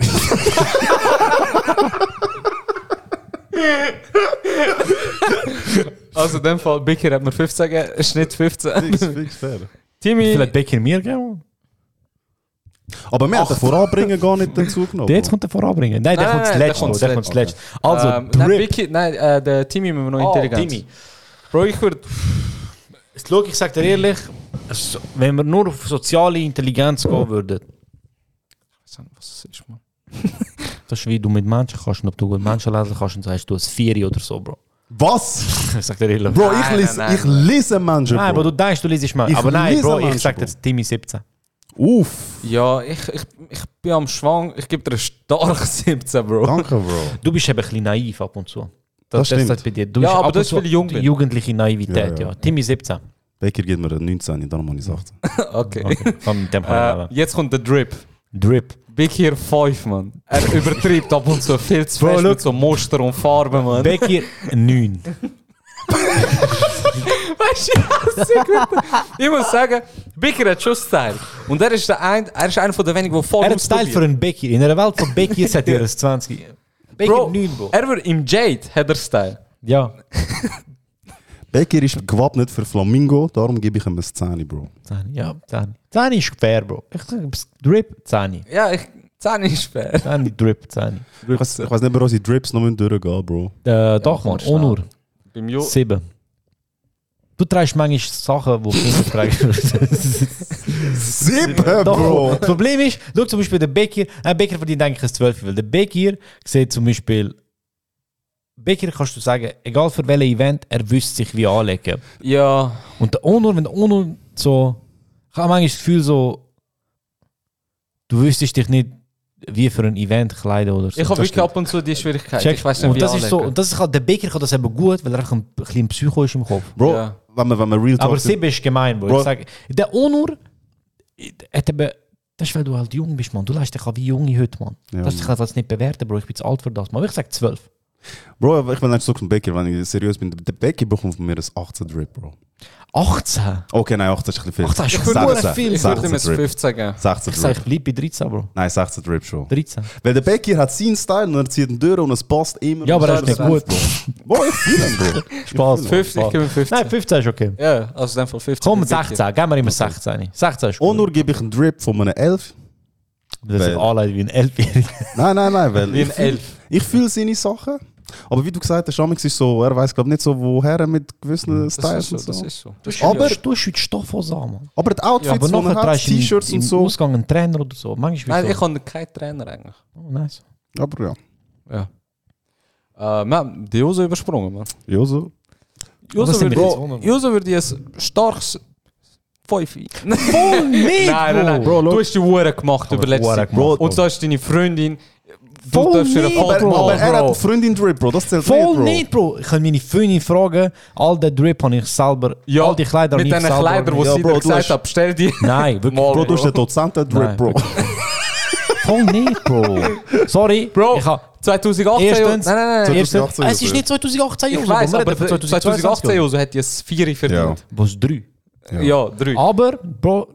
Also in dem Fall, Bicker hat mir 15 gegeben, Schnitt 15.
Fix, fix, fair.
Vielleicht
Timmy,
Becker mir, gell?
Oh,
Mann?
aber wir haben den Voranbringen gar nicht dazu genommen.
Der jetzt
Bro.
kommt er voranbringen. Nein, der
Nein,
kommt
nein,
zuletzt,
der
Bro.
kommt
Der kommt zuletzt. Also,
also, nein,
Drip.
Bicker, nein, äh, der Timmy müssen wir noch
Oh,
Intelligenz.
Timmy.
Bro, ich würde
Schau, ich sag dir ehrlich, so- wenn wir nur auf soziale Intelligenz
Oh.
gehen würden,
Was ist, Mann?
das ist wie du mit Menschen kannst und ob du gut Menschen lesen kannst und sagst, du hast Vieri oder so, Bro.
Was?
Ich sag dir ehrlich.
Bro,
Nein,
ich
nein,
lese,
nein,
ich lese Menschen.
Nein, aber
Bro.
du denkst, du liest mal.
Ich
Aber nein,
lese
Ah, Bro, ich
Menschen,
sag dir
Bro.
Timmy 17.
Uff.
Ja, ich, ich, ich bin am Schwang. Ich gebe dir einen starken 17, Bro.
Danke, Bro.
Du bist eben ein bisschen naiv ab und zu.
Das
ist
stimmt.
halt bei dir. Du
Ja,
bist
aber
ab
das
und
ist,
zu
weil ich jung bin.
Jugendliche Naivität,
Ja,
ja.
ja.
Timmy 17.
Becker gibt mir eine 19, darum habe ich 18.
Okay.
Von dem
Äh, jetzt kommt der Drip.
Drip.
Big Hero 5, man. Er übertreibt ab und zu viel zu
Bro,
fest
look.
mit so Muster und Farben, man.
Becky 9.
Weißt du, was ich gut- Ich muss sagen, Bicker hat schon Style. Und er ist, der ein, er ist einer von den wenigen, die voll
Er hat Style für einen Becky. In der Welt von Becky seid ihr das 20. Becky
Bro,
9, Bro.
er wird im Jade hat er Style.
Ja.
Becker ist gewappnet für Flamingo, darum gebe ich ihm eine 10, Bro.
Zani, ja, Zani. Zani ist fair, Bro. Ich sag, Drip, Zani.
Ja, ich, 10 ist fair.
Zehn, Drip, zehn.
Ich weiß, ich weiss nicht, ob unsere Drips noch durchgehen Bro.
Äh, doch, man,
schnell.
Onur,
Beim Jo.
sieben. Du trägst manchmal Sachen, die Kinder tragen.
Sieben,
Doch,
Bro!
Das Problem ist, schau zum Beispiel den Bäcker. Ein Bäcker verdient eigentlich ein 12, weil der Bäcker sieht zum Beispiel. Bäcker kannst du sagen, dus egal für welches Event, er wüsste sich wie anlegen.
Ja.
Und der Onur, wenn der Onur so. Ich habe manchmal das Gefühl, so. Du wüsstest dich nicht, wie für ein Event kleiden oder so.
Ich habe wirklich ab und zu die Schwierigkeit.
Check.
Ich weiß nicht,
und
wie
das ist so,
anlegen.
und das ist halt, der Bäcker kann das eben gut, weil er einfach ein bisschen Psycho ist im Kopf.
Bro,
Ja.
wenn man, wenn man Real Talk...
Aber sieben ist gemein, Bro.
Bro.
Ich sag, der Onur äh, hat eben. Das ist, weil du halt jung bist, Mann. Du leistest dich auch wie Junge heute, Mann.
Ja,
das ich kann das nicht bewerten, Bro. Ich bin zu alt für das, Mann. Aber Ich sag zwölf.
Bro, aber ich bin nicht so ein Bäcker, wenn ich seriös bin. Der Bäcker bekommt von mir ein 18 dus Drip, Bro. nou,
18?
Okay, nein, 18 ist ein bisschen viel.
18 ist
Ich
schon
würde
gut.
Sechzehn.
viel. Ich würde ihm ein
16 Drip.
15 geben.
16
Ich sag,
Drip.
ich bleib bei 13, Bro.
Nein, 16 Drip schon.
13.
Weil der Bäcker hat seinen Style und er zieht ihn durch und es passt immer.
Ja, aber
Und
er ist
das
nicht gut.
Bro, ich fühle ihn, Bro.
Spaß.
50, ich
Spaß.
gebe ihm 15.
Nein, 15 ist okay.
Ja, also in dem Fall 15.
Komm,
mit
16. Geben wir immer 16. 16 ist
Und
gut.
nur gebe ich einen Drip von einem 11.
Das ist
Weil-
anleitet wie ein Elfjähriger.
Nein, nein, nein, weil
Wie ein
ich fühl-
Elf.
Ich fühle seine Sachen, aber wie du gesagt hast, Amix ist so, er weiß glaube nicht so, woher er mit gewissen
Mhm. Das ist
Styles
so,
und so.
das ist so.
Aber-
du hast heute Stoff an, Mann.
Aber die
Ja, aber
Outfits, die
nachher
er hat,
trägst du im-
T-Shirts und
im
so.
Ausgang einen Trainer oder so. Manchmal
Nein,
ist
ich
so.
habe keinen Trainer eigentlich.
Oh, nice.
Aber ja,
Äh, wir haben die Jose übersprungen, man.
ja so.
das
Jose
sind wir jetzt
würde, Jose würde ein starkes 5 Nein,
Oh, nee,
nein, nein.
Bro.
du hast die Uhren gemacht über letzte
Hure
Zeit.
gemacht,
Und da ist deine Freundin. Du
Voll
darfst ihr
nicht,
Foto
Bro.
Aber, aber er hat
machen,
eine
Bro.
Freundin Drip, Bro, das zählt
Voll
nicht, Bro.
nicht, Bro. Ich kann meine Freundin fragen, all den Drip habe ich selber,
Ja,
all die Kleider
mit
habe
diesen
ich selber.
Kleidern, die
organisiert.
sie
Bro,
dir
du
gesagt
hast-
hat, bestell die.
Nein, wirklich.
Mal,
Bro, du hast den Dozenten Drip,
Nein,
Bro.
Voll nicht, Bro. Sorry.
Bro,
Ich hab,
2018
erstens,
Nein, nein, nein.
erstens,
2018
es ist nicht 2018
Ich
Jose,
weiß,
wir reden
aber
von
2018
Jose.
Jose hat ja das 4 verdient.
Was drei.
Ja, drei.
Aber, Bro,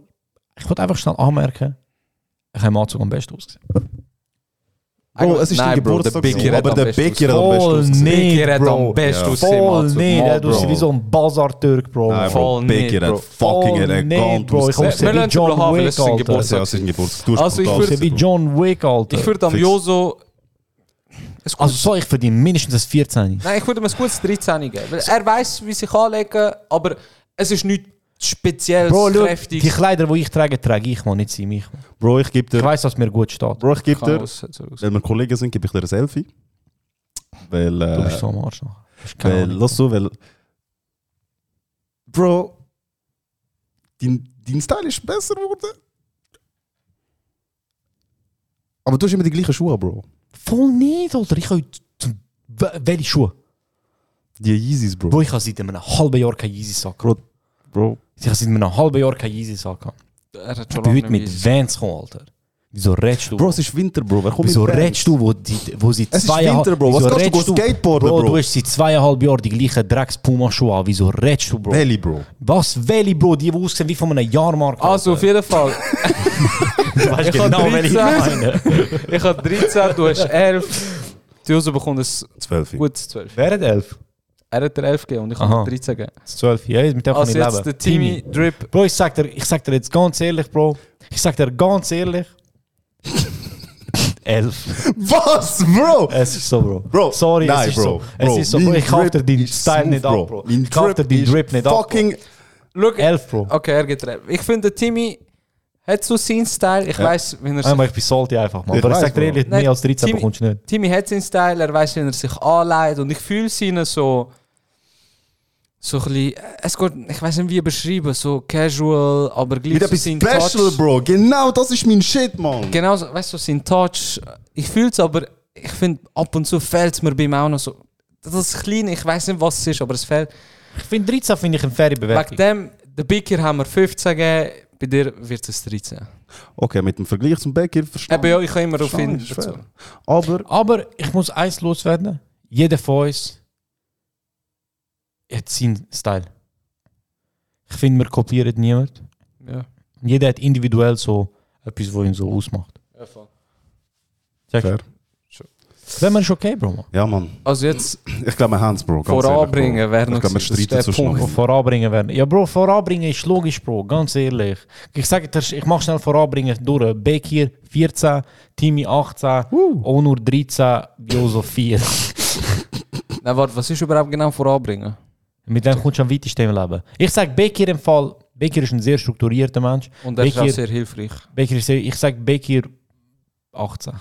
ich wollte einfach schnell anmerken, ich habe im Anzug am besten ausgesehen.
Bro, es ist dein Geburtstag,
Bro, der Bigger
Bro, aber
hat am
der
besten
Bäcker hat am besten
Voll
ausgesehen.
nicht,
Bigger hat am
Bro.
besten ausgesehen.
Voll
Mann.
nicht,
Mal,
du bist
Bro.
wie so ein Basar-Türk, Bro.
Nein,
Voll
Bro, Bäcker hat
nicht,
fucking
Voll
elegant
nicht, Bro. Ich
ausgesehen.
muss
Wir
wie
lassen ihn
John
haben, weil
Wick,
es sein
Alter.
Geburtstag
Ich
Ja, es ist ein Geburtstag. Du hast
Also, ich
brutal
würde-
ausgesehen,
wie
Bro.
John Wick, Alter.
Ich würde am
Fix.
Joso.
Also so, ich verdiene mindestens das 14.
Nein, ich würde ihm ein gutes 13 geben. Weil er weiß, wie sich anlegen, aber es ist nichts Spezielles,
Bro, schau, die
Kräftiges.
Kleider, die ich trage, trage ich, man, nicht sie mich. Mann.
Bro, ich gebe
Ich
dir...
weiß, dass mir gut steht.
Bro, ich gebe
Kann
dir...
aus- aus-
Weil wir Kollegen sind, gebe ich dir ein Selfie. Weil...
Du
Äh,
bist so am Arsch. noch. Du hast keine
weil
Ahnung.
lass so, weil... Bro... Dein, dein Style ist besser geworden. Aber du hast immer die gleichen Schuhe, Bro.
Voll nicht, Alter. Ich habe heute zum- we- welche Schuhe.
Die Yeezys, Bro.
Bro, ich habe seit einem halben Jahr keine Yeezy-Sack.
Bro, Bro.
Ich habe seit einem halben Jahr keine Yeezy-Sack.
Er hat
Ich bin
schon lange
heute mit
nicht
Vans gekommen, Alter. Wieso redest du?
Bro, es ist Winter, Bro. Wer kommt
Wieso
mit Vans?
redest du, wo, die, wo sie
Es ist
zweieinhalb...
Winter, Bro. Was
Wieso
kannst du
redest
gehen skateboarden,
Bro,
Bro?
du hast seit zweieinhalb Jahren die gleichen Drecks-Puma-Schuhe an. Wieso redest du, Bro?
Welche, Bro?
Was? Welche, Bro? Die, die aussehen wie von einem Jahrmarkt.
Also, auf
Alter.
jeden Fall.
du weißt
ich hab
genau, welche ich
13.
meine.
Ich habe 13, du hast 11. Die Joso bekommt ein
Zwölf.
gutes 12.
Wer hat 11?
Er hat dir 11 gegeben und ich
Aha.
habe 13 gegeben.
12, ja, mit dem kann ich
Also,
leben.
jetzt der Timmy Drip.
Bro, ich sag, dir, ich sag dir jetzt ganz ehrlich, Bro. Ich sag dir ganz ehrlich. 11.
Was, Bro?
Es ist so, Bro.
Bro,
Sorry, es
nein,
ist
Bro.
so. Es
Bro,
ist so, Bro.
mein
Ich kauf dir
Drip
den
ist
Style
smooth,
nicht ab, Bro. Ich kauf dir den
ist
Drip nicht ab. Bro.
fucking Oh,
Schau,
11, Bro.
Okay, er geht rein. Ich finde, der Timmy hat so seinen Style. Ich weiß, wenn er sich.
Einmal, ich bin salty einfach, Mann.
Ich
Aber ich
weiß,
sag dir
Bro.
ehrlich,
Nein,
mehr als 13
Timmy-
bekommst du nicht.
Timmy hat seinen Style, er weiß, wenn er sich anlegt. Und ich fühle seinen so. So ein bisschen. äh, Es geht, ich weiß nicht, wie beschreiben. So casual, aber gleich
Mit
so
etwas
seinen
Special,
Touch.
Bro. Genau das ist mein Shit, Mann.
Genau, so, weißt du, so sein Touch. Ich fühle es, aber ich finde, ab und zu fehlt es mir bei ihm auch noch so. Das Kleine, ich weiß nicht, was es ist, aber es fehlt.
Ich finde 13 finde ich eine faire
Wegen
Bewertung.
dem, der Biker haben wir 15 gegeben, bei dir wird es Äh, 13.
Okay, mit dem Vergleich zum Bäcker
Eben,
verstanden.
ja, ich kann immer auf
Verstanden,
ihn
ist
dazu.
fair. Aber
Aber ich muss eins loswerden. Jeder von uns hat seinen Style. Ich finde, wir kopieren niemand.
Ja.
Jeder hat individuell so etwas, was ihn so ausmacht.
Ja, voll.
Checkst du?
Fair.
Wenn man ist okay, Bro. Man.
Ja, Mann.
Also jetzt
Ich glaube, wir haben es, Bro. ganz
voranbringen
ehrlich, Bro.
wäre noch
Ich glaube, wir
gewesen.
streiten
Das ist der
sonst noch.
Punkt.
Mann.
Voranbringen werden. Ja, Bro, voranbringen ist logisch, Bro. Ganz ehrlich. Ich sage dir, ich mache schnell voranbringen durch. Bekir 14, Timmy 18, Onur 13, Josef 4.
Nein, warte, was ist überhaupt genau voranbringen?
Mit dem kommst du am weitesten im Leben. Ich sage Bekir im Fall, Bekir ist ein sehr strukturierter Mensch.
Und das ist auch
Bekir-
sehr hilfreich.
Bekir ist sehr, ich sage Bekir 18.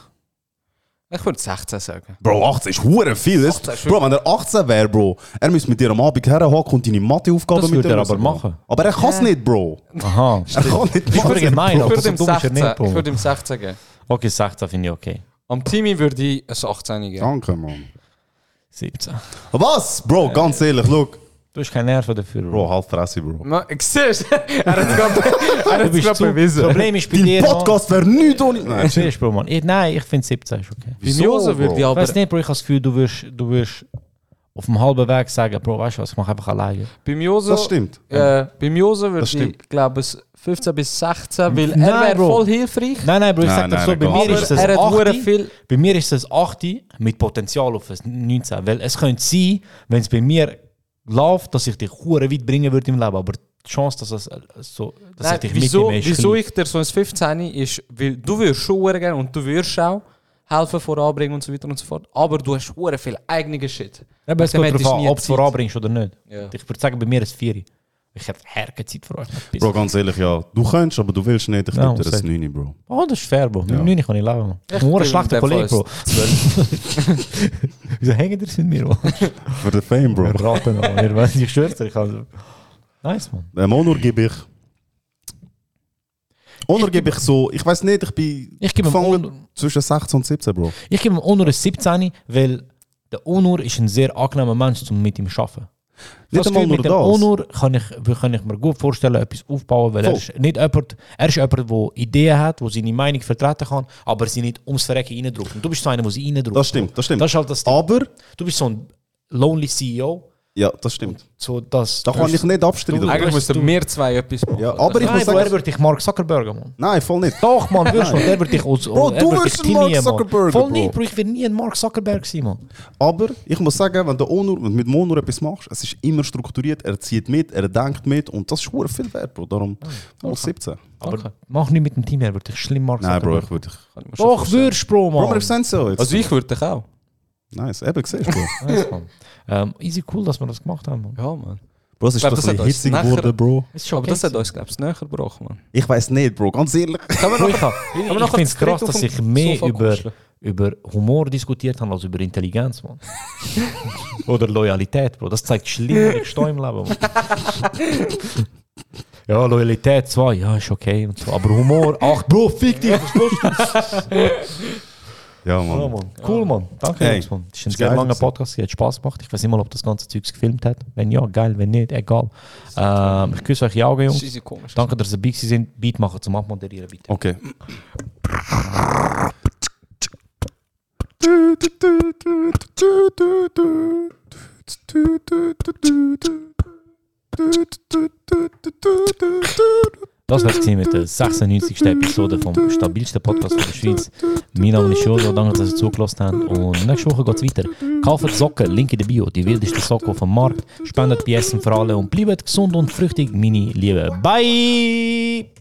Ich würde 16 sagen.
Bro, 18 ist hure viel. Das-
18 ist
Bro, wenn er 18 wäre, Bro, er müsste mit dir am Abend herhaken und deine Matheaufgabe
Das
mit
würde
dir
er aber
lösen, Bro.
machen.
Aber er kann es nicht, Bro.
Aha.
Er kann nicht
Ich würde
machen.
gemein,
Bro.
aber
Ich
so
würde ihm
dumm ist er
16,
nicht,
ich
Bro.
würde ihm 16 geben.
Okay, 16 finde ich okay.
Am Timmy würde ich ein 18 geben.
Danke, Mann.
17.
Was? Bro, ganz ehrlich, look.
Du hast keine Nerven dafür,
Bro, halb Fresse, Bro.
Ma- Siehst du? Er hat es gerade
Du bist zu- Das
bewiesen.
Problem ist bei
Dein
dir. Mann.
Podcast wäre nichts ohne... Nein,
Verstehst du, Bro, Mann? Ich, nein, ich finde 17 ist okay.
Bei Jose würde ich
Ich
aber...
weiß nicht, Bro, ich habe das Gefühl, du wirst, du wirst auf dem halben Weg sagen, Bro, weißt du was, ich mache einfach alleine.
Beim Joso,
Das stimmt.
Äh, beim Joso würde
Das
ich,
stimmt.
glaube ich, 15 bis 16, weil
Nein,
er wäre
Bro.
voll hilfreich.
Nein, nein, Bro, ich sag
Nein,
dir
nein,
so,
nein,
bei mir
ganz
ist es
er hat hure
8.
viel.
Bei mir ist es 8 mit Potenzial auf ein 19. Weil es könnte sein, wenn es bei mir läuft, dass ich dich hure weit bringen würde im Leben, aber die Chance, dass, es, äh, so, dass
Nein,
ich dich
Nou, wieso,
mitnehme, ist
wieso
klein.
ich dir so ein 15 ist, weil du würdest schon sehr gerne und du würdest auch helfen, voranbringen und so weiter und so fort. Aber du hast sehr viel eigene Shit.
Eben, es
Und
kommt
dann
darauf
dus
hättest
an,
nie
ob du
Zeit.
voranbringst oder nicht.
dus Ja.
Ich würde sagen, bei mir ist es 4. Ich habe herke Zeit für euch.
Bro, ganz ehrlich, ja. Du kannst, aber du willst nicht. Ich
Ja,
gebe dir das
safe.
9, Bro.
Oh, das ist fair, Bro. Mit
Ja.
9 kann ich leben, Mann. Ich
Echt?
bin ein
Ich
schlechter
bin
Kollege,
in dem
Bro. Wieso hängen die mit mir, Mann?
Für den Fame, Bro.
Raten, Mann. Ihr wisst, Ich schwör's dir. ich kann- Nice, Mann.
Dem Honor Ähm, gebe ich... Honor gebe ich so... Ich weiß nicht, ich bin...
Ich gebe ihm
gefangen
Honor.
zwischen 16 und 17, Bro.
Ich gebe ihm Onur ein 17, weil der Onur ist ein sehr angenehmer Mensch, um mit ihm zu arbeiten. Ich
Nicht
habe das
einmal
Gefühl,
nur
mit dem
das.
Onur kann ich, kann ich mir gut vorstellen, etwas aufbauen, weil er
Voll.
ist nicht jemand, er ist jemand, der Ideen hat, der seine Meinung vertreten kann, aber sie nicht ums Verrecken reindrückt. Und du bist so einer, der sie reindrückt.
Das stimmt, das stimmt.
Das ist halt das Ding.
Aber...
Du bist so ein lonely CEO,
Ja, das stimmt.
so dass...
Da kann ich nicht abstreiten.
Eigentlich müssten wir zwei etwas machen.
Ja, aber ich
Nein,
muss
Bro, er
sagen...
wird dich Mark Zuckerberg, Mann.
Nein, voll nicht.
Doch, man, wirst du. Der wird dich aus.
Bro,
er
du
wird
wirst
dich
ein Mark
Timmy, Mann.
Zuckerberg,
Voll
Bro.
nicht, Bro. Ich will nie ein Mark Zuckerberg sein, Mann.
Aber ich muss sagen, wenn du Onur, wenn du mit Monur etwas machst, es ist immer strukturiert, er zieht mit, er denkt mit und das ist hure viel wert, Bro. Darum mal 17.
Aber mach nicht mit dem Team, er wird dich schlimm Mark
Nein, Bro,
Zuckerberg.
ich würde dich.
Kann ich mir schon
Doch,
vorstellen.
wirst, Bro, Mann.
Bro, wir sehen so jetzt.
Also ich würde dich auch.
nice, eben siehst du, Bro.
Nice, Mann. Ähm, easy cool, dass wir das gemacht haben, Mann.
Ja, Mann.
Bro, es ist
glaub,
doch
das
ein
hat
bisschen
uns
hitzig
nachher-
geworden, Bro.
Es ist
Aber das hat
gewesen.
uns, glaube ich, näher gebracht, Mann.
Ich weiß nicht, Bro, ganz ehrlich.
Bro, ich hab-
wir
Ich
nachher
finde es
das Gerät
krass,
auf
dass
dem
ich mehr
Sofa
über,
kuscheln?
über Humor diskutiert habe als über Intelligenz, Mann. Oder Loyalität, Bro. Das zeigt schlimm, ich stehe im Leben, Mann. Ja, Loyalität 2, ja, ist okay. Und so. Aber Humor 8, Bro, fick dich, was willst du?
Ja,
Ja,
Mann.
Mann. Cool, Mann. Danke,
Hey,
Jungs, Mann. Das ist ein
ist
sehr
geil
langer
gewesen.
Podcast, hat Spaß gemacht. Ich weiß nicht mal, ob das ganze Zeugs gefilmt hat. Wenn ja, geil, wenn nicht, egal. Ähm, ich küsse euch die Augen,
Das ist
Jungs.
easy komisch.
Danke, dass ihr dabei gewesen sind. Beat machen zum Abmoderieren, bitte.
Okay.
Das war es mit der 96. Episode vom stabilsten Podcast der Schweiz. Mein Name ist Jojo, danke, dass ihr zugelassen habt. Und nächste Woche geht es weiter. Kauft Socken, Link in der Bio, die wildesten Socken auf dem Markt. Spendet bei Essen für alle und bleibt gesund und früchtig, meine Lieben. Bye!